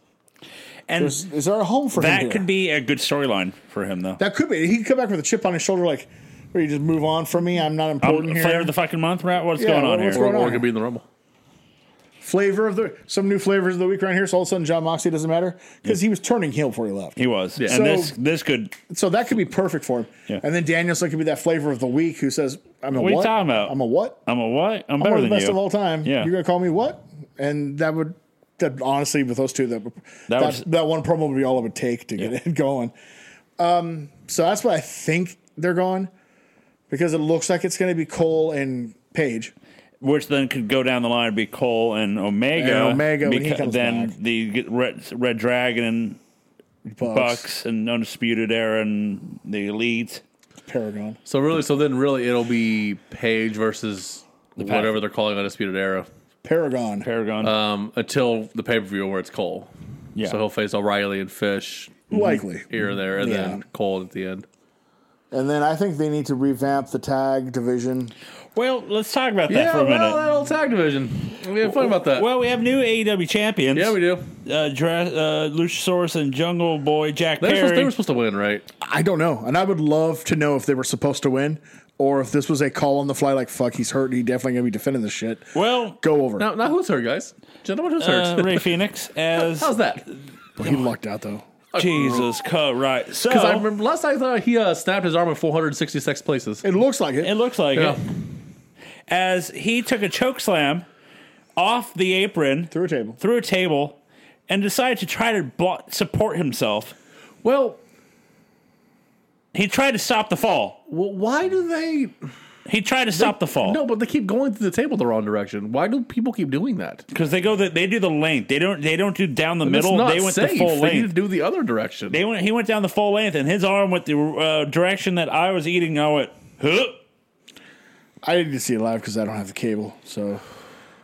Speaker 1: and
Speaker 3: Is, is there a home for him?
Speaker 1: that
Speaker 3: here?
Speaker 1: could be a good storyline for him, though.
Speaker 3: That could be. He could come back with a chip on his shoulder, like, "Where you just move on from me? I'm not
Speaker 1: Um,
Speaker 3: important here."
Speaker 1: flavor of the fucking month, right? What's
Speaker 3: Yeah,
Speaker 1: going on
Speaker 3: what's
Speaker 1: here?
Speaker 3: going
Speaker 2: or,
Speaker 3: on?
Speaker 2: or it could be in the Rumble.
Speaker 3: flavor of the some new flavors of the week around here. So all of a sudden, John Moxley doesn't matter because he was turning heel before he left.
Speaker 1: He was, and
Speaker 3: So-
Speaker 1: this this could.
Speaker 3: So that could be perfect for him.
Speaker 1: Yeah.
Speaker 3: And then Danielson could be that flavor of the week who says, "I'm a
Speaker 1: What are
Speaker 3: what?
Speaker 1: you talking about?
Speaker 3: I'm a what?
Speaker 1: I'm a what? I'm,
Speaker 3: I'm
Speaker 1: better
Speaker 3: one of the
Speaker 1: than
Speaker 3: best
Speaker 1: you.
Speaker 3: of all time.
Speaker 1: Yeah.
Speaker 3: You're gonna call me what?" And that would that honestly with those two that that that,
Speaker 1: was-
Speaker 3: one promo would be all it would take to get it going. Um, so that's what I think they're going because it looks like it's going to be Cole and Paige.
Speaker 1: which then could go down the line and be Cole and Omega.
Speaker 3: And Omega when he comes
Speaker 1: then
Speaker 3: back.
Speaker 1: the get Red, Red Dragon and Bucks and Undisputed Era and the Elite.
Speaker 3: Paragon.
Speaker 2: So really, so then really, it'll be Page versus whatever they're calling Undisputed Era
Speaker 3: Paragon.
Speaker 1: Paragon.
Speaker 2: um, until the pay per view where it's Cole.
Speaker 1: Yeah.
Speaker 2: So he'll face O'Reilly and Fish
Speaker 3: Likely.
Speaker 2: here and there, and then
Speaker 3: Yeah.
Speaker 2: Cole at the end.
Speaker 3: And then I think they need to revamp the tag division.
Speaker 1: well, let's talk about that
Speaker 2: Yeah,
Speaker 1: for a minute.
Speaker 2: well,
Speaker 3: uh,
Speaker 2: that old tag division. We had fun about that.
Speaker 1: well, we have new AEW champions.
Speaker 2: yeah, we do.
Speaker 1: Uh, Dra- uh, Luchasaurus and Jungle Boy Jack
Speaker 2: They were, supposed,
Speaker 1: Perry.
Speaker 2: they were supposed to win, right?
Speaker 3: I don't know, and I would love to know if they were supposed to win or if this was a call on the fly. Like fuck, he's hurt. He definitely gonna be defending this shit.
Speaker 1: well,
Speaker 3: Go over.
Speaker 2: Now, now who's hurt, guys? Gentlemen, who's
Speaker 1: uh,
Speaker 2: hurt?
Speaker 1: Ray Phoenix as
Speaker 2: How's that?
Speaker 3: he lucked out though.
Speaker 1: Jesus Christ. Right. So
Speaker 2: Because I remember last I thought he uh, snapped his arm in 466 places.
Speaker 3: It looks like it.
Speaker 1: it looks like
Speaker 2: Yeah.
Speaker 1: it. As he took a choke slam off the apron
Speaker 3: through a table.
Speaker 1: through a table and decided to try to blo- support himself.
Speaker 2: Well,
Speaker 1: He tried to stop the fall.
Speaker 2: well, why do they?
Speaker 1: He tried to stop the fall
Speaker 2: No, but they keep going through the table the wrong direction. Why do people keep doing that?
Speaker 1: because they go the, they do the length. They don't they don't do down the middle.
Speaker 2: It's not
Speaker 1: They went
Speaker 2: safe.
Speaker 1: the full
Speaker 2: They need to
Speaker 1: length.
Speaker 2: do the other direction.
Speaker 1: They went he went down the full length and his arm went the uh, direction that I was eating. I went. Huh?
Speaker 3: I didn't see it live because I don't have the cable. So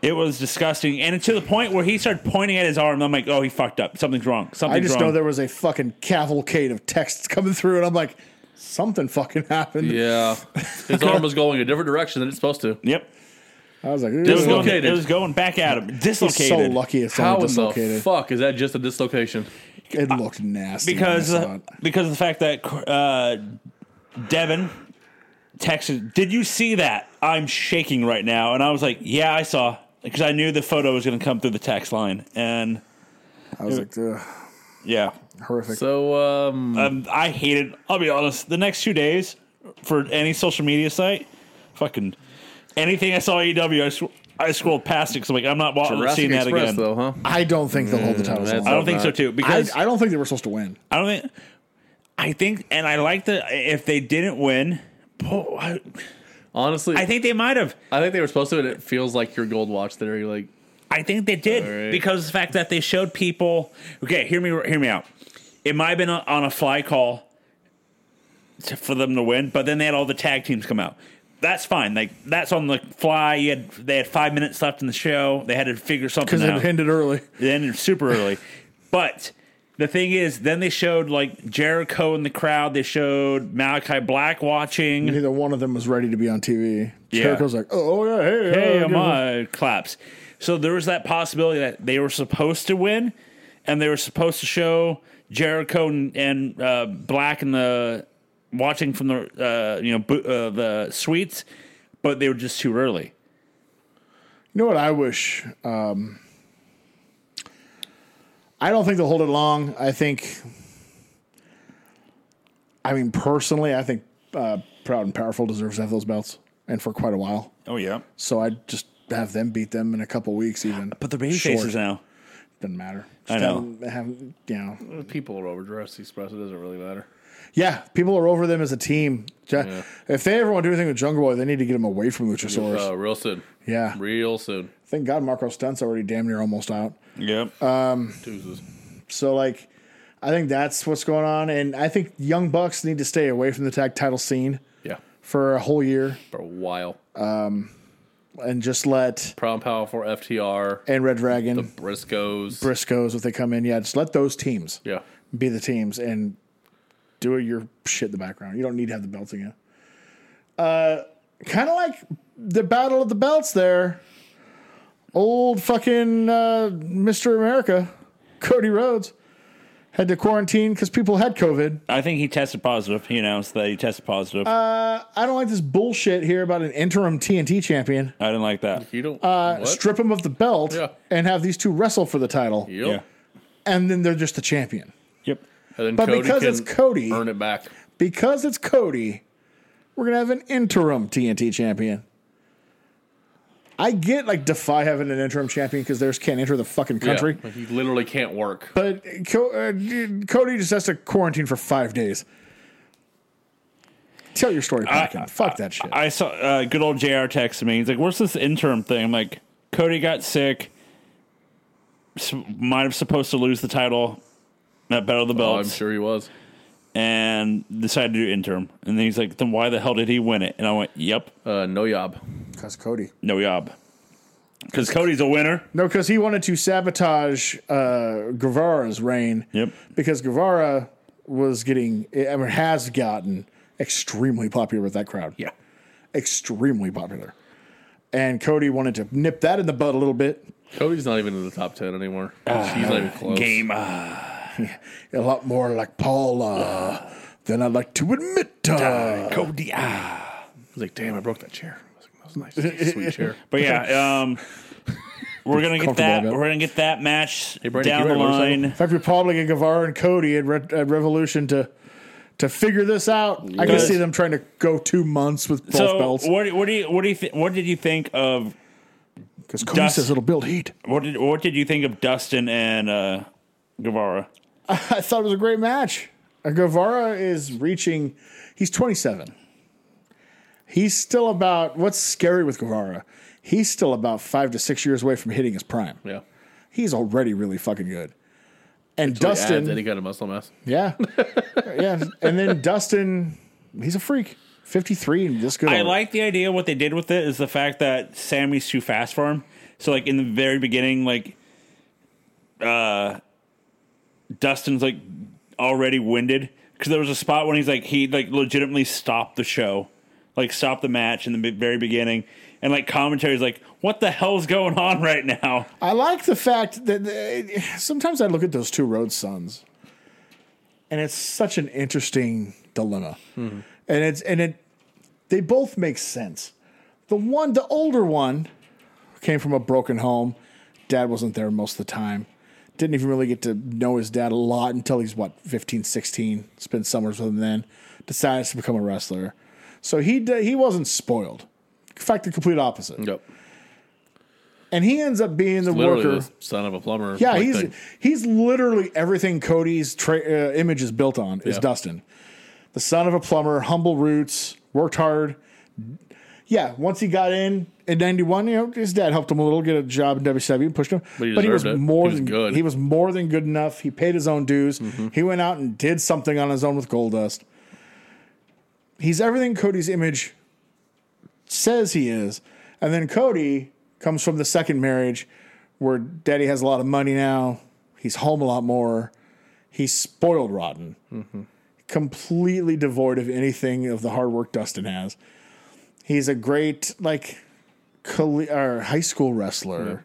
Speaker 1: It was disgusting, and to the point where he started pointing at his arm. I'm like, "Oh, he fucked up. Something's wrong. Something's
Speaker 3: I just
Speaker 1: wrong."
Speaker 3: know there was a fucking cavalcade of texts coming through, and I'm like, something fucking happened.
Speaker 2: yeah, his arm was going a different direction than it's supposed to.
Speaker 1: yep,
Speaker 3: I was like,
Speaker 1: it was, going,
Speaker 2: Dislocated.
Speaker 1: it was going back at him. Dislocated.
Speaker 3: so lucky it's
Speaker 2: How
Speaker 3: not
Speaker 2: in the
Speaker 3: dislocated.
Speaker 2: fuck is that just a dislocation?
Speaker 3: it looked nasty when I
Speaker 1: because uh,
Speaker 3: saw
Speaker 2: uh,
Speaker 3: it.
Speaker 1: because of the fact that uh, Devin texted, "Did you see that? I'm shaking right now." And I was like, "Yeah, I saw," because I knew the photo was going to come through the text line. And
Speaker 3: I was like, ugh,
Speaker 1: yeah,
Speaker 3: horrific.
Speaker 2: So um,
Speaker 1: um, I hated. I'll be honest. The next two days for any social media site, fucking anything I saw AEW, I, sw- I scrolled past it because I'm like, I'm not wa-
Speaker 2: Jurassic
Speaker 1: seeing that
Speaker 2: Express,
Speaker 1: again.
Speaker 2: though, huh?
Speaker 3: I don't think they'll hold the titles.
Speaker 2: Mm, that's-
Speaker 3: long.
Speaker 1: I don't think so
Speaker 2: Not-
Speaker 1: too
Speaker 3: I,
Speaker 1: because
Speaker 3: I don't think they were supposed to win.
Speaker 1: I don't think. I think, and I like that if they didn't win, po- I,
Speaker 2: Honestly,
Speaker 1: I think they might have.
Speaker 2: I think they were supposed to, and it feels like your gold watch theory. Like,
Speaker 1: I think they did
Speaker 2: All right.
Speaker 1: because of the fact that they showed people. Okay, hear me, hear me out. It might have been on a fly call to, for them to win, but then they had all the tag teams come out. That's fine. Like that's on the fly. You had they had five minutes left in the show. They had to figure something
Speaker 3: Because it
Speaker 1: out.
Speaker 3: ended early.
Speaker 1: They ended super early, but the thing is, then they showed like Jericho in the crowd. They showed Malachi Black watching.
Speaker 3: Neither one of them was ready to be on TV.
Speaker 1: Yeah.
Speaker 3: Jericho's like, oh, oh, yeah, hey,
Speaker 1: Hey,
Speaker 3: uh,
Speaker 1: am I claps? So there was that possibility that they were supposed to win, and they were supposed to show Jericho and, and uh, Black in the watching from the uh, you know bo- uh, the suites, but they were just too early.
Speaker 3: You know what I wish? Um, I don't think they'll hold it long. I think, I mean, personally, I think uh, Proud and Powerful deserves to have those belts, and for quite a while.
Speaker 1: Oh yeah,
Speaker 3: So I just have them beat them in a couple weeks, even.
Speaker 1: but they're baby faces now.
Speaker 3: Doesn't matter.
Speaker 1: I
Speaker 3: Just
Speaker 1: know.
Speaker 3: Have, them- have them, you know.
Speaker 2: People are overdressed. Express. It doesn't really matter.
Speaker 3: Yeah, people are over them as a team. Ju- If they ever want to do anything with Jungle Boy, they need to get him away from Luchasaurus.
Speaker 2: Uh, real soon.
Speaker 3: yeah.
Speaker 2: Real soon.
Speaker 3: Thank God Marco Stunt's already damn near almost out.
Speaker 1: Yep.
Speaker 2: Deuces.
Speaker 3: So like, I think that's what's going on, and I think Young Bucks need to stay away from the tag title scene
Speaker 2: Yeah.
Speaker 3: for a whole year
Speaker 2: For a while.
Speaker 3: and just let
Speaker 2: Prom Powerful FTR.
Speaker 3: and Red Dragon
Speaker 2: Briscoes.
Speaker 3: Briscoes if they come in, yeah, just let those teams
Speaker 2: yeah.
Speaker 3: be the teams and do your shit in the background. You don't need to have the belts again. Uh, kind of like the Battle of the Belts there. Old fucking uh, Mr. America, Cody Rhodes, had to quarantine because people had COVID.
Speaker 1: I think he tested positive. He announced that he tested positive.
Speaker 3: I don't like this bullshit here about an interim TNT champion. Uh,
Speaker 1: I didn't like that.
Speaker 2: You don't. what?
Speaker 3: Strip him of the belt
Speaker 2: Yeah.
Speaker 3: and have these two wrestle for the title,
Speaker 2: Yep.
Speaker 1: Yeah.
Speaker 3: and then they're just the champion
Speaker 1: Yep.
Speaker 2: And then
Speaker 3: But
Speaker 2: Cody
Speaker 3: because
Speaker 2: can
Speaker 3: it's Cody-
Speaker 2: earn it back.
Speaker 3: because it's Cody. We're gonna have an interim TNT champion. I get like Defy having an interim champion because theirs can't enter the fucking country,
Speaker 2: Yeah. He literally can't work.
Speaker 3: but Co- uh, dude, Cody just has to quarantine for five days. Tell your story, Pelican. Fuck that shit.
Speaker 1: I saw uh, good old JR text me. He's like, "Where's this interim thing?" I'm like, "Cody got sick. S- might have supposed to lose the title at Battle of the
Speaker 2: Oh, I'm
Speaker 1: Belts,
Speaker 2: sure he was.
Speaker 1: and decided to do interim." And then he's like, "Then why the hell did he win it?" And I went, "Yep,
Speaker 2: Uh, no yob.
Speaker 3: Because Cody.
Speaker 1: no job, because Cody's a winner."
Speaker 3: No, because he wanted to sabotage uh, Guevara's reign.
Speaker 1: Yep.
Speaker 3: Because Guevara was getting, I mean, has gotten extremely popular with that crowd.
Speaker 2: Yeah.
Speaker 3: Extremely popular. And Cody wanted to nip that in the bud a little bit.
Speaker 2: Cody's not even in the top 10 anymore.
Speaker 3: Ah,
Speaker 2: He's not even close.
Speaker 1: Game. Uh,
Speaker 3: A lot more like Paula than I'd like to admit. Uh,
Speaker 1: Cody. Ah.
Speaker 2: I was like, damn, I broke that chair. I was like, that was nice. It's a sweet chair.
Speaker 1: But yeah, um, we're gonna get
Speaker 3: Comfortable
Speaker 1: that.
Speaker 3: about it.
Speaker 1: We're gonna get that match
Speaker 2: Brady,
Speaker 1: down the
Speaker 2: you ready to learn
Speaker 1: line.
Speaker 2: something?
Speaker 3: in fact, we probably get Guevara and Cody at, Re- at Revolution to to figure this out. I can
Speaker 1: Yes.
Speaker 3: see them trying to go two months with both
Speaker 1: so,
Speaker 3: belts
Speaker 1: what, what do you what do you thi- what did you think of
Speaker 3: because Cody
Speaker 1: Dust-
Speaker 3: says it'll build heat.
Speaker 1: What did what did you think of Dustin and uh, Guevara?
Speaker 3: I thought it was a great match. Uh, Guevara is reaching, he's 27. He's still about, what's scary with Guevara? He's still about five to six years away from hitting his prime.
Speaker 2: Yeah.
Speaker 3: He's already really fucking good. And
Speaker 2: Dustin. Adds any
Speaker 3: Dustin,
Speaker 2: kind of muscle mass.
Speaker 3: yeah. yeah. And then Dustin, he's a freak. 53 and this good.
Speaker 1: I
Speaker 3: already.
Speaker 1: like the idea. What they did with it is the fact that Sammy's too fast for him. So like in the very beginning, like uh, Dustin's like already winded because there was a spot when he's like he like legitimately stopped the show, like stopped the match in the be- very beginning, and like commentary's like, "What the hell's going on right now?"
Speaker 3: I like the fact that that- sometimes I look at those two road sons, and it's such an interesting dilemma,
Speaker 2: Mm-hmm.
Speaker 3: and it's and it they both make sense. The one, the older one, came from a broken home. Dad wasn't there most of the time. Didn't even really get to know his dad a lot until he's what 15, 16. Spent summers with him then. Decides to become a wrestler, so he d- he wasn't spoiled. In fact, the complete opposite.
Speaker 2: Yep.
Speaker 3: And he ends up being the
Speaker 2: Literally
Speaker 3: worker.
Speaker 2: the son of a plumber.
Speaker 3: Yeah,
Speaker 2: like,
Speaker 3: he's
Speaker 2: thing.
Speaker 3: he's literally everything Cody's tra- uh, image is built on is
Speaker 2: Yeah.
Speaker 3: Dustin, the son of a plumber, humble roots, worked hard. Yeah, once he got in in '91, you know his dad helped him a little, get a job in WCW, pushed him,
Speaker 2: But he
Speaker 3: was
Speaker 2: deserved it.
Speaker 3: more
Speaker 2: He was
Speaker 3: than
Speaker 2: good. Mm-hmm.
Speaker 3: He was more than good enough. He paid his own dues. He went out and did something on his own with Goldust. He's everything Cody's image says he is. And then Cody comes from the second marriage where daddy has a lot of money now. He's home a lot more. He's spoiled rotten,
Speaker 2: Mm-hmm.
Speaker 3: completely devoid of anything of the hard work Dustin has. He's a great like, colle- or high school wrestler.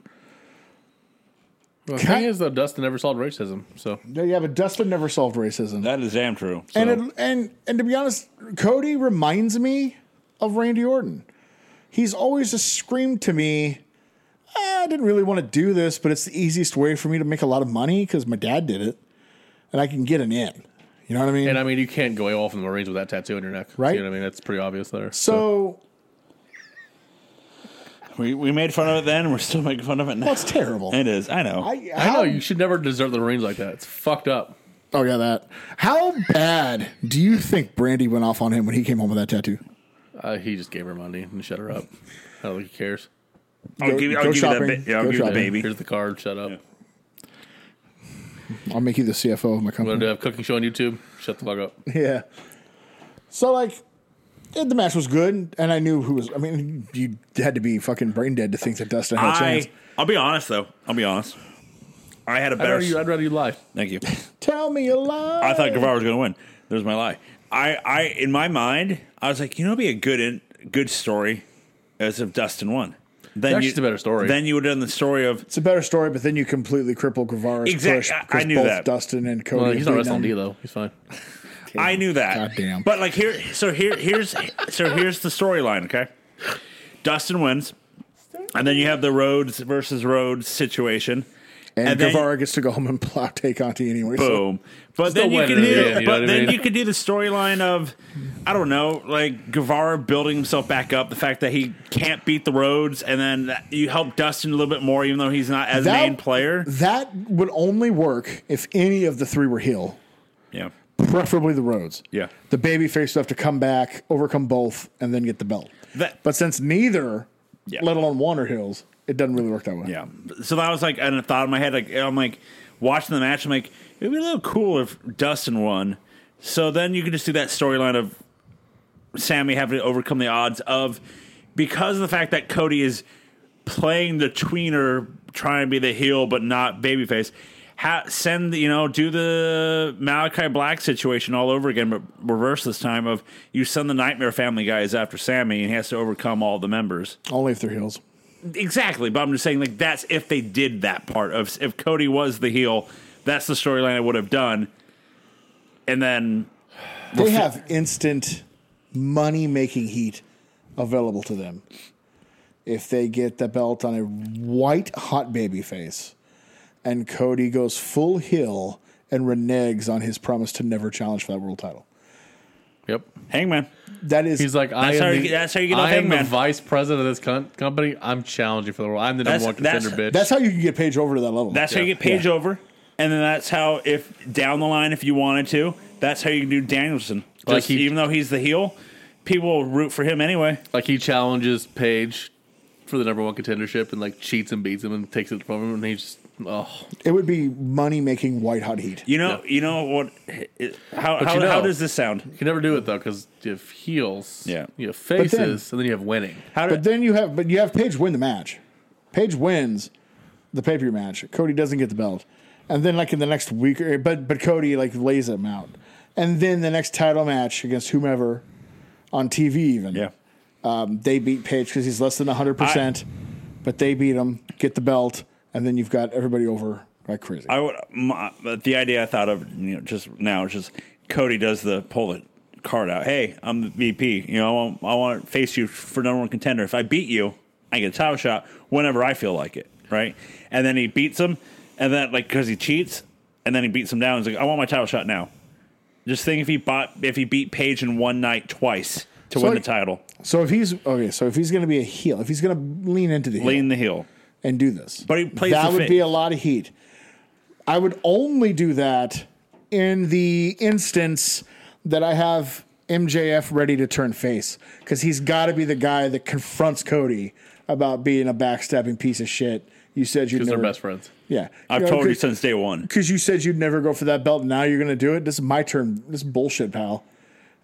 Speaker 2: The thing is, though, Dustin never solved racism, so
Speaker 3: Yeah, yeah but Dustin never solved racism.
Speaker 1: That is damn true.
Speaker 3: And it, and and to be honest, Cody reminds me of Randy Orton. He's always just screamed to me, "Ah, "I didn't really want to do this, but it's the easiest way for me to make a lot of money because my dad did it, and I can get an in." You know what I mean?
Speaker 2: And I mean, you can't go away off in the Marines with that tattoo on your neck.
Speaker 3: Right.
Speaker 2: You know what I mean? That's pretty obvious there.
Speaker 3: so
Speaker 1: We, we made fun of it then. We're still making fun of it now.
Speaker 3: that's terrible.
Speaker 1: It is. I know.
Speaker 3: I,
Speaker 2: I
Speaker 3: how-
Speaker 2: know you should never desert the Marines like that. It's fucked up.
Speaker 3: Oh yeah, that. How bad do you think Brandy went off on him when he came home with that tattoo?
Speaker 2: Uh, he just gave her money and shut her up. I don't think he cares.
Speaker 1: I'll
Speaker 3: Go-
Speaker 1: give you. I'll
Speaker 3: go
Speaker 1: give you that.
Speaker 3: shopping.
Speaker 1: Ba- yeah, I'll give you
Speaker 3: Go
Speaker 1: the
Speaker 3: shopping.
Speaker 1: baby.
Speaker 2: Here's the card. Shut up.
Speaker 3: I'll make you the CFO of my company.
Speaker 2: Want to have a cooking show on YouTube? Shut the fuck up.
Speaker 3: Yeah. So like, it- the match was good, and I knew who was. I mean, you had to be fucking brain dead to think that Dustin had a chance.
Speaker 1: I. I'll be honest though. I'll be honest. I had a
Speaker 2: I'd
Speaker 1: better.
Speaker 2: rather, you, I'd rather you lie.
Speaker 1: Thank you.
Speaker 3: Tell me a lie.
Speaker 1: I thought Guevara was going to win. There's my lie. I, I, in my mind, I was like, you know, it'd be a good, in, good story, as if Dustin won. Then
Speaker 2: That's
Speaker 1: you-
Speaker 2: just a better story.
Speaker 1: Then you would have done the story of
Speaker 3: it's a better story, but then you completely cripple Guevara's
Speaker 1: Exact-
Speaker 3: push
Speaker 1: I- I
Speaker 3: 'cause
Speaker 1: knew
Speaker 3: both
Speaker 1: that.
Speaker 3: Dustin and Cody.
Speaker 2: Well,
Speaker 3: have
Speaker 2: he's not
Speaker 3: beaten
Speaker 2: wrestling
Speaker 3: him.
Speaker 2: D though. He's fine.
Speaker 1: I knew that.
Speaker 3: Goddamn.
Speaker 1: But like here, so here, here's so here's the storyline. Okay, Dustin wins, and then you have the Rhodes versus Rhodes situation.
Speaker 3: and,
Speaker 1: and then-
Speaker 3: Guevara gets to go home and plow take Conti anyway. So
Speaker 1: Boom. But then
Speaker 2: the
Speaker 1: you
Speaker 2: winner
Speaker 1: can
Speaker 2: in
Speaker 1: do,
Speaker 2: the end, you know
Speaker 1: but
Speaker 2: what I
Speaker 1: then
Speaker 2: mean?
Speaker 1: you could do the storyline of, I don't know, like Guevara building himself back up, the fact that he can't beat the roads, and then that- you help Dustin a little bit more, even though he's not as
Speaker 3: That-
Speaker 1: main player.
Speaker 3: that would only work if any of the three were heel,
Speaker 1: Yeah,
Speaker 3: preferably the Rhodes.
Speaker 1: yeah.
Speaker 3: The baby face have to come back, overcome both, and then get the belt.
Speaker 1: That,
Speaker 3: But since neither,
Speaker 1: Yeah.
Speaker 3: let alone one are heels, it doesn't really work that way.
Speaker 1: yeah. So that was like a thought in my head. Like I'm like watching the match. I'm like, it'd be a little cool if Dustin won. So then you could just do that storyline of Sammy having to overcome the odds of because of the fact that Cody is playing the tweener, trying to be the heel but not babyface. Ha- send you know do the Malachi Black situation all over again, but reverse this time of you send the Nightmare Family guys after Sammy and he has to overcome all the members.
Speaker 3: Only if they're heels.
Speaker 1: Exactly, but I'm just saying like that's if they did that part of if Cody was the heel, that's the storyline I would have done. And then
Speaker 3: They have instant money making heat available to them if they get the belt on a white hot baby face and Cody goes full heel and reneges on his promise to never challenge for that world title.
Speaker 2: Yep.
Speaker 1: Hangman,
Speaker 3: That is
Speaker 2: He's like, I
Speaker 1: That's
Speaker 2: am,
Speaker 1: how
Speaker 2: the,
Speaker 1: you get- that's how you get off
Speaker 2: I am the
Speaker 1: Hangman.
Speaker 2: vice president of this con- company. I'm challenging for the world. I'm the number
Speaker 1: That's-
Speaker 2: one contender,
Speaker 1: that's-
Speaker 2: bitch.
Speaker 3: that's how you can get Paige over to that level.
Speaker 1: that's how you get Paige over, and then that's how if down the line if you wanted to, that's how you can do Danielson.
Speaker 2: Like
Speaker 1: Just
Speaker 2: he-
Speaker 1: even though he's the heel, people will root for him anyway.
Speaker 2: like he challenges Paige for the number one contendership and like cheats and beats him and takes it from him and he's just oh
Speaker 3: it would be money making white hot heat.
Speaker 1: You know, you know what? How how,
Speaker 2: you know-
Speaker 1: how does this sound?
Speaker 2: you can never do it though because you have heels
Speaker 1: Yeah.
Speaker 2: you have
Speaker 3: then-
Speaker 2: faces and then you have winning
Speaker 1: How
Speaker 3: But
Speaker 1: did
Speaker 3: then you have but you have Paige win the match. Paige wins the pay per view match. Cody doesn't get the belt, and then like in the next week, or- but but Cody like lays him out, and then the next title match against whomever on TV even
Speaker 1: yeah?
Speaker 3: um, they beat Paige because he's less than hundred percent, but they beat him, get the belt, and then you've got everybody over like crazy.
Speaker 1: I would my, but the idea I thought of you know just now is just Cody does the pull it card out. Hey, I'm the VP. You know, I want, I want to face you for number one contender. If I beat you, I get a title shot whenever I feel like it, right? And then he beats him, and then like because he cheats, and then he beats him down. He's like, I want my title shot now. Just think if he bought if he beat Paige in one night twice to
Speaker 3: So
Speaker 1: win
Speaker 3: like-
Speaker 1: the title,
Speaker 3: so if he's okay, so if he's going to be a heel, if he's going to lean into the heel,
Speaker 1: lean the heel.
Speaker 3: and do this.
Speaker 1: But he plays
Speaker 3: that
Speaker 1: the
Speaker 3: would
Speaker 1: fa-
Speaker 3: be a lot of heat. I would only do that in the instance that I have MJF ready to turn face because he's got to be the guy that confronts Cody about being a backstabbing piece of shit. You said you'd
Speaker 2: because they're
Speaker 3: never,
Speaker 2: best friends
Speaker 3: Yeah,
Speaker 1: I've told you
Speaker 3: cause,
Speaker 1: since day one.
Speaker 3: because you said you'd never go for that belt. Now you're going to do it. This is my turn. This is bullshit, pal.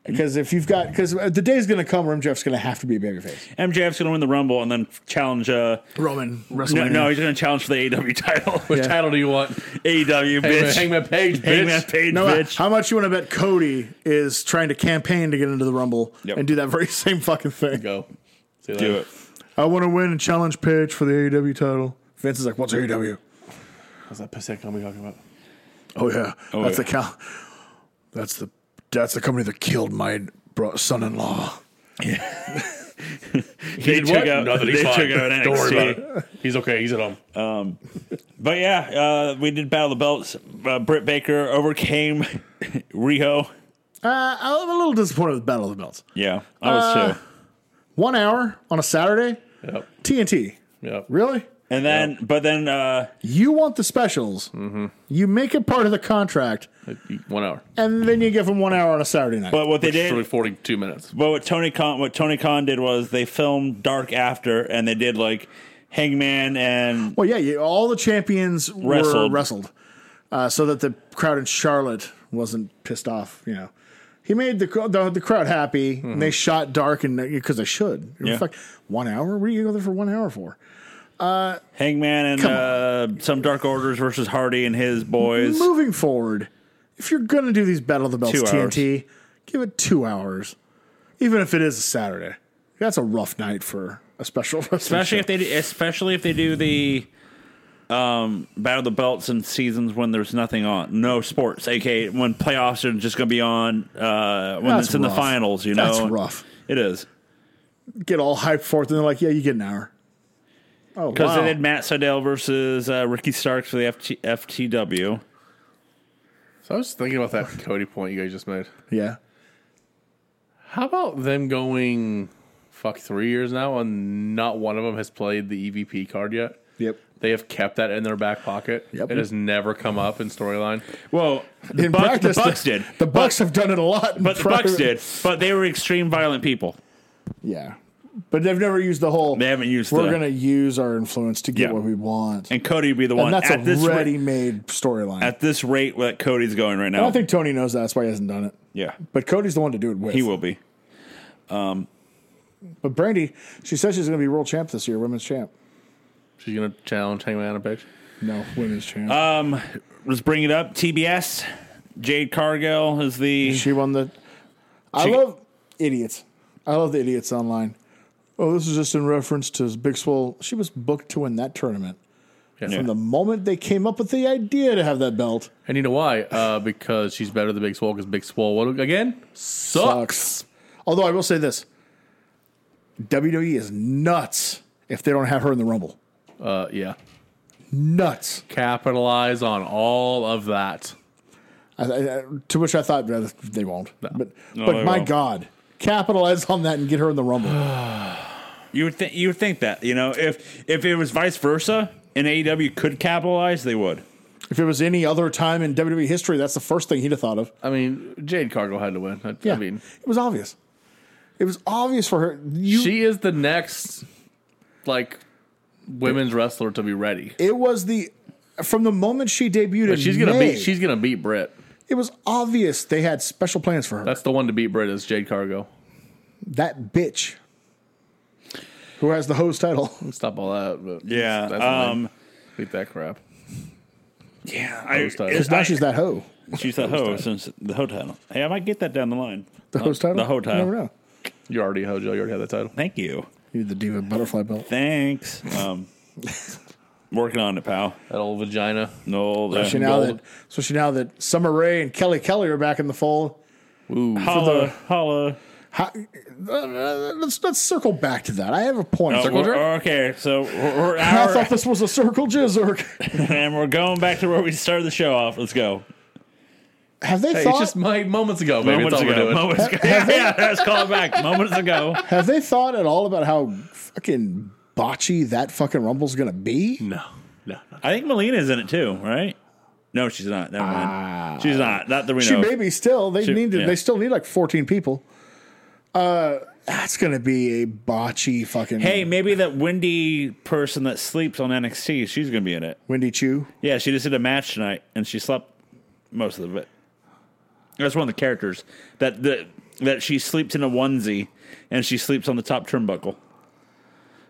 Speaker 3: Because if you've got, because the day's going to come where MJF's going to have to be a babyface.
Speaker 1: MJF's going to win the Rumble and then challenge. Uh,
Speaker 3: Roman
Speaker 1: no, no, he's going to challenge for the AEW title.
Speaker 2: Which title do you want?
Speaker 1: AEW
Speaker 2: Hangman,
Speaker 1: E bitch.
Speaker 2: Hangman Page, bitch.
Speaker 1: Hangman Page,
Speaker 3: No,
Speaker 1: bitch.
Speaker 3: how much you want to bet Cody is trying to campaign to get into the Rumble
Speaker 1: Yep.
Speaker 3: and do that very same fucking thing?
Speaker 2: Go. See you
Speaker 1: Do
Speaker 2: later.
Speaker 1: it.
Speaker 3: I want to win and challenge Page for the AEW title. Vince is like, "What's E AEW?
Speaker 2: What's that piss company talking about?
Speaker 3: Oh yeah, that's
Speaker 1: yeah.
Speaker 3: the cow. That's the that's the company that killed my bro- son-in-law."
Speaker 1: They
Speaker 2: did
Speaker 1: took
Speaker 2: what?
Speaker 1: out.
Speaker 2: Nothing,
Speaker 1: They
Speaker 2: he's
Speaker 1: took out
Speaker 2: fine.
Speaker 1: NXT.
Speaker 2: Don't worry about it. He's okay. He's at home.
Speaker 1: But yeah, uh, we did Battle of the Belts. Uh, Britt Baker overcame Riho.
Speaker 3: Uh, I'm a little disappointed with Battle of the Belts.
Speaker 1: Yeah, I was too.
Speaker 3: One hour on a Saturday,
Speaker 2: Yep.
Speaker 3: TNT.
Speaker 2: Yep.
Speaker 3: Really?
Speaker 1: And then, but then, uh,
Speaker 3: You want the specials? You make it part of the contract,
Speaker 2: One hour.
Speaker 3: and then you give them one hour on a Saturday night.
Speaker 1: but what they
Speaker 2: It's
Speaker 1: did,
Speaker 2: really 42 minutes.
Speaker 1: but what Tony Khan, what Tony Khan did was they filmed Dark after, and they did like Hangman and
Speaker 3: Well, yeah, you, all the champions were
Speaker 1: Wrestled.
Speaker 3: wrestled, uh, so that the crowd in Charlotte wasn't pissed off. You know, he made the cr- the, the crowd happy. And they shot dark and because they should. It
Speaker 1: Mm-hmm. Yeah.
Speaker 3: was like one hour. What are you go there for one hour for?
Speaker 1: Hangman and
Speaker 3: Come
Speaker 1: uh, some Dark Orders versus Hardy and his boys.
Speaker 3: Moving forward, if you're gonna do these Battle of the Belts
Speaker 1: Two hours.
Speaker 3: TNT, give it two hours, even if it is a Saturday. That's a rough night for a special.
Speaker 1: Especially if they, do- especially if they do the um, Battle of the Belts and seasons when there's nothing on, no sports, aka when playoffs are just going to be on uh, when
Speaker 3: That's
Speaker 1: it's in the
Speaker 3: rough.
Speaker 1: finals. You know,
Speaker 3: That's rough.
Speaker 1: It is.
Speaker 3: get all hyped for it, and they're like, "Yeah, you get an hour." Oh,
Speaker 1: Because
Speaker 3: wow.
Speaker 1: they did Matt Seidel versus uh, Ricky Starks for the FT- FTW.
Speaker 2: So I was thinking about that Cody point you guys just made.
Speaker 3: yeah.
Speaker 2: How about them going, fuck, three years now, and not one of them has played the EVP card yet?
Speaker 3: Yep.
Speaker 2: They have kept that in their back pocket.
Speaker 3: Yep.
Speaker 2: It has never come up in storyline.
Speaker 1: Well, the,
Speaker 3: In
Speaker 1: Bucks,
Speaker 3: practice,
Speaker 1: the Bucks did,
Speaker 3: The Bucks have done it a lot, in
Speaker 1: but the
Speaker 3: private.
Speaker 1: Bucks did, but they were extreme violent people.
Speaker 3: Yeah, but they've never used the whole.
Speaker 1: They haven't used
Speaker 3: We're
Speaker 1: the-
Speaker 3: gonna use our influence to get
Speaker 1: Yeah.
Speaker 3: what we want, and,
Speaker 1: And Cody would be the one
Speaker 3: that's
Speaker 1: at
Speaker 3: a
Speaker 1: this rate,
Speaker 3: ready-made storyline.
Speaker 1: at this rate that Cody's going right
Speaker 3: I
Speaker 1: now.
Speaker 3: don't think Tony knows that. That's why he hasn't done it.
Speaker 1: yeah,
Speaker 3: But Cody's the one to do it with.
Speaker 1: he will be.
Speaker 3: But Brandy, she says she's gonna be world champ this year, women's champ.
Speaker 2: She's going to challenge Hangman on a page.
Speaker 3: No, women's champ.
Speaker 1: Uh, Let's bring it up. TBS. Jade Cargill is the
Speaker 3: she won the. I
Speaker 1: She-
Speaker 3: love idiots. I love the idiots online. Oh, this is just in reference to Big Swole. She was booked to win that tournament.
Speaker 2: Yeah.
Speaker 3: From the moment they came up with the idea to have that belt,
Speaker 2: And you know why? Uh, because she's better than Big Swole, because Big Swole, what, again? Sucks.
Speaker 3: sucks. Although I will say this WWE is nuts if they don't have her in the Rumble.
Speaker 2: Uh, yeah.
Speaker 3: Nuts.
Speaker 2: Capitalize on all of that.
Speaker 3: I, I, I- to which I thought "No, they won't. But,
Speaker 1: they
Speaker 3: but my
Speaker 1: won't.
Speaker 3: God, capitalize on that and get her in the Rumble.
Speaker 1: you would think you would think that you know if if it was vice versa and AEW could capitalize they would.
Speaker 3: if it was any other time in WWE history, that's the first thing he'd have thought of.
Speaker 2: I mean, Jade Cargill had to win. I,
Speaker 3: Yeah,
Speaker 2: I mean,
Speaker 3: it was obvious. It was obvious for her. You,
Speaker 2: she is the next, like, women's wrestler to be ready.
Speaker 3: it was the from the moment she debuted. in
Speaker 2: But she's gonna
Speaker 3: May,
Speaker 2: beat. She's gonna beat Britt.
Speaker 3: It was obvious they had special plans for her.
Speaker 2: That's the one to beat Britt is Jade Cargo.
Speaker 3: that bitch who has the hose title.
Speaker 2: Stop all that. But
Speaker 1: Yeah,
Speaker 2: that's lame.
Speaker 1: um,
Speaker 2: beat that crap.
Speaker 1: Yeah, I,
Speaker 2: Host title.
Speaker 1: it's
Speaker 3: Now
Speaker 1: not-
Speaker 3: she's that hoe.
Speaker 1: she's the ho since the ho title. Hey, I might get that down the line.
Speaker 2: Oh,
Speaker 3: The hose title.
Speaker 1: The ho
Speaker 3: You
Speaker 1: title.
Speaker 3: never know.
Speaker 2: You're already Hojo. You already had that title.
Speaker 1: Thank you.
Speaker 3: You need the diva butterfly belt.
Speaker 1: Thanks. Um, working on it, pal. uh,
Speaker 2: That old vagina.
Speaker 1: No, that-
Speaker 3: She now
Speaker 2: Gold.
Speaker 3: that especially now that Summer Rae and Kelly Kelly are back in the fold.
Speaker 2: Ooh,
Speaker 1: holla, holla.
Speaker 3: How, uh, let's let's circle back to that. I have a point.
Speaker 1: Oh,
Speaker 2: Circle
Speaker 1: we're-
Speaker 2: jerk?
Speaker 1: okay, so we're, we're
Speaker 3: I
Speaker 1: hour,
Speaker 3: thought this was a circle jizzerk.
Speaker 1: and we're going back to where we started the show off. Let's go.
Speaker 3: Have they
Speaker 2: hey,
Speaker 3: thought?
Speaker 2: it's just my moments ago. Baby.
Speaker 1: moments
Speaker 2: Moments it's all
Speaker 1: ago.
Speaker 2: ago.
Speaker 1: Moments ago. Yeah, yeah, let's call it back. Moments ago.
Speaker 3: Have they thought at all about how fucking botchy that fucking rumble's gonna be?
Speaker 2: No, no, no.
Speaker 1: I think Melina's in it too, right? No, she's not. Never mind. she's not. Not the we
Speaker 3: Ah. She
Speaker 1: know.
Speaker 3: may be still. They
Speaker 1: She-
Speaker 3: need to,
Speaker 1: yeah.
Speaker 3: they still need like fourteen people. Uh that's gonna be a botchy fucking
Speaker 1: Hey, maybe that windy person that sleeps on NXT, she's gonna be in it.
Speaker 3: Wendy Chu.
Speaker 1: Yeah, she just did a match tonight and she slept most of it. That's one of the characters that the that she sleeps in a onesie and she sleeps on the top turnbuckle.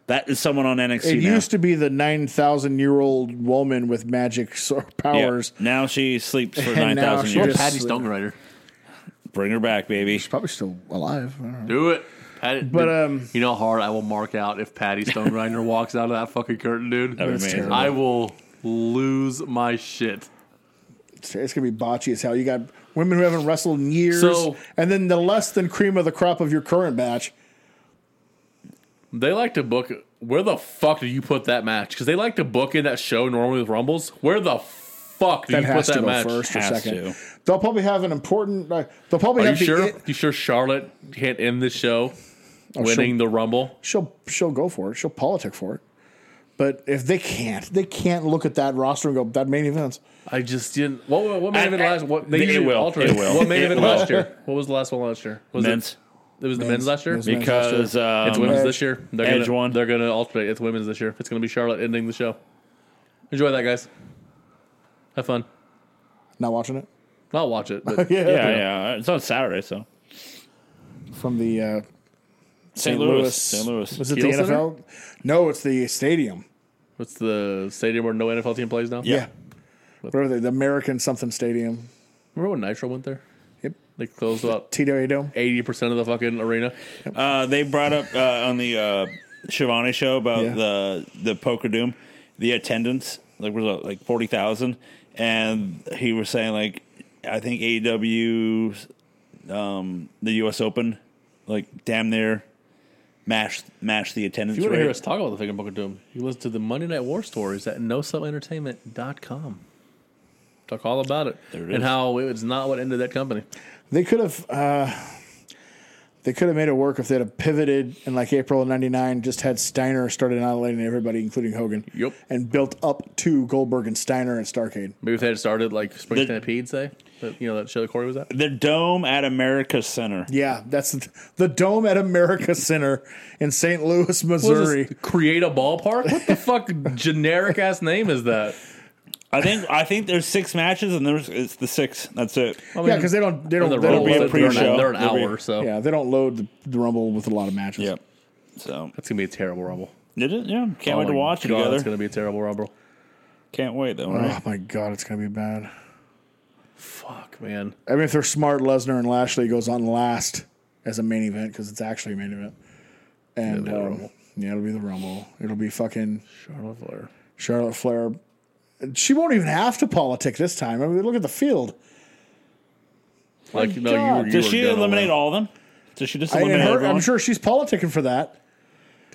Speaker 1: That is someone on NXT
Speaker 3: It
Speaker 1: now.
Speaker 3: used to be the 9,000 year old woman with magic so-
Speaker 1: Yeah.
Speaker 3: powers.
Speaker 1: Now she sleeps for
Speaker 3: And
Speaker 1: nine
Speaker 3: now
Speaker 1: thousand
Speaker 3: she
Speaker 1: years.
Speaker 3: just-
Speaker 2: Patty Stonerider.
Speaker 1: Bring her back, baby.
Speaker 3: She's probably still alive. I don't know.
Speaker 2: Do it. Patty,
Speaker 3: But, um,
Speaker 2: you know how hard I will mark out if Patty Stonerider walks out of that fucking curtain,
Speaker 1: That'd
Speaker 2: dude.
Speaker 1: be
Speaker 3: That's
Speaker 1: amazing.
Speaker 3: terrible.
Speaker 2: I will lose my shit.
Speaker 3: It's, it's going to be botchy as hell. You got women who haven't wrestled in years.
Speaker 2: So-
Speaker 3: and then the less than cream of the crop of your current batch.
Speaker 2: They like to book. Where the fuck do you put that match? Because they like to book in that show normally with Rumbles. Where the fuck do
Speaker 3: That
Speaker 2: you put
Speaker 3: has to
Speaker 2: that
Speaker 3: go
Speaker 2: match?
Speaker 3: first or
Speaker 1: Has
Speaker 3: second.
Speaker 1: to.
Speaker 3: They'll probably have an important. Uh, they'll probably
Speaker 2: Are you
Speaker 3: have the
Speaker 2: sure?
Speaker 3: it-
Speaker 2: you sure Charlotte can't end this show
Speaker 3: oh,
Speaker 2: winning the Rumble?
Speaker 3: she'll she'll go for it. She'll politic for it. But if they can't, they can't look at that roster and go that main events.
Speaker 2: I just didn't. What, what, what main
Speaker 1: I-
Speaker 2: event
Speaker 1: I-
Speaker 2: last? What
Speaker 1: it
Speaker 2: usually
Speaker 1: will.
Speaker 2: alternate.
Speaker 1: It will.
Speaker 2: What main
Speaker 1: It
Speaker 2: event
Speaker 1: will.
Speaker 2: last year? What was the last one last year? Was
Speaker 1: Men's
Speaker 2: It, it was the men's last year.
Speaker 3: Men's, men's.
Speaker 1: because um,
Speaker 2: It's women's
Speaker 3: Edge.
Speaker 2: this year. They're
Speaker 1: Edge
Speaker 2: gonna,
Speaker 1: won.
Speaker 2: They're gonna alternate. It's women's this year. It's gonna be Charlotte ending the show. Enjoy that, guys. Have fun.
Speaker 3: Not watching it.
Speaker 2: I'll watch it. But
Speaker 3: Yeah,
Speaker 1: yeah, yeah. It's on Saturday, so
Speaker 3: From the uh,
Speaker 1: St. Louis, St. Louis.
Speaker 3: Was it
Speaker 2: Keel
Speaker 3: the
Speaker 2: Center?
Speaker 3: NFL? No, it's the stadium.
Speaker 2: what's the stadium where no NFL team plays now?
Speaker 3: Yeah. Whatever they, the American something stadium.
Speaker 2: Remember when Nitro went there?
Speaker 3: Yep.
Speaker 2: They closed about
Speaker 3: TWA Dome.
Speaker 2: eighty percent of the fucking arena.
Speaker 1: Uh, they brought up uh, on the uh, Shivani show about
Speaker 3: Yeah.
Speaker 1: the the Poker Doom, the attendance like was uh, like forty thousand, and he was saying like I think AEW, um, the U.S. Open, like damn near mashed mashed the attendance
Speaker 2: If you want to hear us
Speaker 1: rate.
Speaker 2: talk about the fucking Book of Doom, you listen to the Monday Night War stories at nosubentertainment.com. Talk all about it,
Speaker 1: There it is.
Speaker 2: and how it's not what ended that company.
Speaker 3: They could have. Uh, they could have made it work if they'd have pivoted in like April of '99. Just had Steiner started annihilating everybody, including Hogan.
Speaker 2: Yep.
Speaker 3: And built up to Goldberg and Steiner and Starcade.
Speaker 2: Maybe if they had started like Spring
Speaker 1: The-
Speaker 2: Stampede, say, that, you know that show that Corey was at.
Speaker 1: The Dome at America Center.
Speaker 3: Yeah, that's the, the Dome at America Center in St. Louis, Missouri.
Speaker 2: create a ballpark? What the fuck generic ass name is that?
Speaker 1: I think I think there's six matches and there's it's the six. That's it.
Speaker 2: I
Speaker 3: Yeah, because they don't they don't,
Speaker 2: the
Speaker 3: they
Speaker 2: Rumble,
Speaker 3: don't
Speaker 1: be a
Speaker 3: load,
Speaker 2: they're,
Speaker 1: pre-show.
Speaker 2: an, they're an
Speaker 1: There'll be-
Speaker 2: hour, so
Speaker 3: yeah they don't load the, the Rumble with a lot of matches.
Speaker 1: Yep. So
Speaker 2: that's gonna be a terrible rumble.
Speaker 1: did it? Yeah. Can't
Speaker 2: Oh
Speaker 1: wait to
Speaker 2: my
Speaker 1: watch it
Speaker 2: God,
Speaker 1: together.
Speaker 2: It's gonna be a terrible rumble.
Speaker 1: Can't wait though. Right?
Speaker 3: Oh my god, it's gonna be bad.
Speaker 2: Fuck, man.
Speaker 3: I mean, if they're smart, Lesnar and Lashley goes on last as a main event because it's actually a main event.
Speaker 2: It'll
Speaker 3: And
Speaker 2: be the
Speaker 3: um,
Speaker 2: Rumble.
Speaker 3: yeah, it'll be the Rumble. It'll be fucking
Speaker 2: Charlotte Flair.
Speaker 3: Charlotte Flair. She won't even have to politic this time. I mean, look at the field.
Speaker 2: Like no, you, were-
Speaker 3: God.
Speaker 2: you
Speaker 1: Does
Speaker 2: were
Speaker 1: she
Speaker 2: gonna
Speaker 1: eliminate
Speaker 2: win.
Speaker 1: all of them? Does she just
Speaker 3: I,
Speaker 1: eliminate
Speaker 3: and her,
Speaker 1: everyone?
Speaker 3: I'm sure she's politicking for that.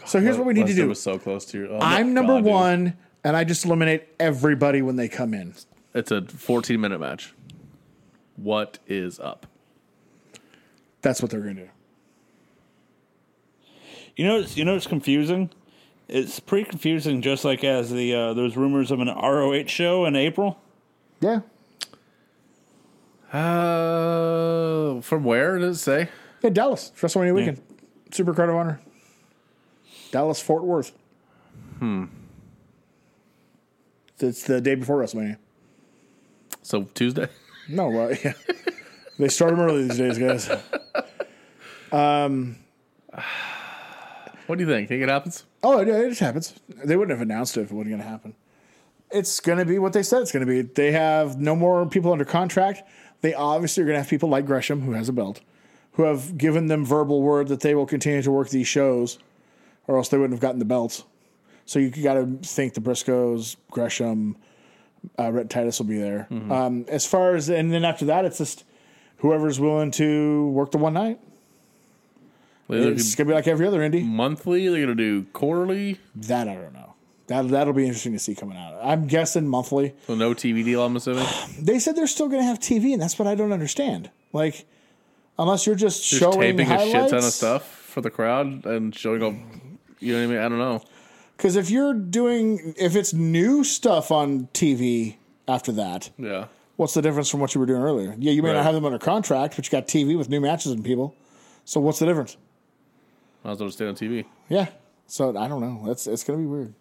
Speaker 3: So here's what we need to
Speaker 2: Lester
Speaker 3: do.
Speaker 2: Was so close to your. oh,
Speaker 3: I'm number
Speaker 2: God, dude.
Speaker 3: one, and I just eliminate everybody when they come in.
Speaker 2: It's a 14 minute match. What is up?
Speaker 3: That's what they're gonna do.
Speaker 1: You know, it's, you know, it's confusing. It's pretty confusing. Just like as the uh, there's rumors of an ROH show in April.
Speaker 3: Yeah,
Speaker 2: Uh, from where does it say?
Speaker 3: yeah. Dallas WrestleMania weekend, Super Card of Honor. Dallas Fort Worth. Hmm. It's the day before WrestleMania.
Speaker 2: So Tuesday.
Speaker 3: No, well, yeah. they start them early these days, guys.
Speaker 2: What do you think? Think it happens?
Speaker 3: Oh, yeah, it just happens. They wouldn't have announced it if it wasn't going to happen. It's going to be what they said it's going to be. They have no more people under contract. They obviously are going to have people like Gresham, who has a belt, who have given them verbal word that they will continue to work these shows, or else they wouldn't have gotten the belts. So you got to think the Briscoes, Gresham, uh, Rhett Titus will be there. Um, as far as, and then after that, it's just whoever's willing to work the one night.
Speaker 2: They're
Speaker 3: It's going to be like every other indie.
Speaker 2: monthly. They're gonna do quarterly.
Speaker 3: That I don't know. That that'll be interesting to see coming out. I'm guessing monthly.
Speaker 2: So no TV deal. I'm assuming.
Speaker 3: They said they're still going to have TV, and that's what I don't understand. Like, unless you're just
Speaker 2: just
Speaker 3: showing
Speaker 2: taping
Speaker 3: highlights,
Speaker 2: a shit ton of stuff for the crowd and showing up. You know what I mean? I don't know.
Speaker 3: Because if you're doing, if it's new stuff on TV after that,
Speaker 2: Yeah,
Speaker 3: what's the difference from what you were doing earlier? Yeah, you may
Speaker 2: Right.
Speaker 3: not have them under contract, but you got TV with new matches and people. So what's the difference?
Speaker 2: might as well just stay on TV.
Speaker 3: Yeah. So I don't know. That's it's going to be weird.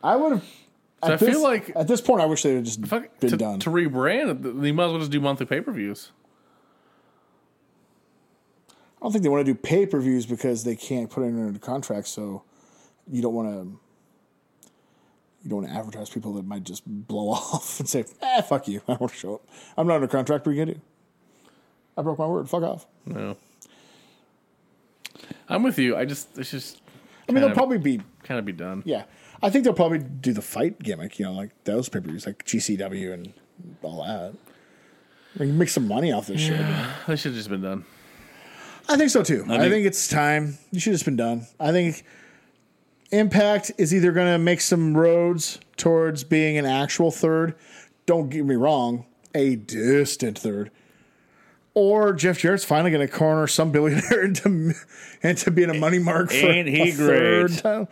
Speaker 3: I would have.
Speaker 2: I feel like-
Speaker 3: at this point, I wish they would have just
Speaker 2: Fuck,
Speaker 3: been
Speaker 2: to,
Speaker 3: done.
Speaker 2: to rebrand. it, You might as well just do monthly pay per views.
Speaker 3: I don't think they want to do pay per views because they can't put it under contract. So you don't want to. You don't want to advertise people that might just blow off and say, "Ah, fuck you! I don't want to show up. I'm not under contract, but you get it. I broke my word. Fuck off."
Speaker 2: No. I'm with you. I just it's just
Speaker 3: I mean,
Speaker 2: Kind
Speaker 3: they'll
Speaker 2: of.
Speaker 3: probably be
Speaker 2: kind of be done.
Speaker 3: Yeah, I think they'll probably do the fight gimmick, you know, like those pay per views, like GCW and all that. They can make some money off this shit.
Speaker 2: They should have just been done.
Speaker 3: I think so too. I think,
Speaker 1: think-
Speaker 3: it's time. You should have just been done. I think Impact is either going to make some roads towards being an actual third. Don't get me wrong, a distant third. Or Jeff Jarrett's finally going to corner some billionaire into into being a money mark for
Speaker 1: Ain't he
Speaker 3: a third
Speaker 1: great?
Speaker 3: title.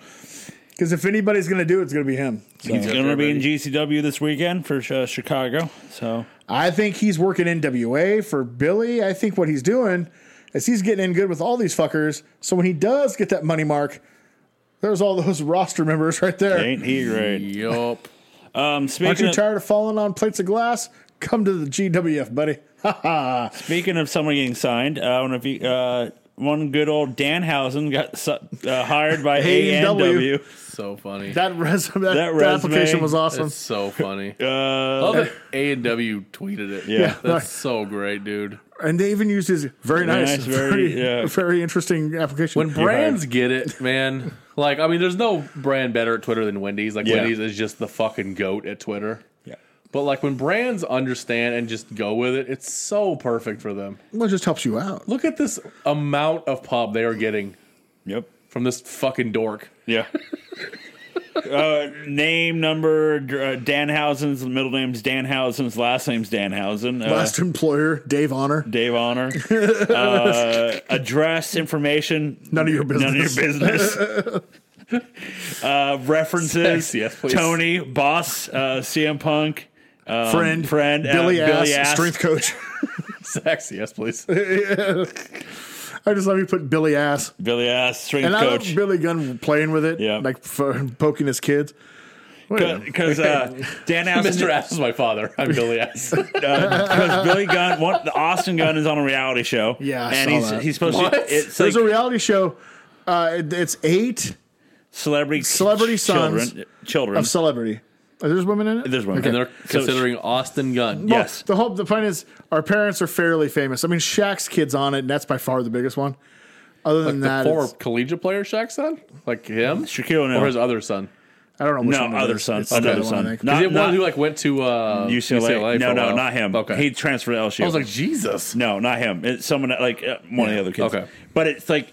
Speaker 3: Because if anybody's going to do it, it's going to be him. So.
Speaker 1: He's going to be in GCW this weekend for uh, Chicago. So
Speaker 3: I think he's working NWA for Billy. I think what he's doing is he's getting in good with all these fuckers. So when he does get that money mark, there's all those roster members right there.
Speaker 1: ain't he great?
Speaker 2: Yup.
Speaker 1: Um,
Speaker 3: Aren't
Speaker 1: speaking
Speaker 3: you
Speaker 1: of,
Speaker 3: tired of falling on plates of glass? Come to the GWF, buddy.
Speaker 1: Speaking of someone getting signed, uh, I don't know if you, uh, one good old Danhausen got su- uh, hired by
Speaker 3: A&W.
Speaker 1: AEW.
Speaker 2: So funny.
Speaker 3: That resume, that,
Speaker 1: That
Speaker 3: that application
Speaker 1: resume
Speaker 3: was awesome.
Speaker 2: That's so funny.
Speaker 1: Uh,
Speaker 2: Love that A and W tweeted it.
Speaker 1: Yeah.
Speaker 2: That's so great, dude.
Speaker 3: and they even used his very nice,
Speaker 1: nice,
Speaker 3: very,
Speaker 1: very-
Speaker 3: very,
Speaker 1: yeah.
Speaker 3: interesting application.
Speaker 2: When brands get it, man. Like, I mean, there's no brand better at Twitter than Wendy's. Like,
Speaker 1: Yeah.
Speaker 2: Wendy's is just the fucking goat at Twitter.
Speaker 1: yeah.
Speaker 2: But like when brands understand and just go with it, it's so perfect for them.
Speaker 3: well, it just helps you out.
Speaker 2: Look at this amount of pub they are getting
Speaker 1: Yep.
Speaker 2: from this fucking dork.
Speaker 1: Yeah. uh, name, number, uh, Danhausen's middle name's Danhausen's last name's Danhausen. Uh,
Speaker 3: Last employer, Dave Honor.
Speaker 1: Dave Honor. Uh, address, information.
Speaker 3: None of your
Speaker 1: None of
Speaker 3: business.
Speaker 1: your business. uh, references.
Speaker 2: Yes, yes, please.
Speaker 1: Tony, boss, uh, CM Punk, um,
Speaker 3: friend,
Speaker 1: friend, uh,
Speaker 3: Billy, ass,
Speaker 1: Billy Ass.
Speaker 3: strength coach.
Speaker 2: Sex, yes, please.
Speaker 3: I just love you put Billy ass.
Speaker 1: Billy Ass, strength
Speaker 3: And I
Speaker 1: coach.
Speaker 3: love Billy Gunn playing with it,
Speaker 1: Yeah.
Speaker 3: like for poking his kids. Wait a minute.
Speaker 1: Because uh, Dan
Speaker 2: Mr.
Speaker 1: Austin,
Speaker 2: Ass is my father. I'm Billy Ass.
Speaker 1: because Billy Gunn, one, the Austin Gunn is on a reality show.
Speaker 3: Yeah, I
Speaker 1: and
Speaker 3: saw
Speaker 1: he's
Speaker 3: that.
Speaker 1: he's supposed
Speaker 2: What?
Speaker 1: to. It's
Speaker 3: There's
Speaker 1: like
Speaker 3: a reality show. Uh, it- it's eight
Speaker 1: celebrity
Speaker 3: Celebrity
Speaker 1: children,
Speaker 3: sons
Speaker 1: children.
Speaker 3: of celebrity. Are there's women in it?
Speaker 1: There's women.
Speaker 2: and they're
Speaker 1: So-
Speaker 2: considering Austin Gunn.
Speaker 3: Well,
Speaker 1: yes.
Speaker 3: The whole the point is our parents are fairly famous. I mean, Shaq's kid's on it, and that's by far the biggest one. Other than
Speaker 2: Like
Speaker 3: that,
Speaker 2: the four
Speaker 3: it's-
Speaker 2: collegiate player Shaq's son? Like him?
Speaker 1: Shaquille O'Neal.
Speaker 2: Or his other son?
Speaker 3: I don't know. Which
Speaker 1: No,
Speaker 3: one it
Speaker 1: other
Speaker 3: is.
Speaker 1: son.
Speaker 3: It's
Speaker 1: Another
Speaker 3: the one, I
Speaker 1: son.
Speaker 3: think.
Speaker 1: Not-
Speaker 2: Is it one
Speaker 1: not-
Speaker 2: who like went to uh,
Speaker 1: UCLA.
Speaker 2: for
Speaker 1: No,
Speaker 2: a
Speaker 1: no,
Speaker 2: while?
Speaker 1: not him.
Speaker 2: Okay.
Speaker 1: He transferred to LSU.
Speaker 2: I was like, Jesus.
Speaker 1: no, not him. It's someone that, like uh, one of the other kids.
Speaker 2: Okay.
Speaker 1: But it's like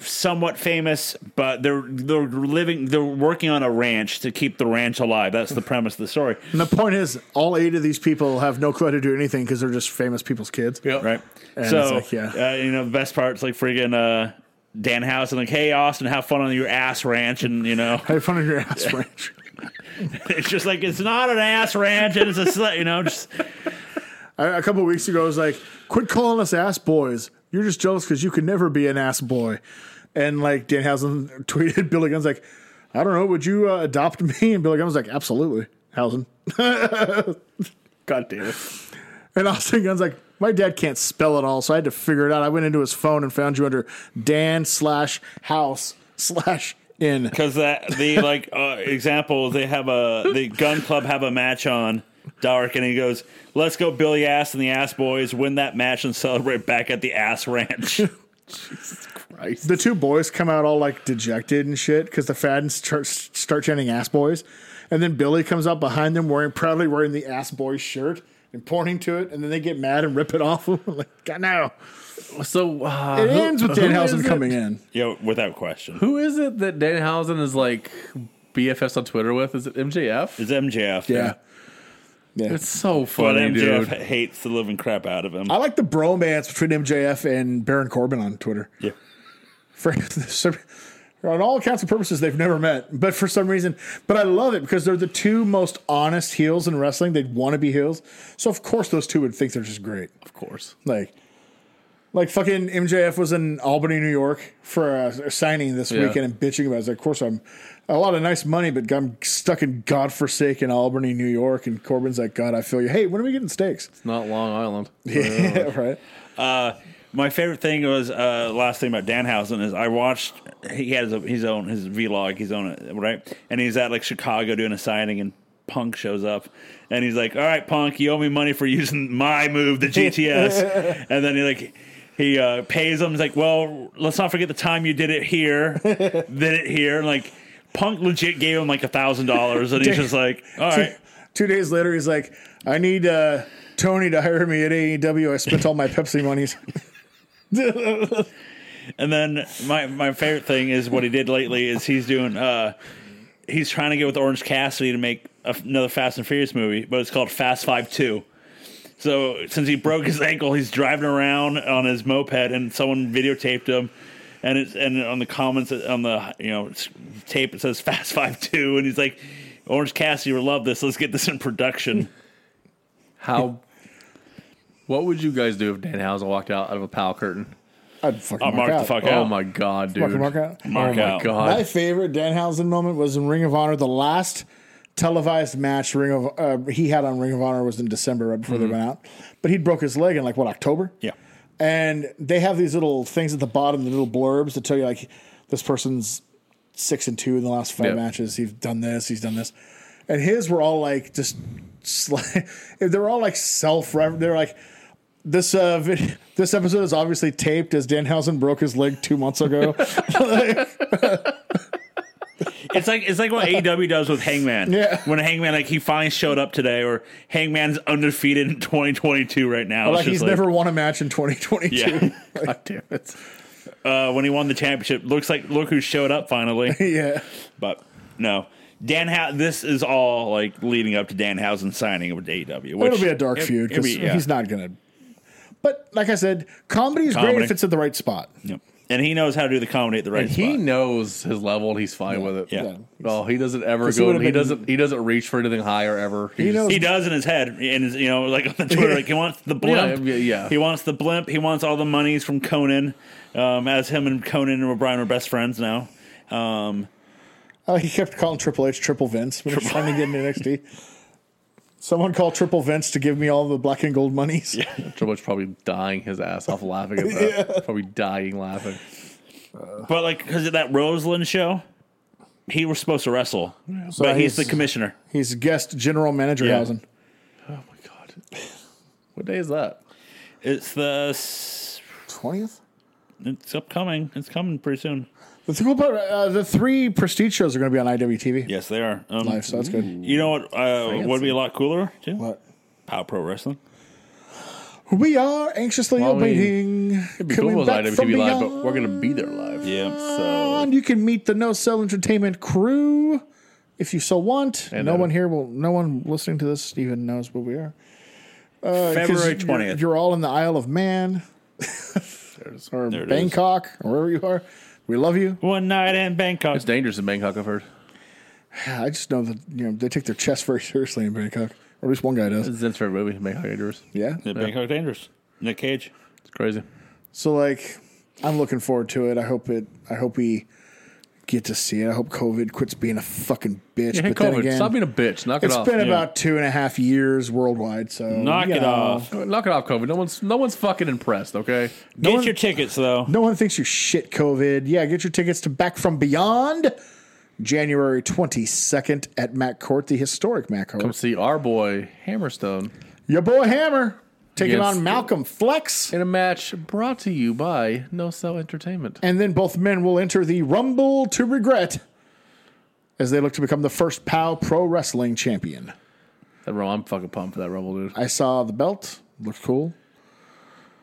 Speaker 1: somewhat famous, but they're they're living they're working on a ranch to keep the ranch alive. That's the premise of the story.
Speaker 3: And the point is, all eight of these people have no clue how to do anything because they're just famous people's kids.
Speaker 2: Yep.
Speaker 1: Right.
Speaker 3: And
Speaker 1: so,
Speaker 3: it's like, yeah.
Speaker 1: uh, you know, the best part's like freaking uh, Dan House and like, hey, Austin, have fun on your ass ranch. And, you know,
Speaker 3: Have fun on your ass ranch.
Speaker 1: it's just like, it's not an ass ranch. And it's a, sl-, you know, just,
Speaker 3: I, a couple of weeks ago, I was like, "Quit calling us ass boys. You're just jealous because you could never be an ass boy." And like Dan Housen tweeted, Billy Gunn's like, "I don't know. Would you uh, adopt me?" And Billy Gunn was like, "Absolutely, Housen."
Speaker 2: God damn it.
Speaker 3: And Austin Gunn's like, "My dad can't spell it all, so I had to figure it out. I went into his phone and found you under Dan slash House slash in."
Speaker 1: because that, the like, uh, example, they have a, the gun club have a match on Dark and he goes, let's go Billy Ass and the Ass Boys, win that match and celebrate back at the Ass Ranch.
Speaker 2: Christ.
Speaker 3: The two boys come out all like dejected and shit because the Fadden start, start chanting ass boys. And then Billy comes out behind them wearing proudly wearing the ass boy shirt and pointing to it. And then they get mad and rip it off. like, God, no.
Speaker 2: So uh,
Speaker 3: It
Speaker 2: who-
Speaker 3: ends with
Speaker 2: who
Speaker 3: Danhausen
Speaker 2: is it?
Speaker 3: coming in.
Speaker 1: Yo, without question.
Speaker 2: Who is it that Danhausen is like BFFs on Twitter with? Is it MJF?
Speaker 1: It's MJF.
Speaker 3: Yeah. Yeah.
Speaker 2: It's so
Speaker 1: But
Speaker 2: funny,
Speaker 1: MJF
Speaker 2: dude.
Speaker 1: hates the living crap out of him.
Speaker 3: I like the bromance between MJF and Baron Corbin on Twitter.
Speaker 1: Yeah.
Speaker 3: For, on all accounts and purposes, they've never met, but for some reason, but I love it because they're the two most honest heels in wrestling. They'd want to be heels, so of course those two would think they're just great.
Speaker 2: Of course.
Speaker 3: Like, like fucking MJF was in Albany, New York for a, a signing this
Speaker 2: Yeah.
Speaker 3: weekend and bitching about it. He's like, of course, I'm a lot of nice money, but I'm stuck in godforsaken Albany, New York. And Corbin's like, God, I feel you. Hey, when are we getting steaks?
Speaker 2: It's not Long Island.
Speaker 3: Yeah, right.
Speaker 1: Uh, my favorite thing was uh, last thing about Danhausen is I watched he has a, his own his vlog his own uh, right and he's at like Chicago doing a signing and Punk shows up and he's like all right Punk you owe me money for using my move the GTS and then he like he uh, pays him he's like well let's not forget the time you did it here did it here and like Punk legit gave him like a thousand dollars and he's just like all right
Speaker 3: Two days later, he's like, I need uh, Tony to hire me at AEW. I spent all my Pepsi monies.
Speaker 1: And then my my favorite thing is what he did lately is he's doing uh he's trying to get with Orange Cassidy to make a- another Fast and Furious movie, but it's called Fast Five Two. So since he broke his ankle, he's driving around on his moped, and someone videotaped him. And it's and on the comments on the you know s- tape it says Fast Five Two, and he's like, Orange Cassidy will love this. Let's get this in production.
Speaker 2: How? what would you guys do if Dan Housen walked out, out of a pal curtain?
Speaker 3: I'd fucking
Speaker 1: I'll
Speaker 3: mark,
Speaker 1: mark the
Speaker 3: out.
Speaker 1: fuck
Speaker 2: Oh
Speaker 1: out.
Speaker 2: my god, dude!
Speaker 3: Fucking mark out.
Speaker 1: Mark
Speaker 2: oh my
Speaker 1: out.
Speaker 2: god!
Speaker 3: My favorite Danhausen moment was in Ring of Honor. The last televised match Ring of uh, he had on Ring of Honor was in December, right before they went out. But he broke his leg in like what October.
Speaker 1: Yeah.
Speaker 3: and they have these little things at the bottom, the little blurbs that tell you like this person's six and two in the last five
Speaker 2: Yep.
Speaker 3: matches. He's done this. He's done this, and his were all like just. sli- They were all like self. They're like this uh, vid- this episode is obviously taped as Danhausen broke his leg two months ago.
Speaker 1: It's like it's like what AEW does with Hangman.
Speaker 3: Yeah.
Speaker 1: When Hangman like he finally showed up today, or Hangman's undefeated in 2022 right now. It's
Speaker 3: like
Speaker 1: just
Speaker 3: he's never won a match in 2022.
Speaker 1: Yeah.
Speaker 2: God damn it!
Speaker 1: uh, when he won the championship, looks like look who showed up finally.
Speaker 3: yeah.
Speaker 1: but no, Dan. Ha- this is all like leading up to Danhausen signing with AEW. Which
Speaker 3: It'll be a dark
Speaker 1: it-
Speaker 3: feud
Speaker 1: it'll
Speaker 3: because
Speaker 1: be- yeah.
Speaker 3: he's not gonna. But like I said, comedy is great
Speaker 1: Comedy.
Speaker 3: if it's at the right spot.
Speaker 1: Yep. And he knows how to do the comedy at the right
Speaker 2: He
Speaker 1: spot.
Speaker 2: knows his level and he's fine with it.
Speaker 1: Yeah.
Speaker 2: Oh, he doesn't ever
Speaker 3: 'Cause he
Speaker 2: go. He,
Speaker 3: would've been-
Speaker 2: doesn't. He doesn't reach for anything higher ever.
Speaker 3: He
Speaker 2: just-
Speaker 3: knows
Speaker 1: He does in his head, and his, you know, like on the Twitter, like he wants the blimp.
Speaker 2: Yeah, yeah, yeah.
Speaker 1: He wants the blimp. He wants all the monies from Conan, um, as him and Conan and O'Brien are best friends now. Um,
Speaker 3: Oh, he kept calling Triple H Triple Vince when he was trying to get into NXT. Someone called Triple Vince to give me all the black and gold monies.
Speaker 2: Triple H probably dying his ass off laughing at that. Probably dying laughing.
Speaker 1: but like because of that Roseland show, he was supposed to wrestle, but he's,
Speaker 3: he's-
Speaker 1: the commissioner.
Speaker 3: He's guest general manager
Speaker 1: Yeah.
Speaker 3: housing.
Speaker 2: Oh my god! What day is that?
Speaker 1: It's the s-
Speaker 3: Twentieth.
Speaker 1: it's upcoming. It's coming pretty soon.
Speaker 3: The cool part, uh, the three prestige shows are going to be on IWTV
Speaker 1: Yes, they are. Um,
Speaker 3: live, so that's
Speaker 2: Mm.
Speaker 3: good.
Speaker 1: You know what uh, would be a lot cooler too?
Speaker 3: But
Speaker 1: Power Pro Wrestling.
Speaker 3: we are anxiously
Speaker 2: Well, I mean,
Speaker 3: awaiting
Speaker 2: Be
Speaker 3: coming
Speaker 2: cool with
Speaker 3: back from
Speaker 2: IWTV live, but
Speaker 3: beyond.
Speaker 2: we're gonna be there live.
Speaker 1: Yeah. So
Speaker 3: And you can meet the No Cell Entertainment crew if you so want.
Speaker 2: And
Speaker 3: no
Speaker 2: then-
Speaker 3: one here will. No one listening to this even knows what we are. Uh, 'cause
Speaker 1: February
Speaker 3: you're-
Speaker 1: 20th.
Speaker 3: You're all in the Isle of Man. or
Speaker 1: it is.
Speaker 3: Bangkok, or wherever you are. We love you.
Speaker 1: one night in Bangkok.
Speaker 2: It's dangerous in Bangkok. I've heard.
Speaker 3: I just know that you know they take their chess very seriously in Bangkok, or at least one guy does.
Speaker 2: It's Zin's favorite movie. Bangkok dangerous.
Speaker 3: Yeah.
Speaker 1: The Bangkok Dangerous. Nick Cage.
Speaker 2: It's crazy.
Speaker 3: So like, I'm looking forward to it. I hope it. I hope we get to see it. I hope COVID quits being a fucking bitch.
Speaker 2: Yeah, hey,
Speaker 3: but then
Speaker 2: COVID,
Speaker 3: again,
Speaker 2: stop being a bitch. Knock it
Speaker 3: It's
Speaker 2: off.
Speaker 3: been about two and a half years worldwide, so
Speaker 1: Knock
Speaker 3: you
Speaker 1: it
Speaker 3: know,
Speaker 1: off.
Speaker 2: Knock it off, COVID. No one's no one's fucking impressed. Okay.
Speaker 1: Get your tickets though.
Speaker 3: No one thinks you shit, COVID. Yeah, get your tickets to Back from Beyond, January twenty second at Matt Court, the historic Matt Court.
Speaker 2: Come see our boy Hammerstone
Speaker 3: Your boy Hammer taking
Speaker 2: Against-
Speaker 3: on Malcolm Flex,
Speaker 2: in a match brought to you by No Cell Entertainment.
Speaker 3: and then both men will enter the Rumble to Regret as they look to become the first POW Pro Wrestling Champion.
Speaker 2: That rumble, I'm fucking pumped for that rumble, dude.
Speaker 3: I saw the belt. Looked cool.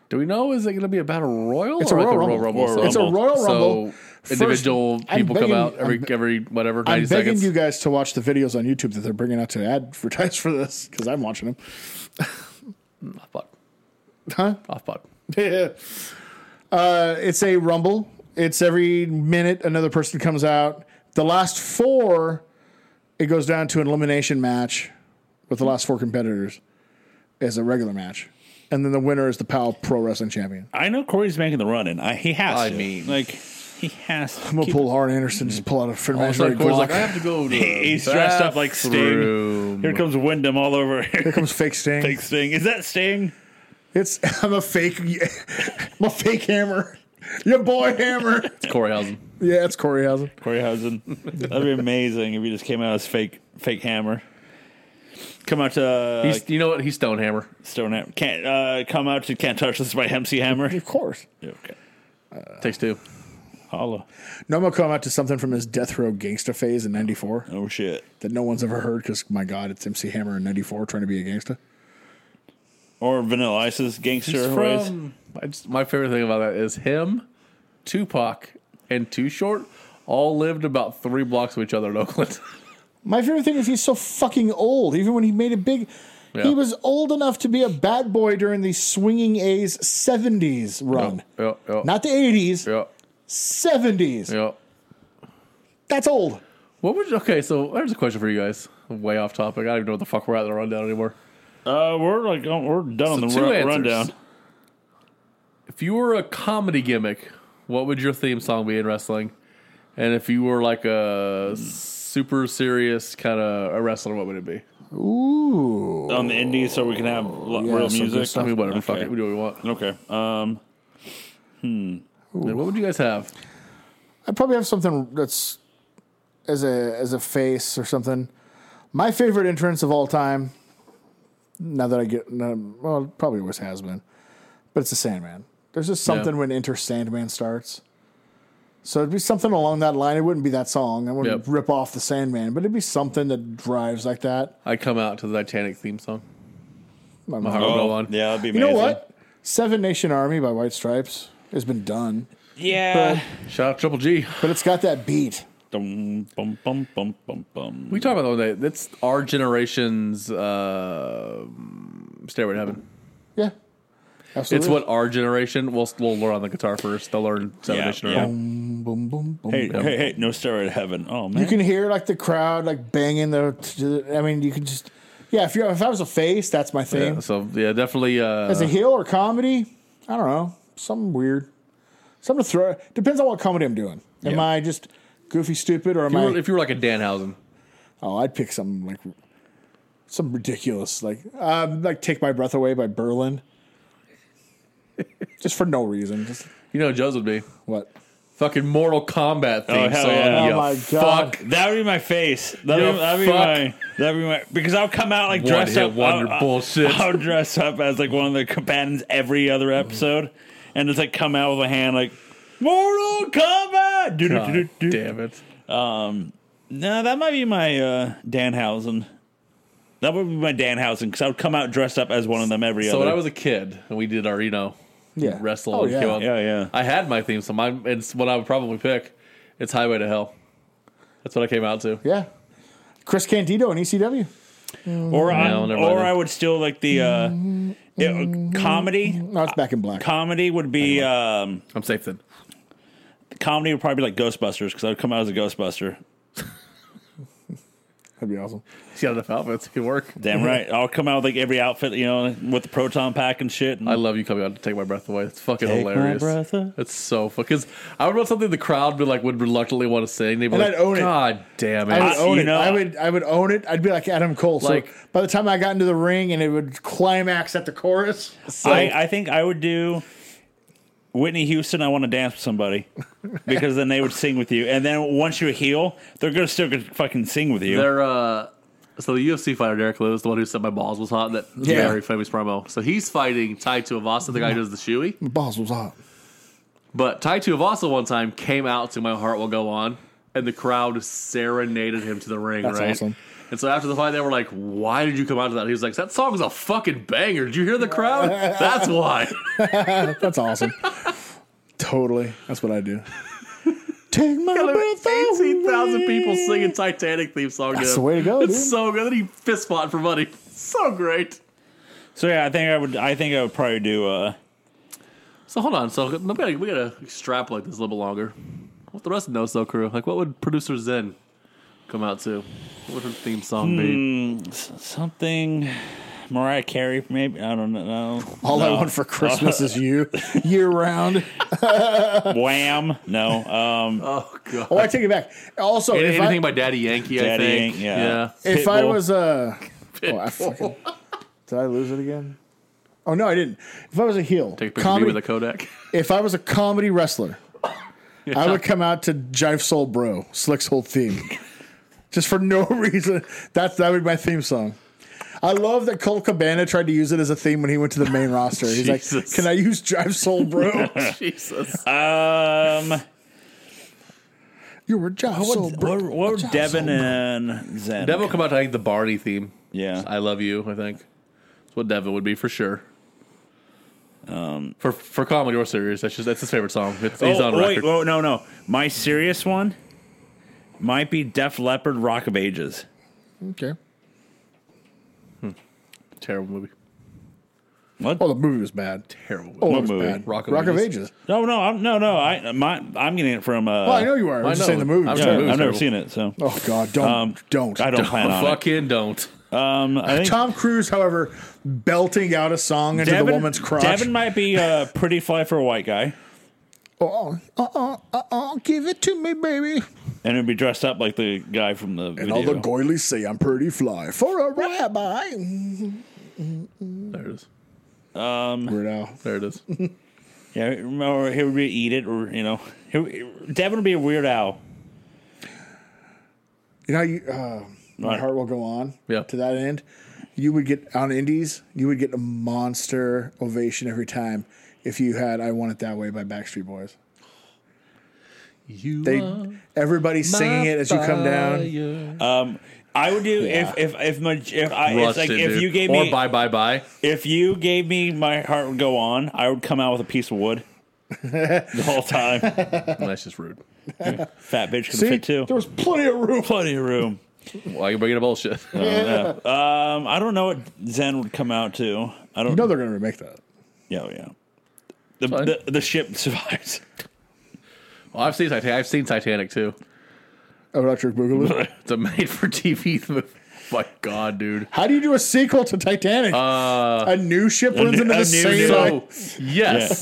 Speaker 2: Do we know is it going to be about a royal?
Speaker 3: It's a
Speaker 2: like
Speaker 3: Royal
Speaker 2: Royal
Speaker 3: Rumble.
Speaker 2: rumble.
Speaker 1: Or a
Speaker 3: It's a
Speaker 1: Rumble.
Speaker 3: Royal Rumble.
Speaker 2: So individual
Speaker 3: First, I'm
Speaker 2: people
Speaker 3: begging-
Speaker 2: come out every
Speaker 3: I'm-
Speaker 2: every whatever
Speaker 3: I'm
Speaker 2: ninety
Speaker 3: begging
Speaker 2: seconds.
Speaker 3: you guys to watch the videos on YouTube that they're bringing out to advertise for this because I'm watching them.
Speaker 2: off pod,
Speaker 3: Huh?
Speaker 2: off pod.
Speaker 3: uh, it's a rumble. It's every minute another person comes out. The last four, it goes down to an elimination match with the last four competitors as a regular match. And then the winner is the PAL Pro Wrestling Champion.
Speaker 1: I know Corey's making the run, and I, he has.
Speaker 2: I
Speaker 1: to.
Speaker 2: mean-
Speaker 1: like he has. To
Speaker 3: I'm going to
Speaker 1: keep-
Speaker 3: pull Arn Anderson, just pull out a friend
Speaker 2: Also,
Speaker 3: imaginary
Speaker 2: of course,
Speaker 3: Glock.
Speaker 2: like I have to go. To the
Speaker 1: He's dressed up like Sting.
Speaker 2: bathroom.
Speaker 1: Here comes Wyndham all over. Here
Speaker 3: Here comes Fake Sting.
Speaker 1: Big Sting. Is that Sting?
Speaker 3: It's I'm a fake I'm a fake hammer. Your boy hammer.
Speaker 2: It's Coreyhausen.
Speaker 3: Yeah, it's Coreyhausen.
Speaker 1: Coreyhausen. That'd be amazing if you just came out as fake fake hammer. Come out to uh,
Speaker 2: He's, you know what? He's Stonehammer.
Speaker 1: Stone Ham- Can't uh, come out to Can't Touch This by MC Hammer.
Speaker 3: Of course.
Speaker 1: okay.
Speaker 2: Takes two.
Speaker 1: Holla.
Speaker 3: Nomo come out to something from his death row gangsta phase in '94
Speaker 1: Oh shit.
Speaker 3: that no one's ever heard because my god, it's MC Hammer in '94 trying to be a gangsta.
Speaker 1: Or Vanilla Ice's gangster ways.
Speaker 2: From, I just, my favorite thing about that is him, Tupac, and Too Short all lived about three blocks of each other in Oakland.
Speaker 3: My favorite thing is he's so fucking old. Even when he made it big,
Speaker 2: Yeah.
Speaker 3: he was old enough to be a bad boy during the swinging A's '70s run,
Speaker 2: yeah, yeah,
Speaker 3: not the '80s,
Speaker 2: yeah,
Speaker 3: '70s.
Speaker 2: yeah.
Speaker 3: That's old.
Speaker 2: What would you, okay? So there's a question for you guys. Way off topic. I don't even know what the fuck we're at in the rundown anymore.
Speaker 1: Uh, we're like oh, we're done on the
Speaker 2: two
Speaker 1: ru-
Speaker 2: answers.
Speaker 1: rundown.
Speaker 2: If you were a comedy gimmick, what would your theme song be in wrestling? And if you were like a super serious kind of a wrestler, what would it be?
Speaker 3: Ooh.
Speaker 1: On the indies, so we can
Speaker 2: Oh,
Speaker 1: have lo-
Speaker 3: yeah,
Speaker 1: real
Speaker 3: so good
Speaker 1: music.
Speaker 2: I mean, whatever. Fuck
Speaker 1: Okay.
Speaker 2: it. We do what we want.
Speaker 1: Okay. Um,
Speaker 2: Then What would you guys have?
Speaker 3: I probably have something that's as a as a face or something. My favorite entrance of all time. Now that I get no, well, it probably always has been, but it's the Sandman. There's just something when Enter Sandman starts. So it'd be something along that line. It wouldn't be that song. I wouldn't
Speaker 2: Yep.
Speaker 3: rip off the Sandman, but it'd be something that drives like that.
Speaker 2: I'd come out to the Titanic theme song.
Speaker 3: My
Speaker 2: My
Speaker 3: mind.
Speaker 2: heart will go
Speaker 1: oh,
Speaker 2: on.
Speaker 1: yeah, that'd be
Speaker 3: You
Speaker 1: amazing.
Speaker 3: know what? Seven Nation Army by White Stripes has been done,
Speaker 1: Yeah.
Speaker 2: Shout out Triple G.
Speaker 3: but it's got that beat.
Speaker 1: Dum, bum, bum, bum, bum, bum.
Speaker 2: We talked about that one day. That's our generation's uh, Stairway to Heaven.
Speaker 3: Yeah, absolutely.
Speaker 2: It's what our generation. We'll we'll learn on the guitar first. They'll learn seven
Speaker 1: Yeah,
Speaker 2: inch.
Speaker 1: yeah.
Speaker 3: Boom, boom, boom.
Speaker 1: Hey, hey, hey! No steroid heaven. Oh man.
Speaker 3: You can hear like the crowd like banging the. t- t- I mean, you can just yeah. If you are if I was a face, that's my thing.
Speaker 2: Yeah, so yeah, definitely. Uh,
Speaker 3: As a heel or comedy, I don't know, something weird, something to throw. Depends on what comedy I'm doing. Am
Speaker 2: Yeah.
Speaker 3: I just goofy, stupid, or am
Speaker 2: if, you
Speaker 3: I?
Speaker 2: were, if you were like a Danhausen,
Speaker 3: oh, I'd pick something like some ridiculous, like um, like "Take My Breath Away" by Berlin, just for no reason. Just
Speaker 2: you know, Joe's would be
Speaker 3: what?
Speaker 2: fucking Mortal Kombat theme
Speaker 1: Oh, hell
Speaker 2: song.
Speaker 1: yeah.
Speaker 3: Oh,
Speaker 2: you
Speaker 3: my God.
Speaker 2: fuck
Speaker 1: That would be my face. That
Speaker 2: You
Speaker 1: would that'd be
Speaker 2: fuck.
Speaker 1: my. That'd be my. Because I'll come out like
Speaker 2: One
Speaker 1: dressed
Speaker 2: hit
Speaker 1: up.
Speaker 2: wonder
Speaker 1: I'll- I'll-
Speaker 2: bullshit.
Speaker 1: I'll dress up as like one of the companions every other episode, and just like come out with a hand like Mortal Kombat. Do, do, do,
Speaker 2: God
Speaker 1: do, do.
Speaker 2: damn it.
Speaker 1: No, that might be my uh, Danhausen. That would be my Danhausen because I would come out dressed up as one of them every
Speaker 2: So when
Speaker 1: other.
Speaker 2: I was a kid and we did our, you know,
Speaker 3: Yeah.
Speaker 2: wrestle
Speaker 3: Oh,
Speaker 2: and
Speaker 3: yeah.
Speaker 2: kill.
Speaker 1: Yeah, yeah.
Speaker 2: I had my theme song. My, it's what I would probably pick. It's Highway to Hell. That's what I came out to.
Speaker 3: Yeah, Chris Candido in E ECW.
Speaker 1: or I,
Speaker 2: No, never mind
Speaker 1: or
Speaker 2: then.
Speaker 1: I would still like the uh, it- comedy.
Speaker 3: No,
Speaker 2: Uh,
Speaker 3: it's Back in Black.
Speaker 1: Comedy would be. Um,
Speaker 2: I'm safe then.
Speaker 1: comedy would probably be like Ghostbusters because I would come out as a Ghostbuster.
Speaker 3: That'd be awesome.
Speaker 2: He's got enough outfits. It could work.
Speaker 3: Mm-hmm.
Speaker 1: Damn right. I'll come out with like every outfit, you know, with the proton pack and shit. And
Speaker 2: I love you coming out to take my breath away. It's fucking
Speaker 1: Take my
Speaker 2: hilarious.
Speaker 1: breath away.
Speaker 2: It's so fuck. Because I would want something the crowd would like would reluctantly want to sing. They'd be
Speaker 3: And
Speaker 2: like,
Speaker 3: I'd own it.
Speaker 2: God damn it.
Speaker 3: I would
Speaker 1: I-
Speaker 3: own
Speaker 1: you
Speaker 3: it.
Speaker 1: know-
Speaker 3: I would I would own it. I'd be like Adam Cole. So
Speaker 2: Like-
Speaker 3: by the time I got into the ring and it would climax at the chorus, so
Speaker 1: I, I think I would do Whitney Houston. I want to dance with somebody because then they would sing with you. And then once you heal, they're gonna still gonna fucking sing with you.
Speaker 2: They're uh so the UFC fighter Derek Lewis, the one who said my balls was hot, that
Speaker 3: Yeah.
Speaker 2: very famous promo. So he's fighting Tai Tuivasa, the guy who does the shoey.
Speaker 3: my balls was hot.
Speaker 2: But Tai Tuivasa one time came out to "My Heart Will Go On," and the crowd serenaded him to the ring.
Speaker 3: That's
Speaker 2: right.
Speaker 3: awesome.
Speaker 2: And so after the fight, they were like, "Why did you come out to that?" He was like, "That song's a fucking banger. Did you hear the crowd? That's why."
Speaker 3: That's awesome. totally. That's what I do. Take my breath
Speaker 2: Eighteen thousand
Speaker 3: away.
Speaker 2: people singing Titanic theme song.
Speaker 3: That's
Speaker 2: to him.
Speaker 3: the way to go,
Speaker 2: It's
Speaker 3: dude.
Speaker 2: so good. Then he fist fought for money. So great.
Speaker 1: so yeah, I think I would. I think I would probably do. Uh,
Speaker 2: So hold on. So we gotta, we gotta extrapolate this a little bit longer. What the rest of the No So Crew? Like, what would producer Zen come out to? What would her theme song be?
Speaker 1: s- something. Mariah Carey, maybe I don't know.
Speaker 3: All I
Speaker 1: No. Uh,
Speaker 3: want for Christmas is you, year round.
Speaker 1: Wham! No, um,
Speaker 2: Oh god.
Speaker 3: Oh, I take it back. Also, if
Speaker 2: Anything
Speaker 3: I,
Speaker 2: by Daddy Yankee, I
Speaker 1: Daddy
Speaker 2: think.
Speaker 1: Yankee, yeah.
Speaker 3: if I
Speaker 1: Pitbull.
Speaker 3: was uh, oh, I fucking, did I lose it again? Oh no, I didn't. If I was a heel,
Speaker 2: Take a picture
Speaker 3: comedy,
Speaker 2: of me with a Kodak.
Speaker 3: if I was a comedy wrestler, I would come out to Jive Soul Bro, Slick's whole theme. Just for no reason. That's that would be my theme song. I love that Cole Cabana tried to use it as a theme when he went to the main roster. He's like,
Speaker 2: Jesus.
Speaker 3: Can I use Jive Soul Bro?
Speaker 2: Jesus.
Speaker 1: Um,
Speaker 3: you were Jive Soul
Speaker 1: what,
Speaker 3: Bro.
Speaker 1: what, what were Devin and Zen?
Speaker 2: Devin will come out to like the Barney theme.
Speaker 1: Yeah.
Speaker 2: I love you, I think. That's what Devin would be for sure. Um, for for comedy or serious, that's just that's his favorite song. It's, he's
Speaker 1: oh,
Speaker 2: on
Speaker 1: wait,
Speaker 2: record.
Speaker 1: whoa, no, no. My serious one might be Def Leppard Rock of Ages.
Speaker 3: Okay.
Speaker 2: Terrible movie.
Speaker 3: Oh, the movie was bad.
Speaker 2: Terrible movie.
Speaker 3: Oh,
Speaker 1: What
Speaker 3: it was
Speaker 1: movie?
Speaker 3: bad.
Speaker 2: Rock
Speaker 3: Rock
Speaker 2: of
Speaker 3: of,
Speaker 2: Ages?
Speaker 3: Ages.
Speaker 1: No, no, I'm, no, no. I, my, I'm getting it from. Uh,
Speaker 3: Well, I know you are. I'm
Speaker 2: I
Speaker 3: just
Speaker 2: know.
Speaker 3: saying the movie.
Speaker 2: I
Speaker 3: was
Speaker 1: yeah,
Speaker 2: was
Speaker 3: terrible.
Speaker 2: movie's
Speaker 1: I've never
Speaker 2: terrible.
Speaker 1: seen it, so
Speaker 3: Oh God, don't, don't.
Speaker 1: Um, I don't plan on it.
Speaker 2: Fucking don't.
Speaker 1: Um, I think
Speaker 3: Tom Cruise, however, belting out a song into the woman's crotch.
Speaker 1: Devin might be uh, pretty fly for a white guy,
Speaker 3: oh, uh, uh, uh, uh, give it to me, baby.
Speaker 1: and it'd be dressed up like the guy from the
Speaker 3: And
Speaker 1: video.
Speaker 3: all the goilies say I'm pretty fly for a
Speaker 1: Mm-hmm.
Speaker 3: rabbi.
Speaker 2: There it is.
Speaker 3: We're now.
Speaker 2: There it is.
Speaker 1: yeah, or he would be eat it, or you know, he, Devin would be a weird owl.
Speaker 3: You know, how you, uh, my heart will go on.
Speaker 2: Yeah.
Speaker 3: To that end, you would get on Indies. You would get a monster ovation every time if you had "I Want It That Way" by Backstreet Boys.
Speaker 2: You
Speaker 3: They
Speaker 2: are
Speaker 3: everybody singing it as you come down.
Speaker 2: fire.
Speaker 1: I would do
Speaker 3: Yeah.
Speaker 1: if if if my if I
Speaker 2: Rushed
Speaker 1: it's like
Speaker 2: it,
Speaker 1: if
Speaker 2: dude.
Speaker 1: you gave
Speaker 2: or
Speaker 1: me
Speaker 2: bye bye bye.
Speaker 1: if you gave me my heart would go on, I would come out with a piece of wood the whole time.
Speaker 2: That's just rude.
Speaker 1: Fat bitch can
Speaker 3: See,
Speaker 1: fit too.
Speaker 3: there was plenty of room.
Speaker 1: Plenty of room.
Speaker 2: Why you bringing up bullshit?
Speaker 1: Um, I don't know what Zen would come out to. I don't
Speaker 3: You know they're gonna remake that.
Speaker 1: Yeah, yeah. The,
Speaker 2: fine.
Speaker 1: the the ship survives.
Speaker 2: Well, I've seen Titanic. I've seen Titanic too.
Speaker 3: Electric Boogaloo.
Speaker 2: It's a made for TV movie. My God, dude.
Speaker 3: How do you do a sequel to Titanic? a new ship runs
Speaker 1: new-
Speaker 3: into
Speaker 1: Uh, a new
Speaker 3: the same.
Speaker 1: ship.
Speaker 3: like-
Speaker 2: So yes,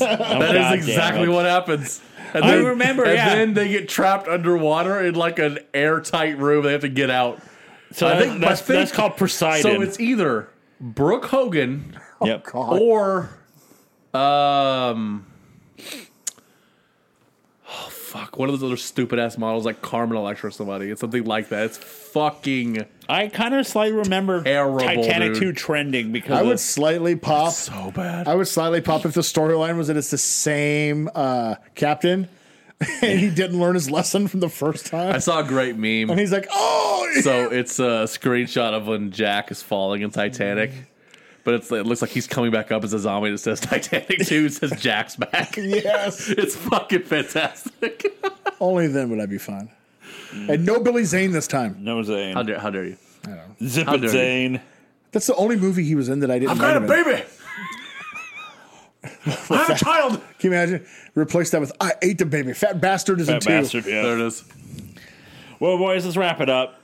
Speaker 1: Oh,
Speaker 2: that
Speaker 1: God
Speaker 2: is
Speaker 1: damn
Speaker 2: exactly
Speaker 1: it.
Speaker 2: what happens. And
Speaker 1: I remember,
Speaker 2: And
Speaker 1: yeah.
Speaker 2: then they get trapped underwater in like an airtight room. They have to get out.
Speaker 1: So
Speaker 2: I
Speaker 1: I
Speaker 2: think-
Speaker 1: think that's,
Speaker 2: I think-
Speaker 1: that's called Poseidon.
Speaker 2: So it's either Brooke Hogan
Speaker 1: yep.
Speaker 3: God.
Speaker 2: or um. oh, Fuck, one of those other stupid ass models like Carmen Electra or somebody. It's something like that. It's fucking
Speaker 1: I kind of slightly remember
Speaker 2: Terrible,
Speaker 1: Titanic
Speaker 2: dude.
Speaker 1: 2 trending because
Speaker 3: I
Speaker 1: of-
Speaker 3: would slightly pop.
Speaker 2: so bad.
Speaker 3: I would slightly pop if the storyline was that it's the same uh, captain and he didn't learn his lesson from the first
Speaker 2: I
Speaker 3: time.
Speaker 2: saw a great meme.
Speaker 3: And he's like, oh,
Speaker 2: so it's a screenshot of when Jack is falling in Titanic, but it's, it looks like he's coming back up as a zombie. And it says Titanic two. It says Jack's back.
Speaker 3: yes.
Speaker 2: It's fucking fantastic.
Speaker 3: Only then would I be fine. And no Billy Zane this time.
Speaker 1: no Zane.
Speaker 2: How dare, how dare you?
Speaker 1: Zip
Speaker 2: how
Speaker 1: it,
Speaker 2: dare you.
Speaker 1: Zane.
Speaker 3: That's the only movie he was in that I didn't. know him in.
Speaker 2: baby. I have a child.
Speaker 3: Can you imagine? Replace that with I ate the baby. Fat bastard is in
Speaker 1: That
Speaker 3: two.
Speaker 1: bastard.
Speaker 2: There
Speaker 1: Yeah.
Speaker 2: it is.
Speaker 1: Well, boys, let's wrap it up.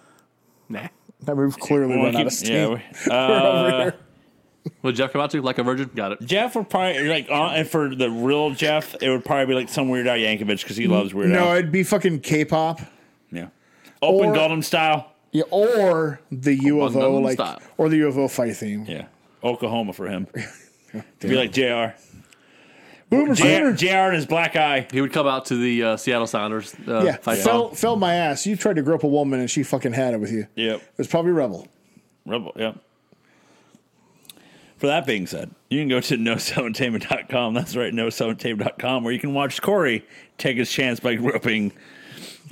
Speaker 2: Nah.
Speaker 3: That movie clearly
Speaker 1: We'll
Speaker 3: run out
Speaker 1: keep-
Speaker 3: of steam.
Speaker 1: yeah, we- uh,
Speaker 3: over here.
Speaker 2: What did Jeff come out to? Like a virgin? Got it.
Speaker 1: Jeff would probably like uh, and for the real Jeff, it would probably be like some Weird Al Yankovic because he loves Weird
Speaker 3: No,
Speaker 1: Al.
Speaker 3: it'd be fucking K-pop.
Speaker 1: yeah. Open
Speaker 3: Or-
Speaker 1: Golden style.
Speaker 3: Yeah, or the UFO
Speaker 2: Gundam
Speaker 3: like,
Speaker 2: style.
Speaker 3: or the UFO fight theme.
Speaker 1: Yeah. Oklahoma for him. to be like Jr.
Speaker 3: Boomer
Speaker 1: Jr.
Speaker 3: Sooner.
Speaker 1: Jr. and his black eye.
Speaker 2: He would come out to the uh, Seattle Sounders. Uh,
Speaker 3: yeah,
Speaker 2: fight
Speaker 3: fell,
Speaker 2: song.
Speaker 3: fell my ass. You tried to grope a woman and she fucking had it with you.
Speaker 1: Yep.
Speaker 3: It was probably Rebel.
Speaker 1: Rebel, yep. For that being said, you can go to nosellentertainment.com. That's right, nosellentertainment.com, where you can watch Corey take his chance by groping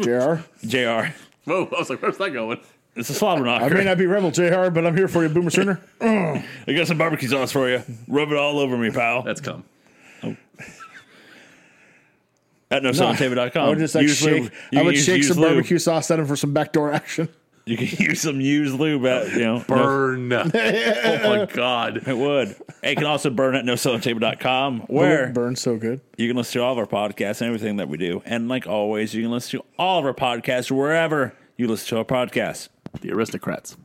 Speaker 3: JR.
Speaker 1: JR.
Speaker 2: Whoa! I was like, where's that going?
Speaker 1: It's a slobber knocker.
Speaker 3: I
Speaker 1: I,
Speaker 3: may not be Rebel, JR, but I'm here for you, Boomer Sooner.
Speaker 1: got some barbecue sauce for you. Rub it all over me, pal.
Speaker 2: That's come.
Speaker 1: At nosellentertainment.com.
Speaker 3: I would just like
Speaker 1: Use lube.
Speaker 3: shake.
Speaker 1: You
Speaker 3: I
Speaker 1: can
Speaker 3: would
Speaker 1: use
Speaker 3: shake
Speaker 1: used
Speaker 3: some
Speaker 1: lube.
Speaker 3: barbecue sauce at him for some backdoor action.
Speaker 1: You can use some used lube at, you know. no-
Speaker 2: Burn. oh my God.
Speaker 1: it would. It can also burn at nosellentertainment.com, where
Speaker 3: Burns so good.
Speaker 1: You can listen to all of our podcasts and everything that we do. And like always, you can listen to all of our podcasts wherever you listen to our podcasts.
Speaker 2: The aristocrats.